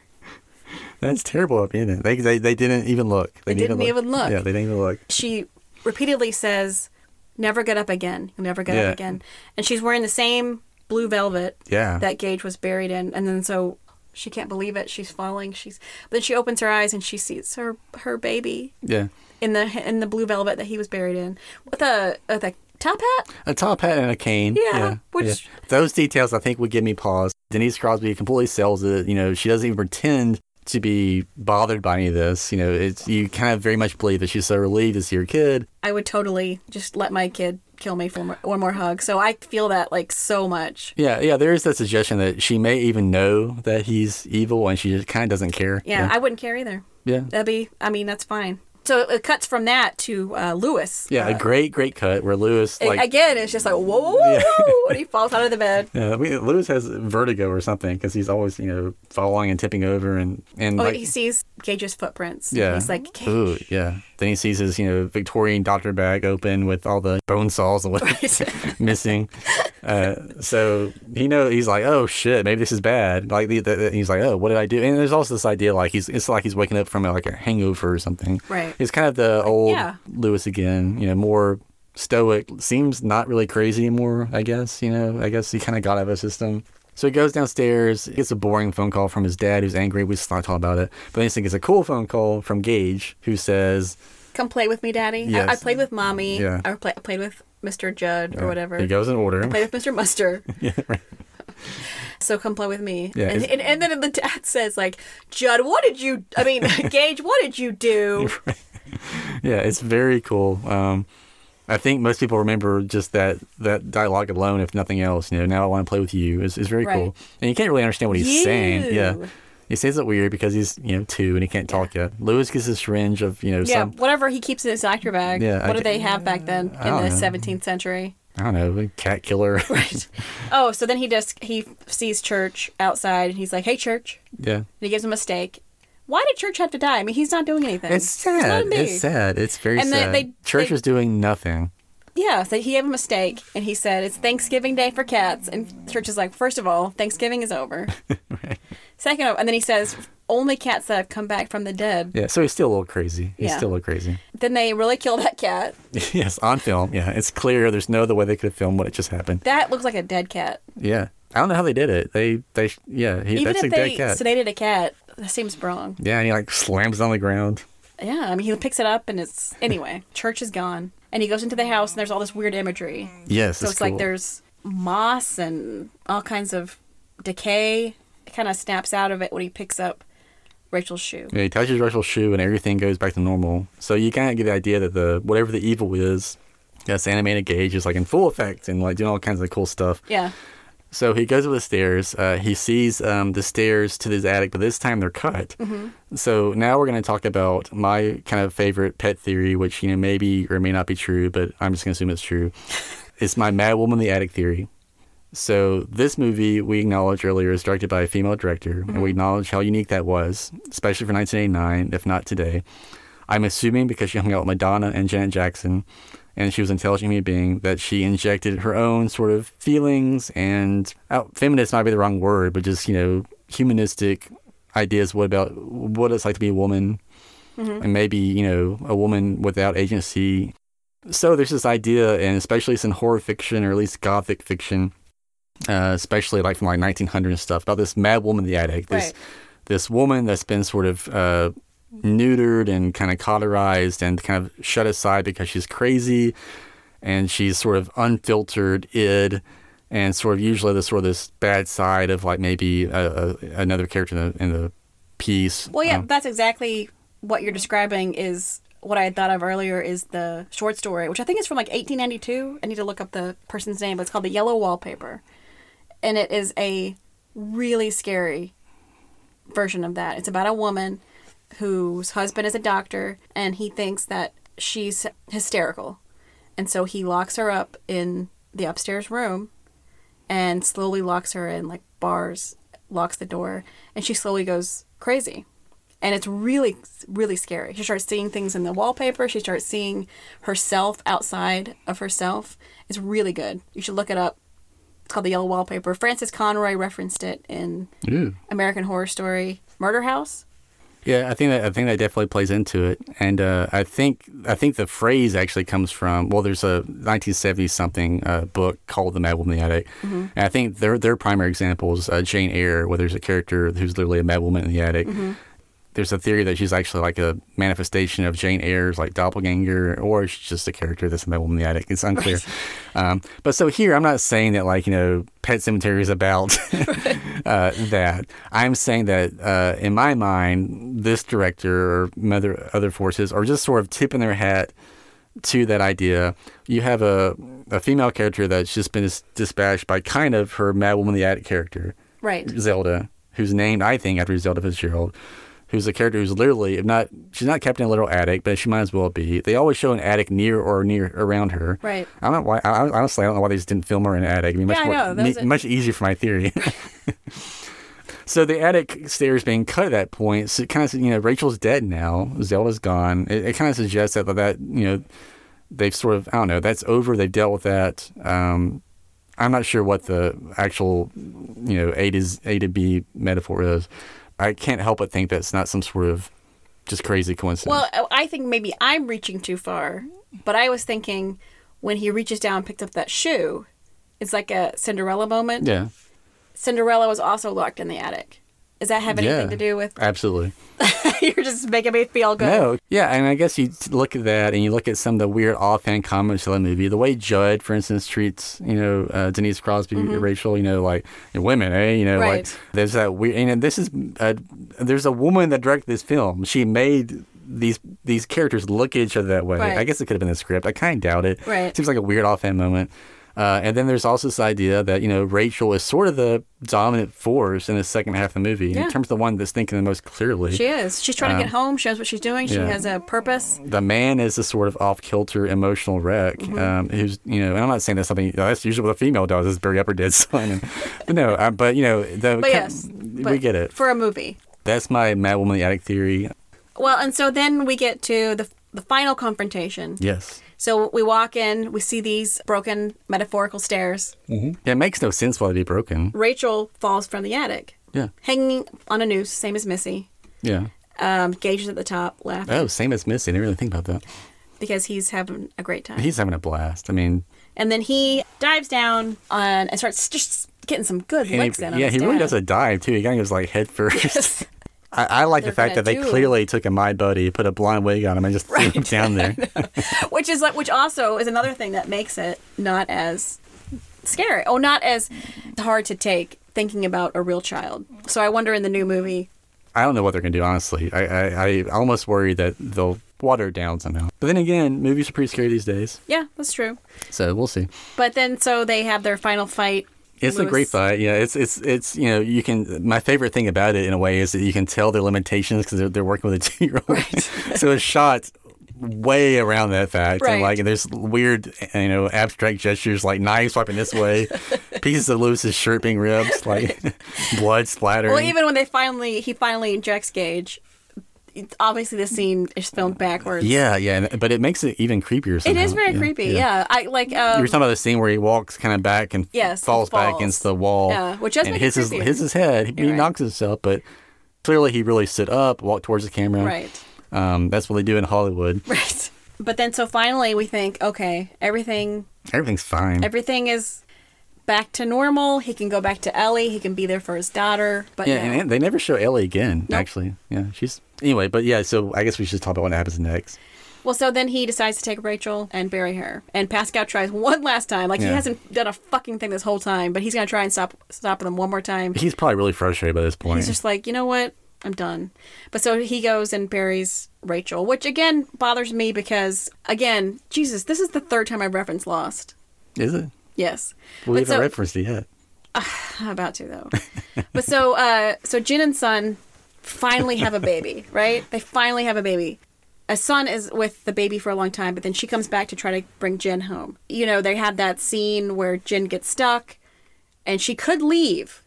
Speaker 3: that's terrible of it? They, they they didn't even look. They,
Speaker 2: didn't even look.
Speaker 3: Yeah, they didn't even look.
Speaker 2: She repeatedly says, "Never get up again. You'll never get
Speaker 3: Yeah.
Speaker 2: up again." And she's wearing the same blue velvet
Speaker 3: Yeah.
Speaker 2: that Gage was buried in, and then so she can't believe it. She's falling. She's but then she opens her eyes and she sees her her baby
Speaker 3: yeah.
Speaker 2: in the in the blue velvet that he was buried in with a with a top hat.
Speaker 3: A top hat and a cane.
Speaker 2: Yeah, which-
Speaker 3: Those details I think would give me pause. Denise Crosby completely sells it. You know, she doesn't even pretend to be bothered by any of this. You know, it's you kind of very much believe that she's so relieved to see her kid.
Speaker 2: I would totally just let my kid kill me for more- one more hug. So I feel that like so much.
Speaker 3: Yeah, yeah. There is that suggestion that she may even know that he's evil, and she just kind of doesn't care.
Speaker 2: Yeah, I wouldn't care either.
Speaker 3: yeah.
Speaker 2: That'd be. I mean, that's fine. So it- it cuts from that to uh, Lewis.
Speaker 3: Yeah,
Speaker 2: Uh,
Speaker 3: a great, great cut where Lewis like
Speaker 2: again, it's just like whoa, whoa, whoa, whoa, and he falls out of the bed.
Speaker 3: Yeah, we, Lewis has vertigo or something because he's always you know falling and tipping over and and
Speaker 2: Oh,
Speaker 3: like
Speaker 2: he sees Gage's footprints.
Speaker 3: yeah,
Speaker 2: he's like, Gage.
Speaker 3: ooh yeah. Then he sees his you know Victorian doctor bag open with all the bone saws and what missing. Uh, so he know he's like oh shit maybe this is bad like the, the, the- he's like oh what did I do and there's also this idea like he's it's like he's waking up from like a hangover or something.
Speaker 2: Right.
Speaker 3: It's kind of the old
Speaker 2: yeah.
Speaker 3: Lewis again you know more stoic seems not really crazy anymore I guess you know I guess he kind of got out of his system. So he goes downstairs, gets a boring phone call from his dad who's angry. We just not talking about it. But then he gets a cool phone call from Gage who says,
Speaker 2: Come play with me, Daddy.
Speaker 3: Yes.
Speaker 2: I, I played with Mommy.
Speaker 3: Yeah.
Speaker 2: I, play- I played with Mr. Judd or whatever.
Speaker 3: uh, He goes in order.
Speaker 2: Play with Mr. Mustard. yeah, So come play with me.
Speaker 3: Yeah,
Speaker 2: and,
Speaker 3: it's-
Speaker 2: and, and then the dad says like, Judd, what did you? I mean, Gage, what did you do?
Speaker 3: Yeah, it's very cool. Um, I think most people remember just that that dialogue alone, if nothing else. You know, now I want to play with you. It's, it's very
Speaker 2: Right.
Speaker 3: cool, and you can't really understand what he's saying. Yeah,
Speaker 2: You.
Speaker 3: he says it weird because he's you know two and he can't talk yet. Lewis gets his syringe of you know
Speaker 2: Yeah,
Speaker 3: some
Speaker 2: whatever he keeps in his doctor bag.
Speaker 3: Yeah, I
Speaker 2: what did
Speaker 3: ca-
Speaker 2: they have back then in
Speaker 3: don't
Speaker 2: the
Speaker 3: know.
Speaker 2: 17th century?
Speaker 3: I don't know a cat killer.
Speaker 2: Oh, so then he just he sees Church outside, and he's like, "Hey, Church!" And
Speaker 3: yeah,
Speaker 2: he gives him a steak. Why did Church have to die? I mean, he's not doing anything.
Speaker 3: it's
Speaker 2: He's not
Speaker 3: sad.
Speaker 2: a
Speaker 3: It's
Speaker 2: bee.
Speaker 3: sad. It's very
Speaker 2: And they-
Speaker 3: sad.
Speaker 2: they-
Speaker 3: Church
Speaker 2: they-
Speaker 3: was doing nothing.
Speaker 2: Yeah, so he gave him a steak, and he said, "It's Thanksgiving Day for cats." And Church is like, first of all, Thanksgiving is over. Second of, and then he says, "Only cats that have come back from the dead."
Speaker 3: Yeah, so he's still a little crazy. He's
Speaker 2: Yeah.
Speaker 3: still a little crazy.
Speaker 2: Then they really kill that cat.
Speaker 3: yes, on film. Yeah, it's clear. There's no other way they could have filmed what it just happened.
Speaker 2: That looks like a dead cat.
Speaker 3: Yeah. I don't know how they did it. They, they, yeah, he,
Speaker 2: Even
Speaker 3: that's a
Speaker 2: if they
Speaker 3: dead cat.
Speaker 2: sedated a cat, that seems wrong.
Speaker 3: yeah, and he like slams it on the ground.
Speaker 2: Yeah, I mean, he picks it up, and it's anyway. Church is gone, and he goes into the house, and there's all this weird imagery.
Speaker 3: Yes,
Speaker 2: So it's like there's moss and all kinds of decay. It kind of snaps out of it when he picks up Rachel's shoe.
Speaker 3: Yeah, he touches Rachel's shoe and everything goes back to normal. So you kind of get the idea that the whatever the evil is, that's animated Gage is like in full effect and like doing all kinds of cool stuff.
Speaker 2: Yeah.
Speaker 3: So he goes up the stairs. Uh, he sees um, the stairs to this attic, but this time they're cut. So now we're going to talk about my kind of favorite pet theory, which you know maybe or may not be true, but I'm just going to assume it's true. it's my Mad Woman in the Attic theory. So this movie we acknowledged earlier is directed by a female director, and we acknowledge how unique that was, especially for 1989, if not today. I'm assuming because she hung out with Madonna and Janet Jackson, and she was an intelligent human being, that she injected her own sort of feelings and oh, feminist might be the wrong word, but just you know humanistic ideas. What about what it's like to be a woman,
Speaker 2: Mm-hmm.
Speaker 3: and maybe you know a woman without agency. So there's this idea, and especially it's in horror fiction or at least gothic fiction, uh, especially like from like 1900 and stuff about this mad woman in the attic. This
Speaker 2: Right.
Speaker 3: this woman that's been sort of uh, neutered and kind of cauterized and kind of shut aside because she's crazy, and she's sort of unfiltered id, and sort of usually the sort of this bad side of like maybe a, a, another character in the, in the piece.
Speaker 2: Well, yeah,
Speaker 3: Um,
Speaker 2: that's exactly what you're describing is what I had thought of earlier is the short story, which I think is from like 1892. I need to look up the person's name, but it's called The Yellow Wallpaper. And it is a really scary version of that. It's about a woman whose husband is a doctor and he thinks that she's hysterical. And so he locks her up in the upstairs room and slowly locks her in, like bars, locks the door, and she slowly goes crazy. And it's really, really scary. She starts seeing things in the wallpaper. She starts seeing herself outside of herself. It's really good. You should look it up. It's called The Yellow Wallpaper. Francis Conroy referenced it in
Speaker 3: Ooh.
Speaker 2: American Horror Story Murder House.
Speaker 3: Yeah, I think that I think that definitely plays into it, and uh, I think I think the phrase actually comes from well, there's a 1970 something uh, book called The Mad Woman in the Attic, and I think their their primary example is uh, Jane Eyre, where there's a character who's literally a mad woman in the attic. There's a theory that she's actually like a manifestation of Jane Eyre's like doppelganger, or she's just a character that's a mad woman in the attic. It's unclear. um, but so here, I'm not saying that like you know Pet Cemetery is about uh, that. I'm saying that uh, in my mind, this director or mother, other forces are just sort of tipping their hat to that idea. You have a, a female character that's just been dis- dispatched by kind of her Mad Woman in the Attic character,
Speaker 2: Right.
Speaker 3: Zelda, who's named, I think, after Zelda Fitzgerald, who's a character who's literally, if not, she's not kept in a literal attic, but she might as well be. They always show an attic near or near around her.
Speaker 2: Right.
Speaker 3: I don't know why. I, I- honestly, I don't know why they just didn't film her in an attic. It'd be much
Speaker 2: Yeah, I
Speaker 3: more,
Speaker 2: know. That was
Speaker 3: ne-
Speaker 2: a-
Speaker 3: much easier for my theory. So the attic stairs being cut at that point, so it kind of you know Rachel's dead now, Zelda's gone. It, it kind of suggests that that you know they've sort of I don't know that's over. They've dealt with that. Um, I'm not sure what the actual you know A to Z- A to B metaphor is. I can't help but think that's not some sort of just crazy coincidence.
Speaker 2: Well, I- I think maybe I'm reaching too far, but I was thinking when he reaches down and picks up that shoe, it's like a Cinderella moment.
Speaker 3: yeah,
Speaker 2: Cinderella was also locked in the attic. Does that have anything
Speaker 3: yeah,
Speaker 2: to do with?
Speaker 3: absolutely.
Speaker 2: You're just making me feel good.
Speaker 3: No, yeah, and I guess you t- look at that and you look at some of the weird offhand comments of the movie. The way Judd, for instance, treats you know uh, Denise Crosby, Rachel, you know, like women, eh? You know, like
Speaker 2: Mm-hmm. Right.
Speaker 3: there's that weird. And this is uh, there's a woman that directed this film. She made these these characters look at each other that way.
Speaker 2: Right.
Speaker 3: I guess it could have been the script. I kind of doubt it.
Speaker 2: Right.
Speaker 3: Seems like a weird offhand moment. Uh, and then there's also this idea that you know Rachel is sort of the dominant force in the second half of the movie
Speaker 2: Yeah.
Speaker 3: in terms of the one that's thinking the most clearly.
Speaker 2: She is. She's trying to get home. She knows what she's doing. She
Speaker 3: Um, yeah.
Speaker 2: has a purpose.
Speaker 3: the man is a sort of off kilter emotional wreck
Speaker 2: Mm-hmm.
Speaker 3: um, who's you know and I'm not saying that's something that's usually what a female does is bury up her dead son and, but no um, but you know the,
Speaker 2: But yes,
Speaker 3: we
Speaker 2: but
Speaker 3: get it
Speaker 2: for a movie.
Speaker 3: that's my mad woman in the attic theory
Speaker 2: Well, and so then we get to the the final confrontation.
Speaker 3: yes
Speaker 2: So we walk in. We see these broken metaphorical stairs.
Speaker 3: yeah, it makes no sense why they'd be broken
Speaker 2: Rachel falls from the attic,
Speaker 3: yeah
Speaker 2: hanging on a noose, same as Missy.
Speaker 3: yeah
Speaker 2: Um, Gage is at the top, laughing
Speaker 3: oh same as Missy I didn't really think about that
Speaker 2: because he's having a great time.
Speaker 3: he's having a blast I mean
Speaker 2: And then he dives down on and starts just getting some good
Speaker 3: and he-
Speaker 2: licks in. on
Speaker 3: yeah
Speaker 2: this
Speaker 3: he really
Speaker 2: dad.
Speaker 3: does a dive too he kind of goes like head first I, I like the
Speaker 2: They're
Speaker 3: fact
Speaker 2: gonna
Speaker 3: that they
Speaker 2: do it.
Speaker 3: clearly took a my buddy put a blind wig on him and just threw him down there
Speaker 2: which is like which also is another thing that makes it not as scary oh not as hard to take thinking about a real child so i wonder in the new movie
Speaker 3: I don't know what they're gonna do. Honestly, I, I, I almost worry that they'll water it down somehow. But then again, movies are pretty scary these days,
Speaker 2: yeah that's true
Speaker 3: so we'll see.
Speaker 2: but then so they have their final fight
Speaker 3: It's a great
Speaker 2: Lewis-
Speaker 3: fight. Yeah, it's it's it's you know you can. My favorite thing about it in a way is that you can tell their limitations because they're, they're working with a two year old. so it's shot way around that fact,
Speaker 2: Right.
Speaker 3: and like there's weird you know abstract gestures like knives swiping this way, pieces of Lewis's shirt being ripped, like blood splattering.
Speaker 2: well even when they finally he finally injects gage obviously this scene is filmed backwards.
Speaker 3: Yeah, yeah, and- but it makes it even creepier.
Speaker 2: It
Speaker 3: Somehow.
Speaker 2: is very creepy. Yeah. I like um,
Speaker 3: You were talking about the scene where he walks kind of back and
Speaker 2: Yes,
Speaker 3: falls, back
Speaker 2: falls.
Speaker 3: against the wall.
Speaker 2: Yeah, which does
Speaker 3: and
Speaker 2: make it
Speaker 3: hits his
Speaker 2: creepier.
Speaker 3: hits his head. He, he
Speaker 2: right.
Speaker 3: knocks himself, but clearly he really stood up, walked towards the camera.
Speaker 2: right.
Speaker 3: Um, that's what they do in Hollywood.
Speaker 2: Right. But then so finally we think, okay, everything
Speaker 3: Everything's fine.
Speaker 2: everything is back to normal. He can go back to Ellie. He can be there for his daughter. But
Speaker 3: yeah,
Speaker 2: no.
Speaker 3: and they never show Ellie again.
Speaker 2: Nope.
Speaker 3: Actually, yeah, she's anyway. But yeah, so I guess we should talk about what happens next.
Speaker 2: well, so then he decides to take Rachel and bury her. And Pascal tries one last time. Like he
Speaker 3: Yeah.
Speaker 2: hasn't done a fucking thing this whole time, but he's gonna try and stop stop them one more time.
Speaker 3: He's probably really frustrated by this point.
Speaker 2: He's just like, you know what? I'm done. But so he goes and buries Rachel, which again bothers me because again, Jesus, this is the third time I've referenced Lost.
Speaker 3: Is it?
Speaker 2: Yes.
Speaker 3: We
Speaker 2: But
Speaker 3: haven't
Speaker 2: so-
Speaker 3: referenced it yet.
Speaker 2: I'm about to though. but so uh so Jin and Sun finally have a baby, right? They finally have a baby. A son is with the baby for a long time, but then she comes back to try to bring Jin home. You know, they had that scene where Jin gets stuck and she could leave,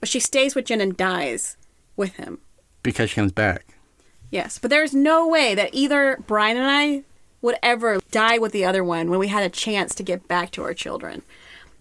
Speaker 2: but she stays with Jin and dies with him.
Speaker 3: because she comes back.
Speaker 2: Yes, but there's no way that either Brian and I would ever die with the other one when we had a chance to get back to our children.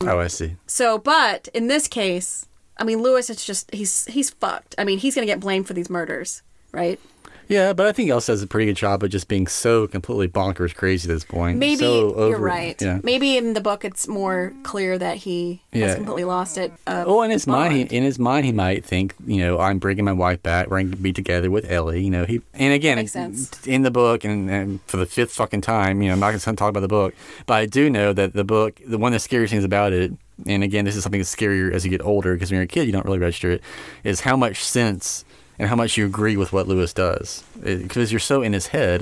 Speaker 3: Oh, I see.
Speaker 2: So, but in this case, I mean, Lewis, it's just he's he's fucked. I mean, he's gonna get blamed for these murders, right?
Speaker 3: Yeah, but I think he also does a pretty good job of just being so completely bonkers crazy at this point.
Speaker 2: Maybe
Speaker 3: So
Speaker 2: you're
Speaker 3: over-
Speaker 2: right.
Speaker 3: Yeah.
Speaker 2: Maybe in the book it's more clear that he has
Speaker 3: Yeah.
Speaker 2: completely lost it. Uh,
Speaker 3: Well, in his mind, he,
Speaker 2: bond.
Speaker 3: in his mind, he might think, you know, I'm bringing my wife back. We're going to be together with Ellie. You know, he and again,
Speaker 2: Makes sense.
Speaker 3: in the book, and, and for the fifth fucking time, you know, I'm not going to talk about the book, but I do know that the book, the one of the scariest things about it, and again, this is something that's scarier as you get older because when you're a kid, you don't really register it, is how much sense and how much you agree with what Lewis does because you're so in his head.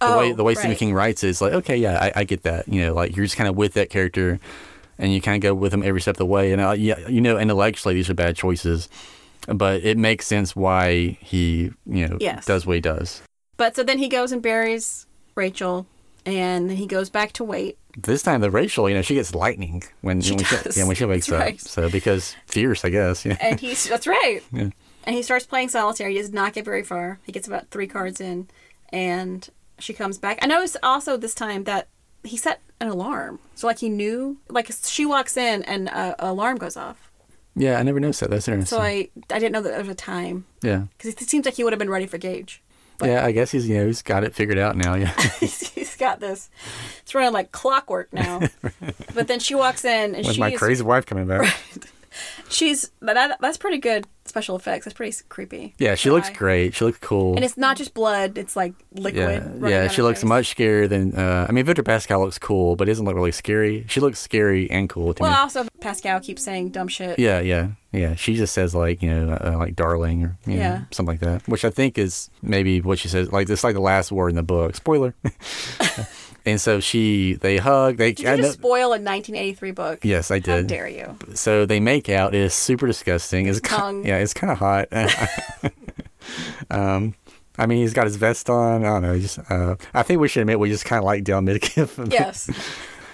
Speaker 3: The
Speaker 2: Oh,
Speaker 3: way the way Stephen
Speaker 2: right.
Speaker 3: King writes is like, okay, yeah, I, I get that. You know, like you're just kind of with that character, and you kind of go with him every step of the way. And uh, yeah, you know, intellectually these are bad choices, but it makes sense why he you know
Speaker 2: Yes.
Speaker 3: does what he does.
Speaker 2: But so then he goes and buries Rachel, and he goes back to wait.
Speaker 3: This time, the Rachel, you know, she gets lightning when
Speaker 2: She
Speaker 3: when
Speaker 2: does.
Speaker 3: She, yeah when she wakes
Speaker 2: That's
Speaker 3: up.
Speaker 2: right.
Speaker 3: So because fierce, I guess. Yeah.
Speaker 2: and he's that's right.
Speaker 3: Yeah.
Speaker 2: And he starts playing solitaire. He does not get very far. He gets about three cards in, and she comes back. I noticed also this time that he set an alarm, so like he knew. Like she walks in, and uh, an alarm goes off.
Speaker 3: yeah, I never noticed that. That's interesting.
Speaker 2: So I I didn't know that there was a time
Speaker 3: yeah.
Speaker 2: because it seems like he would have been ready for Gage.
Speaker 3: yeah, I guess he's you know he's got it figured out now. Yeah,
Speaker 2: He's, he's got this. It's running like clockwork now. but then she walks in, and
Speaker 3: with my
Speaker 2: she's
Speaker 3: crazy wife coming back.
Speaker 2: she's that, that's pretty good special effects. That's pretty creepy.
Speaker 3: Yeah, she looks
Speaker 2: Guy.
Speaker 3: great. She looks cool.
Speaker 2: And it's not just blood; it's like liquid.
Speaker 3: Yeah,
Speaker 2: running
Speaker 3: yeah.
Speaker 2: down
Speaker 3: She
Speaker 2: her
Speaker 3: looks
Speaker 2: face.
Speaker 3: much scarier than. Uh, I mean, Victor Pascal looks cool, but he doesn't look really scary. She looks scary and cool to
Speaker 2: Well,
Speaker 3: me.
Speaker 2: also Pascal keeps saying dumb shit.
Speaker 3: Yeah, yeah, yeah. She just says like you know, uh, like darling or you know,
Speaker 2: Yeah.
Speaker 3: something like that, which I think is maybe what she says. Like it's like the last word in the book. Spoiler. and so she, they hug. They
Speaker 2: Did you
Speaker 3: I
Speaker 2: just
Speaker 3: know-
Speaker 2: spoil a 1983 book?
Speaker 3: yes, I
Speaker 2: How
Speaker 3: did.
Speaker 2: dare you?
Speaker 3: So they make out. It is super disgusting. It's ki-
Speaker 2: Tongue.
Speaker 3: yeah, it's kind of hot. um, I mean, he's got his vest on. I don't know. Just, uh, I think we should admit we just kind of like Del Midkiff.
Speaker 2: Yes.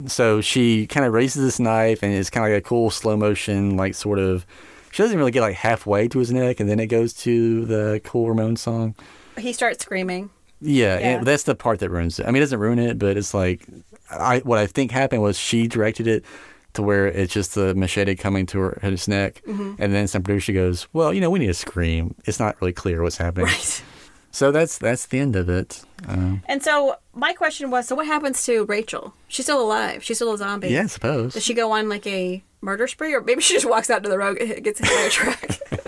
Speaker 3: So she kind of raises this knife, and it's kind of like a cool slow motion, like sort of. She doesn't really get like halfway to his neck, and then it goes to the cool Ramon song.
Speaker 2: he starts screaming.
Speaker 3: Yeah,
Speaker 2: Yeah.
Speaker 3: And that's the part that ruins it. I mean, it doesn't ruin it, but it's like, I what I think happened was she directed it to where it's just the machete coming to her his neck,
Speaker 2: Mm-hmm.
Speaker 3: and then some producer goes, "Well, you know, we need a scream." It's not really clear what's happening.
Speaker 2: Right.
Speaker 3: So that's that's the end of it. Um,
Speaker 2: And so my question was, so what happens to Rachel? She's still alive. She's still a zombie.
Speaker 3: yeah, I
Speaker 2: Does
Speaker 3: suppose.
Speaker 2: she go on like a murder spree, or maybe she just walks out to the road, and gets hit by a truck?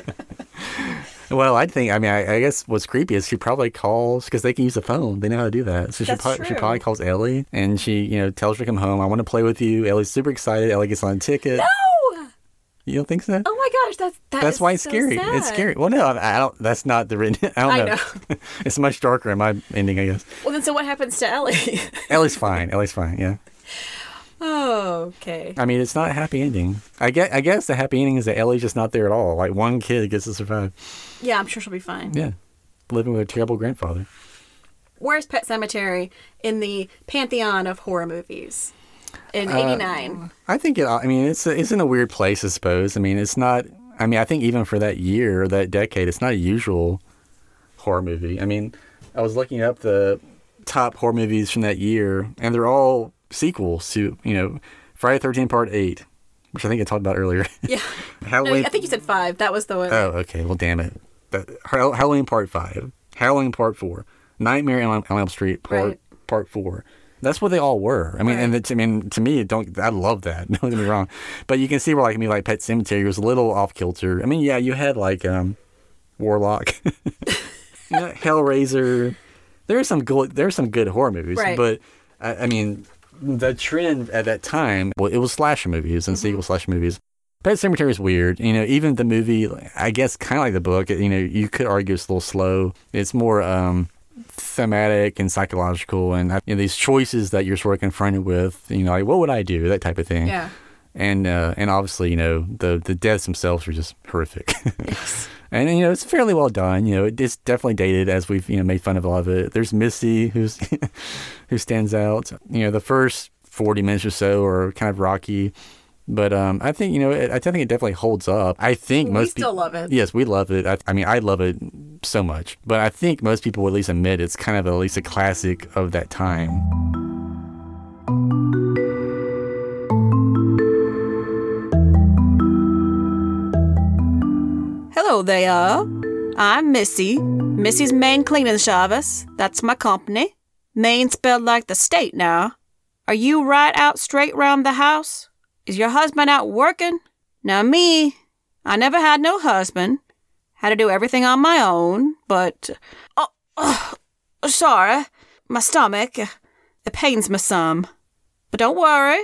Speaker 3: Well, I think I mean I, I guess what's creepy is she probably calls because they can use the phone. They know how to do that. So she
Speaker 2: That's
Speaker 3: probably, she
Speaker 2: true.
Speaker 3: probably calls Ellie and she you know tells her to come home. I want to play with you. Ellie's super excited. Ellie gets on a ticket.
Speaker 2: oh,
Speaker 3: You don't think so?
Speaker 2: oh my gosh, that's that
Speaker 3: that's
Speaker 2: is
Speaker 3: why it's
Speaker 2: so
Speaker 3: scary. It's
Speaker 2: sad.
Speaker 3: scary. Well, no, I I don't. That's not the written. I don't
Speaker 2: I
Speaker 3: know.
Speaker 2: know.
Speaker 3: it's much darker in my ending, I guess.
Speaker 2: Well, then so what happens to Ellie?
Speaker 3: Ellie's fine. Ellie's fine. Yeah.
Speaker 2: oh, okay.
Speaker 3: I mean, it's not a happy ending. I guess. I guess the happy ending is that Ellie's just not there at all. Like one kid gets to survive.
Speaker 2: Yeah, I'm sure she'll be fine.
Speaker 3: Yeah. Living with a terrible grandfather.
Speaker 2: Where's Pet Cemetery in the pantheon of horror movies? In
Speaker 3: Uh,
Speaker 2: '89.
Speaker 3: I think it. I mean, it's it's in a weird place, I suppose. I mean, it's not. I mean, I think even for that year, that decade, it's not a usual horror movie. I mean, I was looking up the top horror movies from that year, and they're all sequels to you know Friday Thirteenth Part Eight, which I think I talked about earlier.
Speaker 2: Yeah. No,
Speaker 3: Halloween.
Speaker 2: I think you said five. That was the one.
Speaker 3: oh, okay. Well, damn it. That, Hall- Halloween Part Five, Halloween Part Four, Nightmare on Elm- on Elm Street Part
Speaker 2: Right.
Speaker 3: Part Four. That's what they all were. I mean, and
Speaker 2: Right.
Speaker 3: it's, I mean, to me, it don't I love that. Don't get me wrong, but you can see where like I mean, like Pet Cemetery was a little off kilter. I mean, yeah, you had like um, Warlock, you know, Hellraiser. There are some good, there are some good horror movies,
Speaker 2: Right.
Speaker 3: but I, I mean, the trend at that time, well, it was slasher movies
Speaker 2: Mm-hmm.
Speaker 3: and sequel slasher movies. Pet Cemetery is weird. You know, even the movie, I guess, kind of like the book. You know, you could argue it's a little slow. It's more um, thematic and psychological, and uh, you know, these choices that you're sort of confronted with. You know, like what would I do? That type of thing.
Speaker 2: Yeah.
Speaker 3: And uh, and obviously, you know, the the deaths themselves are just horrific. And you know it's fairly well done. You know it- it's definitely dated as we've you know made fun of a lot of it. There's Misty who's who stands out. You know the first 40 minutes or so are kind of rocky, but um, I think you know it, I think it definitely holds up. I think
Speaker 2: We
Speaker 3: most
Speaker 2: still
Speaker 3: peop-
Speaker 2: love it.
Speaker 3: Yes, we love it. I, I mean I love it so much, but I think most people would at least admit it's kind of at least a classic of that time.
Speaker 5: Hello there. I'm Missy. Missy's Main Cleaning Service. That's my company. Main spelled like the state now. Are you right out straight round the house? Is your husband out working? Now me, I never had no husband. Had to do everything on my own, but oh, oh sorry. My stomach. It pains me some. But don't worry.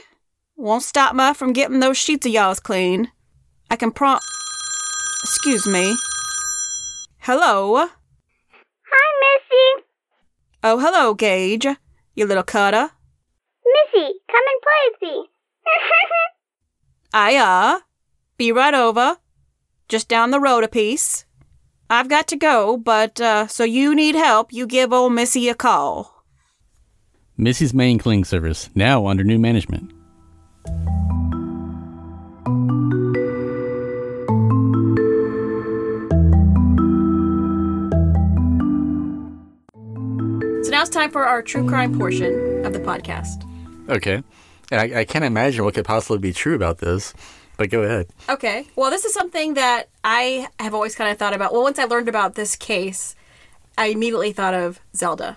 Speaker 5: Won't stop me from getting those sheets of y'all's clean. I can prompt Excuse me. Hello.
Speaker 6: Hi, Missy.
Speaker 5: Oh, hello, Gage. You little cutter.
Speaker 6: Missy, come and play with me.
Speaker 5: I, uh, be right over. Just down the road a piece. I've got to go, but, uh, so you need help, you give old Missy a call.
Speaker 3: Missy's main cleaning service now under new management.
Speaker 2: So now it's time for our true crime portion of the podcast.
Speaker 3: Okay, and I, I can't imagine what could possibly be true about this, but go ahead.
Speaker 2: Okay. Well, this is something that I have always kind of thought about. Well, once I learned about this case, I immediately thought of Zelda.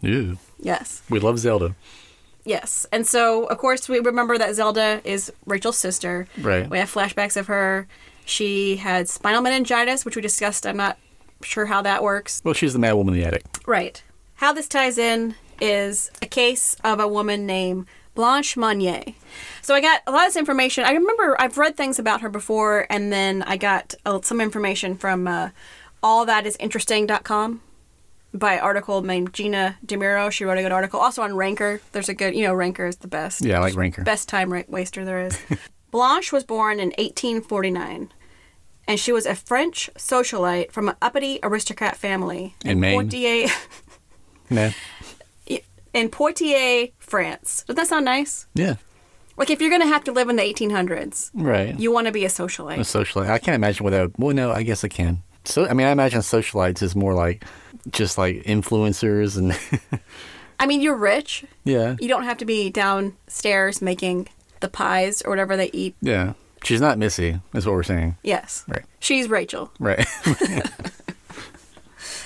Speaker 3: Ew.
Speaker 2: Yes.
Speaker 3: We love Zelda.
Speaker 2: Yes. And so, of course, we remember that Zelda is Rachel's sister.
Speaker 3: Right.
Speaker 2: We have flashbacks of her. She had spinal meningitis, which we discussed. I'm not sure how that works.
Speaker 3: Well, she's the mad woman in the attic.
Speaker 2: Right. How this ties in is a case of a woman named Blanche Monnier. So I got a lot of this information. I remember I've read things about her before, and then I got uh, some information from uh, allthatisinteresting.com by an article named Gina DeMuro. She wrote a good article. Also on Ranker. There's a good, you know, Ranker is the best.
Speaker 3: Yeah, I like Ranker.
Speaker 2: Best time ra- waster there is. Blanche was born in 1849, and she was a French socialite from an uppity aristocrat family
Speaker 3: In Maine.
Speaker 2: Poitiers,
Speaker 3: Nah.
Speaker 2: in Poitiers, France. Doesn't that sound nice?
Speaker 3: Yeah.
Speaker 2: Like if you're gonna have to live in the 1800s,
Speaker 3: Right.
Speaker 2: you want to be a
Speaker 3: a
Speaker 2: socialite.
Speaker 3: socialite. I can't imagine what that. Would, well, no, I guess I can. So, I mean, I imagine socialites is more like just like influencers and
Speaker 2: I mean, you're rich.
Speaker 3: yeah,
Speaker 2: You don't have to be downstairs making the pies or whatever they eat.
Speaker 3: yeah. She's not Missy. Is what we're saying,
Speaker 2: Yes,
Speaker 3: Right.
Speaker 2: she's Rachel.
Speaker 3: right?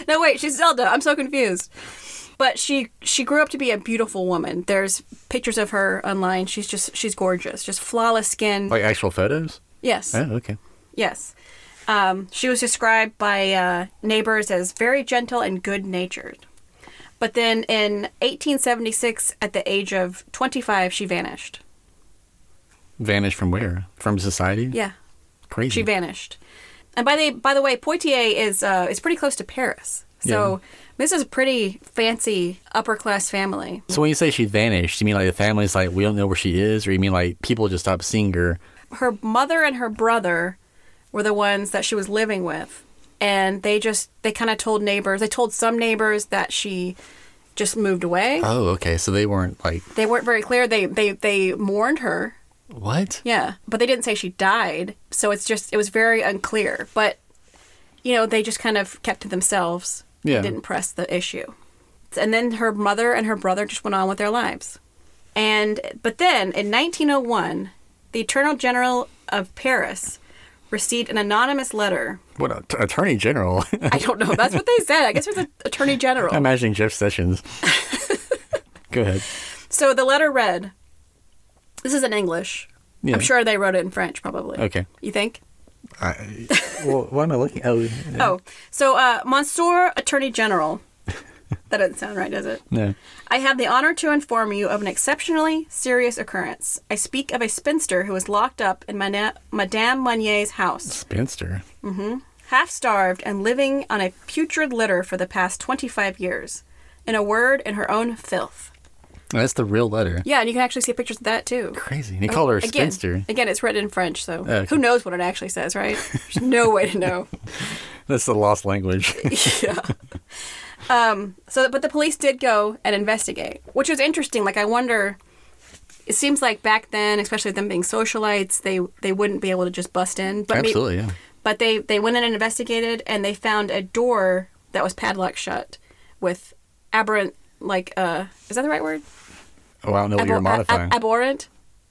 Speaker 2: No, wait, she's Zelda. I'm so confused. But she she grew up to be a beautiful woman. There's pictures of her online. She's just she's gorgeous, just flawless skin.
Speaker 3: like actual photos.
Speaker 2: yes,
Speaker 3: Oh, okay.
Speaker 2: yes. Um, she was described by uh, neighbors as very gentle and good natured. But then in 1876, at the age of 25, she vanished.
Speaker 3: Vanished from where? From society?
Speaker 2: Yeah,
Speaker 3: Crazy.
Speaker 2: she vanished. And by the by the way, Poitiers is uh, is pretty close to Paris. So this is a pretty fancy upper class family.
Speaker 3: so when you say she vanished, you mean like the family's like we don't know where she is, or you mean like people just stopped seeing her?
Speaker 2: her mother and her brother were the ones that she was living with and they just they kind of told neighbors they told some neighbors that she just moved away
Speaker 3: Oh, okay. So they weren't like
Speaker 2: they weren't very clear they they they mourned her
Speaker 3: what?
Speaker 2: yeah but they didn't say she died so it's just it was very unclear but you know they just kind of kept to themselves
Speaker 3: Yeah.
Speaker 2: didn't press the issue And then her mother and her brother just went on with their lives. And but then in 1901, the Eternal General of Paris received an anonymous letter.
Speaker 7: What a t- attorney general?
Speaker 2: I don't know. That's what they said. I guess it was an attorney general.
Speaker 7: I'm imagining Jeff Sessions. Go ahead.
Speaker 2: So the letter read This is in English.
Speaker 7: Yeah.
Speaker 2: I'm sure they wrote it in French, probably.
Speaker 7: Okay.
Speaker 2: You think?
Speaker 7: I, well, why am I looking? Oh,
Speaker 2: Oh, so uh, Monsieur Attorney General. that doesn't sound right, does it?
Speaker 7: no.
Speaker 2: I have the honor to inform you of an exceptionally serious occurrence. I speak of a spinster who is locked up in Mana- Madame Monnier's house,
Speaker 7: Spinster.
Speaker 2: half starved and living on a putrid litter for the past 25 years. In a word, in her own filth.
Speaker 7: That's the real letter.
Speaker 2: Yeah, and you can actually see pictures of that too.
Speaker 7: Crazy. And he called her a
Speaker 2: Again,
Speaker 7: spinster. Oh,
Speaker 2: again, it's written in French, so
Speaker 7: okay.
Speaker 2: who knows what it actually says, right? There's no way to know.
Speaker 7: That's the lost language.
Speaker 2: yeah. Um, so, but the police did go and investigate, which was interesting. Like, I wonder. It seems like back then, especially them being socialites, they they wouldn't be able to just bust in. But may-
Speaker 7: Absolutely, yeah.
Speaker 2: but they they went in and investigated, and they found a door that was padlocked shut with aberrant, like uh, is that the right word?
Speaker 7: Oh, I don't know what
Speaker 2: Abhor-
Speaker 7: you're
Speaker 2: ab-
Speaker 7: modifying.
Speaker 2: abhorrent.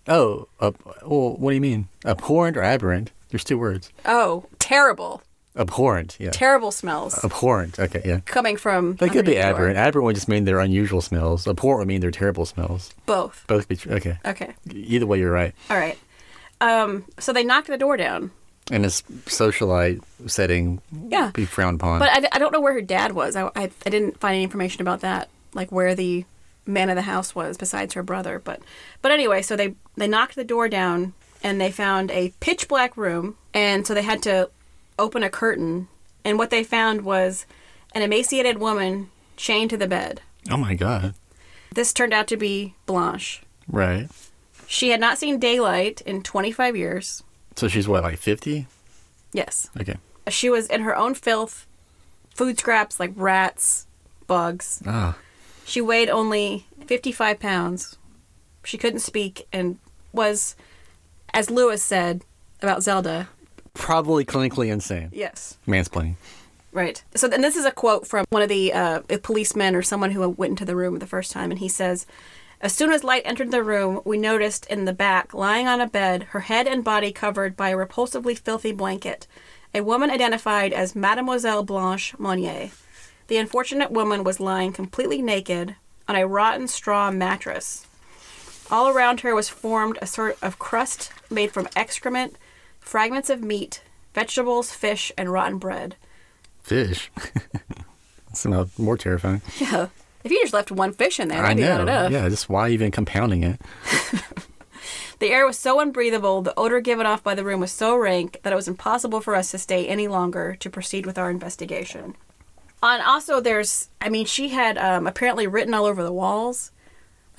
Speaker 7: oh, ab- well, what do you mean? Abhorrent or aberrant? There's two words.
Speaker 2: Oh, terrible,
Speaker 7: Abhorrent, yeah.
Speaker 2: terrible smells
Speaker 7: abhorrent, okay, yeah.
Speaker 2: coming from.
Speaker 7: Oh. They could be
Speaker 2: underneath the door.
Speaker 7: aberrant. Aberrant would just mean they're unusual smells. Abhorrent would mean they're terrible smells.
Speaker 2: Both.
Speaker 7: Both be true. Okay.
Speaker 2: Okay.
Speaker 7: Either way, you're right.
Speaker 2: All right. Um, so they knocked the door down.
Speaker 7: In a s- socialite setting,
Speaker 2: Yeah.
Speaker 7: be frowned upon.
Speaker 2: But I, I don't know where her dad was. I, I, I didn't find any information about that, like where the man of the house was besides her brother. But but anyway, so they they knocked the door down and they found a pitch black room, and so they had to open a curtain, and what they found was an emaciated woman chained to the bed.
Speaker 7: oh my God.
Speaker 2: This turned out to be Blanche.
Speaker 7: Right.
Speaker 2: She had not seen daylight in 25 years.
Speaker 7: So she's what, like 50?
Speaker 2: Yes.
Speaker 7: Okay.
Speaker 2: She was in her own filth, food scraps like rats, bugs.
Speaker 7: Ah.
Speaker 2: She weighed only 55 pounds. She couldn't speak and was, as Lewis said about Zelda.
Speaker 7: Probably clinically insane.
Speaker 2: Yes.
Speaker 7: Mansplaining.
Speaker 2: Right. So, and this is a quote from one of the uh, policemen or someone who went into the room the first time, and he says, "As soon as light entered the room, we noticed in the back, lying on a bed, her head and body covered by a repulsively filthy blanket, a woman identified as Mademoiselle Blanche Monnier. The unfortunate woman was lying completely naked on a rotten straw mattress. All around her was formed a sort of crust made from excrement, fragments of meat, vegetables, fish, and rotten bread."
Speaker 7: Fish. Somehow more terrifying.
Speaker 2: Yeah. If you just left one fish in there,
Speaker 7: I
Speaker 2: that'd be not
Speaker 7: know.
Speaker 2: enough.
Speaker 7: Yeah, just why even compounding it?
Speaker 2: The air was so unbreathable, the odor given off by the room was so rank that it was impossible for us to stay any longer to proceed with our investigation. And also, there's, I mean, she had um, apparently written all over the walls,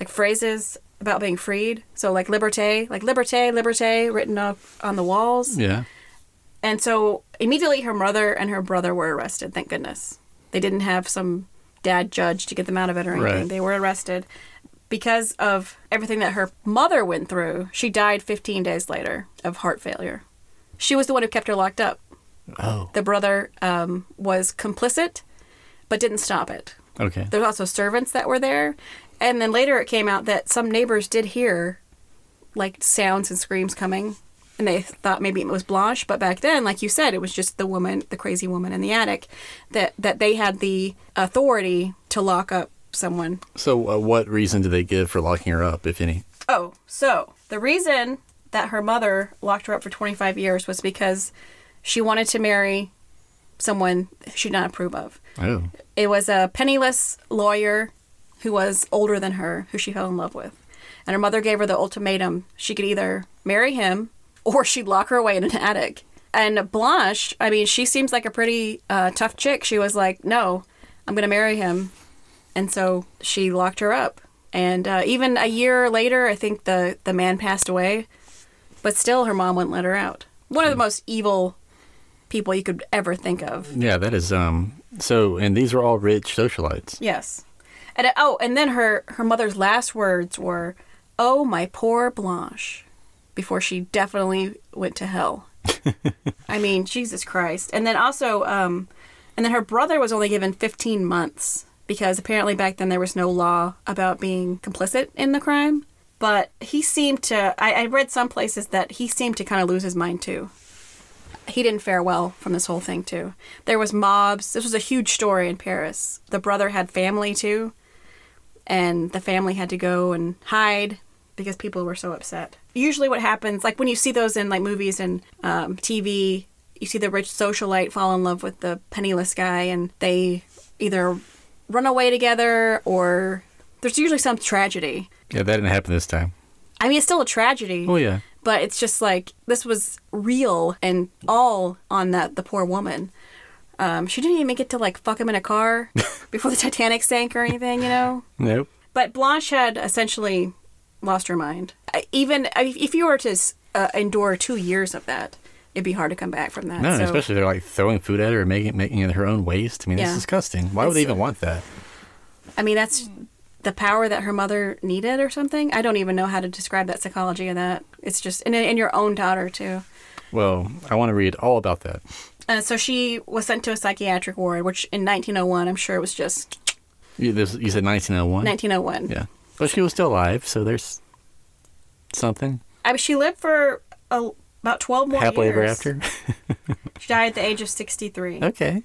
Speaker 2: like phrases about being freed. So, like liberté, like liberté, liberté, written up on the walls.
Speaker 7: Yeah.
Speaker 2: And so, immediately, her mother and her brother were arrested. Thank goodness. They didn't have some dad judge to get them out of it or anything.
Speaker 7: Right.
Speaker 2: They were arrested because of everything that her mother went through. She died 15 days later of heart failure. She was the one who kept her locked up.
Speaker 7: Oh.
Speaker 2: The brother um, was complicit, but didn't stop it.
Speaker 7: Okay.
Speaker 2: There's also servants that were there. And then later it came out that some neighbors did hear like sounds and screams coming. And they thought maybe it was Blanche, but back then, like you said, it was just the woman, the crazy woman in the attic, that that they had the authority to lock up someone.
Speaker 7: So, uh, what reason do they give for locking her up, if any?
Speaker 2: Oh, so the reason that her mother locked her up for 25 years was because she wanted to marry someone she did not approve of.
Speaker 7: Oh,
Speaker 2: It was a penniless lawyer who was older than her, who she fell in love with. And her mother gave her the ultimatum she could either marry him or she'd lock her away in an attic. And Blanche, I mean, she seems like a pretty uh, tough chick. She was like, no, I'm going to marry him. And so she locked her up. And uh, even a year later, I think the, the man passed away, but still her mom wouldn't let her out. One of the most evil people you could ever think of.
Speaker 7: yeah, that is um. So, and these were all rich socialites.
Speaker 2: Yes. And uh, oh, and then her her mother's last words were, "Oh, my poor Blanche," before she definitely went to hell. I mean, Jesus Christ. And then also um and then her brother was only given 15 months because apparently back then there was no law about being complicit in the crime. But he seemed to, I, I read some places that he seemed to kind of lose his mind too. He didn't fare well from this whole thing too. There was mobs. This was a huge story in Paris. The brother had family too, and the family had to go and hide because people were so upset. Usually, what happens, like when you see those in like movies and um, TV, you see the rich socialite fall in love with the penniless guy, and they either run away together or there's usually some tragedy.
Speaker 3: Yeah, that didn't happen this time.
Speaker 2: I mean, it's still a tragedy.
Speaker 3: Oh yeah.
Speaker 2: But it's just like this was real and all on that the poor woman. Um, she didn't even make it to like fuck him in a car before the Titanic sank or anything, you know.
Speaker 3: Nope.
Speaker 2: But Blanche had essentially lost her mind. I- Even I- if you were to uh, endure two years of that, it'd be hard to come back from that.
Speaker 3: No,
Speaker 2: so,
Speaker 3: especially they're like throwing food at her and making making it her own waste. I mean,
Speaker 2: Yeah.
Speaker 3: that's disgusting. Why would they even want that?
Speaker 2: I mean, that's the power that her mother needed or something. I don't even know how to describe that psychology of that. It's just, and, and your own daughter, too.
Speaker 3: Well, I want to read all about that.
Speaker 2: Uh, so she was sent to a psychiatric ward, which in 1901, I'm sure it was just
Speaker 3: You, this, you said 1901.
Speaker 2: 1901.
Speaker 3: Yeah, but she was still alive, so there's something
Speaker 2: I mean, she lived for a, about 12 more
Speaker 3: happily
Speaker 2: years.
Speaker 3: ever after.
Speaker 2: She died at the age of 63.
Speaker 3: okay,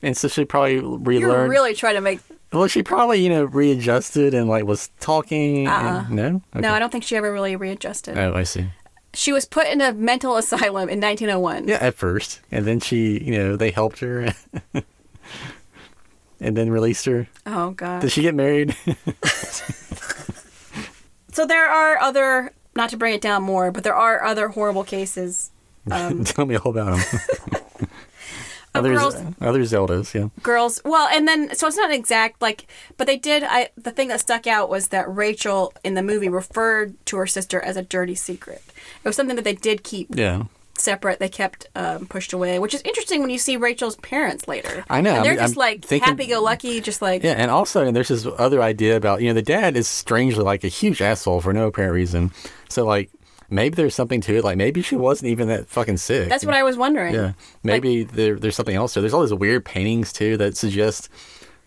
Speaker 3: and so she probably
Speaker 2: You're
Speaker 3: relearned.
Speaker 2: really trying to make.
Speaker 3: well, she probably you know readjusted and like was talking. and- no, okay.
Speaker 2: Uh-uh. No, I don't think she ever really readjusted.
Speaker 3: Oh, I see.
Speaker 2: She was put in a mental asylum in 1901.
Speaker 3: Yeah, at first, and then she, you know, they helped her, and then released her.
Speaker 2: Oh god.
Speaker 3: Did she get married?
Speaker 2: So there are other not to bring it down more, but there are other horrible cases. Um,
Speaker 3: Tell me all about them. other,
Speaker 2: girls-
Speaker 3: other Zeldas, yeah.
Speaker 2: Girls, well, and then so it's not exact like, but they did I the thing that stuck out was that Rachel in the movie referred to her sister as a dirty secret. It was something that they did keep
Speaker 3: Yeah.
Speaker 2: separate. They kept um, pushed away, which is interesting when you see Rachel's parents later.
Speaker 3: I know,
Speaker 2: And
Speaker 3: I'm-
Speaker 2: they're just
Speaker 3: I'm
Speaker 2: like
Speaker 3: thinking-
Speaker 2: happy-go-lucky, just like
Speaker 3: Yeah, and also and there's this other idea about, you know, the dad is strangely like a huge asshole for no apparent reason. So like maybe there's something to it. Like maybe she wasn't even that fucking sick.
Speaker 2: that's what I was wondering.
Speaker 3: Yeah. Maybe there, there's something else there. There's all these weird paintings too that suggest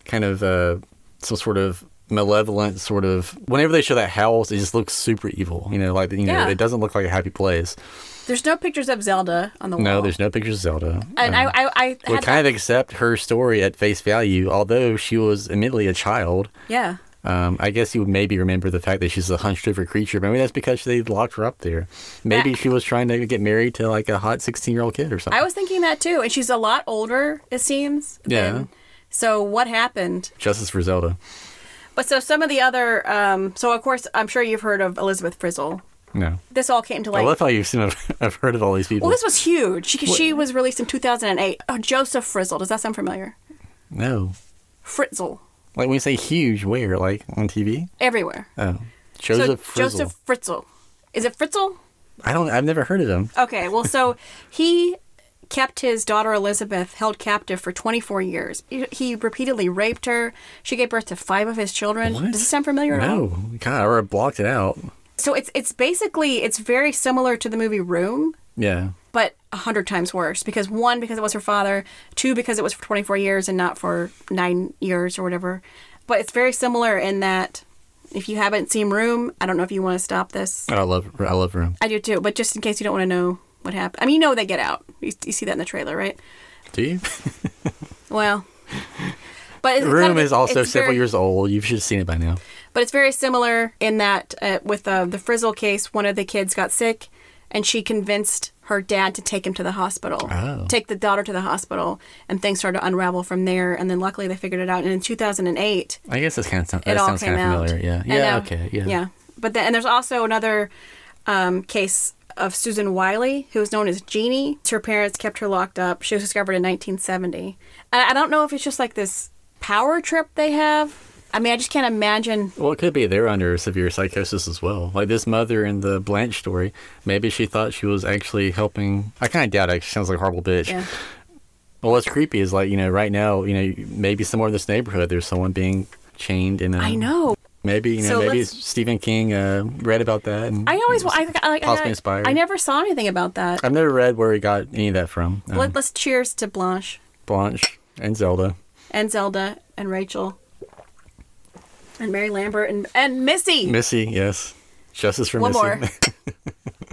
Speaker 3: kind of uh, some sort of malevolent sort of whenever they show that house, it just looks super evil. You know, like you know,
Speaker 2: Yeah.
Speaker 3: it doesn't look like a happy place.
Speaker 2: There's no pictures of Zelda on the wall.
Speaker 3: No, there's no pictures of Zelda.
Speaker 2: And I,
Speaker 3: Um,
Speaker 2: I, I had
Speaker 3: would kind of accept her story at face value, although she was admittedly a child.
Speaker 2: yeah.
Speaker 3: Um, I guess you would maybe remember the fact that she's a hunched over creature. Maybe that's because they locked her up there. Maybe she was trying to get married to like a hot 16 year old kid or something.
Speaker 2: I was thinking that too, and she's a lot older, it seems.
Speaker 3: Yeah.
Speaker 2: than- So what happened?
Speaker 3: Justice for Zelda.
Speaker 2: But so some of the other, um, so of course I'm sure you've heard of Elizabeth Frizzle.
Speaker 3: No.
Speaker 2: This all came to
Speaker 3: I
Speaker 2: light.
Speaker 3: love how you've seen, I've, I've heard of all these people.
Speaker 2: well, this was huge. She, she was released in 2008. Oh, Joseph Frizzle. Does that sound familiar?
Speaker 3: no.
Speaker 2: Frizzle.
Speaker 3: Like when you say huge, where? Like on TV?
Speaker 2: Everywhere.
Speaker 3: Oh. Joseph
Speaker 2: so
Speaker 3: Frizzle.
Speaker 2: Joseph Fritzl. Is it Fritzl?
Speaker 3: I don't, I've never heard of him.
Speaker 2: Okay, well, so he kept his daughter Elizabeth held captive for 24 years. He- He repeatedly raped her. She gave birth to five of his children.
Speaker 3: What?
Speaker 2: Does this sound familiar at all?
Speaker 3: No. God, I already blocked it out.
Speaker 2: So it's it's basically it's very similar to the movie Room,
Speaker 3: Yeah.
Speaker 2: but a hundred times worse. Because one, because it was her father. Two, because it was for 24 years and not for nine years or whatever. But it's very similar in that if you haven't seen Room, I don't know if you want to stop this.
Speaker 3: I love, I love room.
Speaker 2: I do too, but just in case you don't want to know what happened. I mean, you know they get out. You, you see that in the trailer, right?
Speaker 3: Do you?
Speaker 2: Well, but it's
Speaker 3: Room
Speaker 2: kind of-
Speaker 3: is also
Speaker 2: it's
Speaker 3: several
Speaker 2: very-
Speaker 3: years old. You should have seen it by now.
Speaker 2: But it's very similar in that uh, with uh, the Frizzle case, one of the kids got sick, and she convinced her dad to take him to the hospital,
Speaker 3: Oh.
Speaker 2: take the daughter to the hospital, and things started to unravel from there. And then luckily they figured it out. And in 2008,
Speaker 3: I guess that's kind of
Speaker 2: it
Speaker 3: that
Speaker 2: all
Speaker 3: sounds
Speaker 2: came
Speaker 3: kind of
Speaker 2: out.
Speaker 3: familiar. Yeah.
Speaker 2: I
Speaker 3: Yeah.
Speaker 2: know.
Speaker 3: Okay. Yeah.
Speaker 2: Yeah. But then, and there's also another um, case of Susan Wiley, who is known as Jeannie. Her parents kept her locked up. She was discovered in 1970. And I don't know if it's just like this power trip they have. I mean, I just can't imagine.
Speaker 3: Well, it could be they're under severe psychosis as well. Like this mother in the Blanche story, maybe she thought she was actually helping. I kind of doubt it. She sounds like a horrible bitch.
Speaker 2: Yeah.
Speaker 3: Well, what's creepy is like you know right now you know maybe somewhere in this neighborhood there's someone being chained in a.
Speaker 2: I know.
Speaker 3: Maybe you know
Speaker 2: So
Speaker 3: maybe
Speaker 2: let's-
Speaker 3: Stephen King uh, read about that. And
Speaker 2: I always, I, I, I,
Speaker 3: Possibly inspired. Uh,
Speaker 2: I never saw anything about that.
Speaker 3: have never read where he got any of that from. Um,
Speaker 2: Let, let's cheers to Blanche
Speaker 3: Blanche and Zelda.
Speaker 2: and Zelda and Rachel And Mary Lambert and, and Missy.
Speaker 3: Missy, yes. Justice for
Speaker 2: One
Speaker 3: Missy.
Speaker 2: more.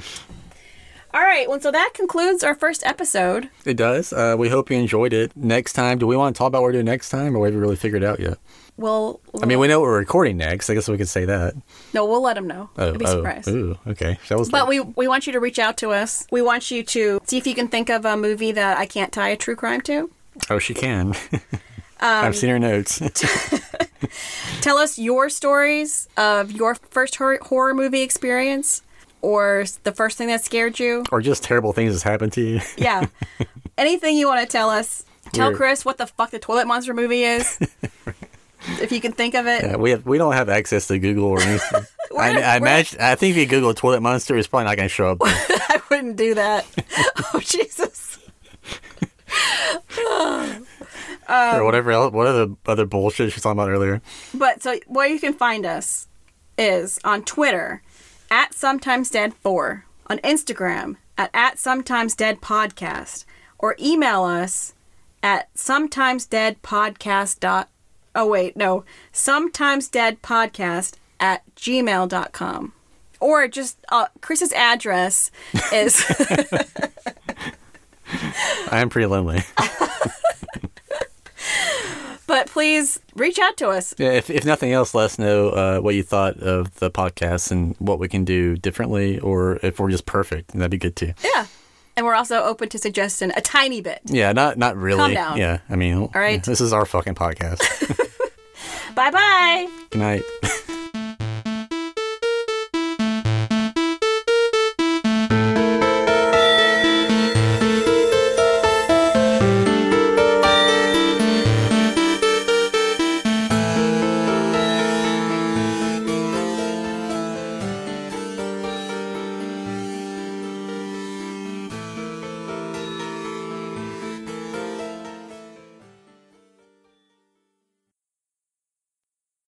Speaker 2: All right. Well, so that concludes our first episode.
Speaker 3: it does. Uh, we hope you enjoyed it. Next time, do we want to talk about what we're doing next time, or we haven't really figured it out yet?
Speaker 2: We'll,
Speaker 3: I mean, we know what we're recording next. I guess we could say that.
Speaker 2: no, we'll let them know.
Speaker 3: Oh,
Speaker 2: You'd be
Speaker 3: oh,
Speaker 2: surprised.
Speaker 3: ooh, okay. That was.
Speaker 2: But we we want you to reach out to us. We want you to see if you can think of a movie that I can't tie a true crime to.
Speaker 3: oh, she can. I've seen her notes.
Speaker 2: Tell us your stories of your first hor- horror movie experience or s- the first thing that scared you.
Speaker 3: or just terrible things that's happened to you.
Speaker 2: Yeah. Anything you want to tell us. Tell
Speaker 3: We're-
Speaker 2: Chris what the fuck the Toilet Monster movie is. if you can think of it.
Speaker 3: Yeah, we have we don't have access to Google or anything. I, I
Speaker 2: we're-
Speaker 3: imagine I think if you Google toilet monster, it's probably not going to show up.
Speaker 2: I wouldn't do that. oh, Jesus.
Speaker 3: or whatever else, what other other bullshit she was talking about earlier.
Speaker 2: But so where you can find us is on Twitter at sometimes dead four, on Instagram at at sometimes dead podcast, or email us at sometimes dead podcast dot. Oh wait, no, sometimes dead podcast at gmail.com. Or just uh, Chris's address is
Speaker 3: I am pretty lonely.
Speaker 2: but please reach out to us.
Speaker 3: yeah, if, if nothing else, let us know uh, what you thought of the podcast and what we can do differently, or if we're just perfect, that'd be good too.
Speaker 2: Yeah. And we're also open to suggestion a tiny bit.
Speaker 3: Yeah, not not really.
Speaker 2: down.
Speaker 3: Yeah, I mean, all
Speaker 2: right.
Speaker 3: This is our fucking podcast.
Speaker 2: Bye bye.
Speaker 3: good night.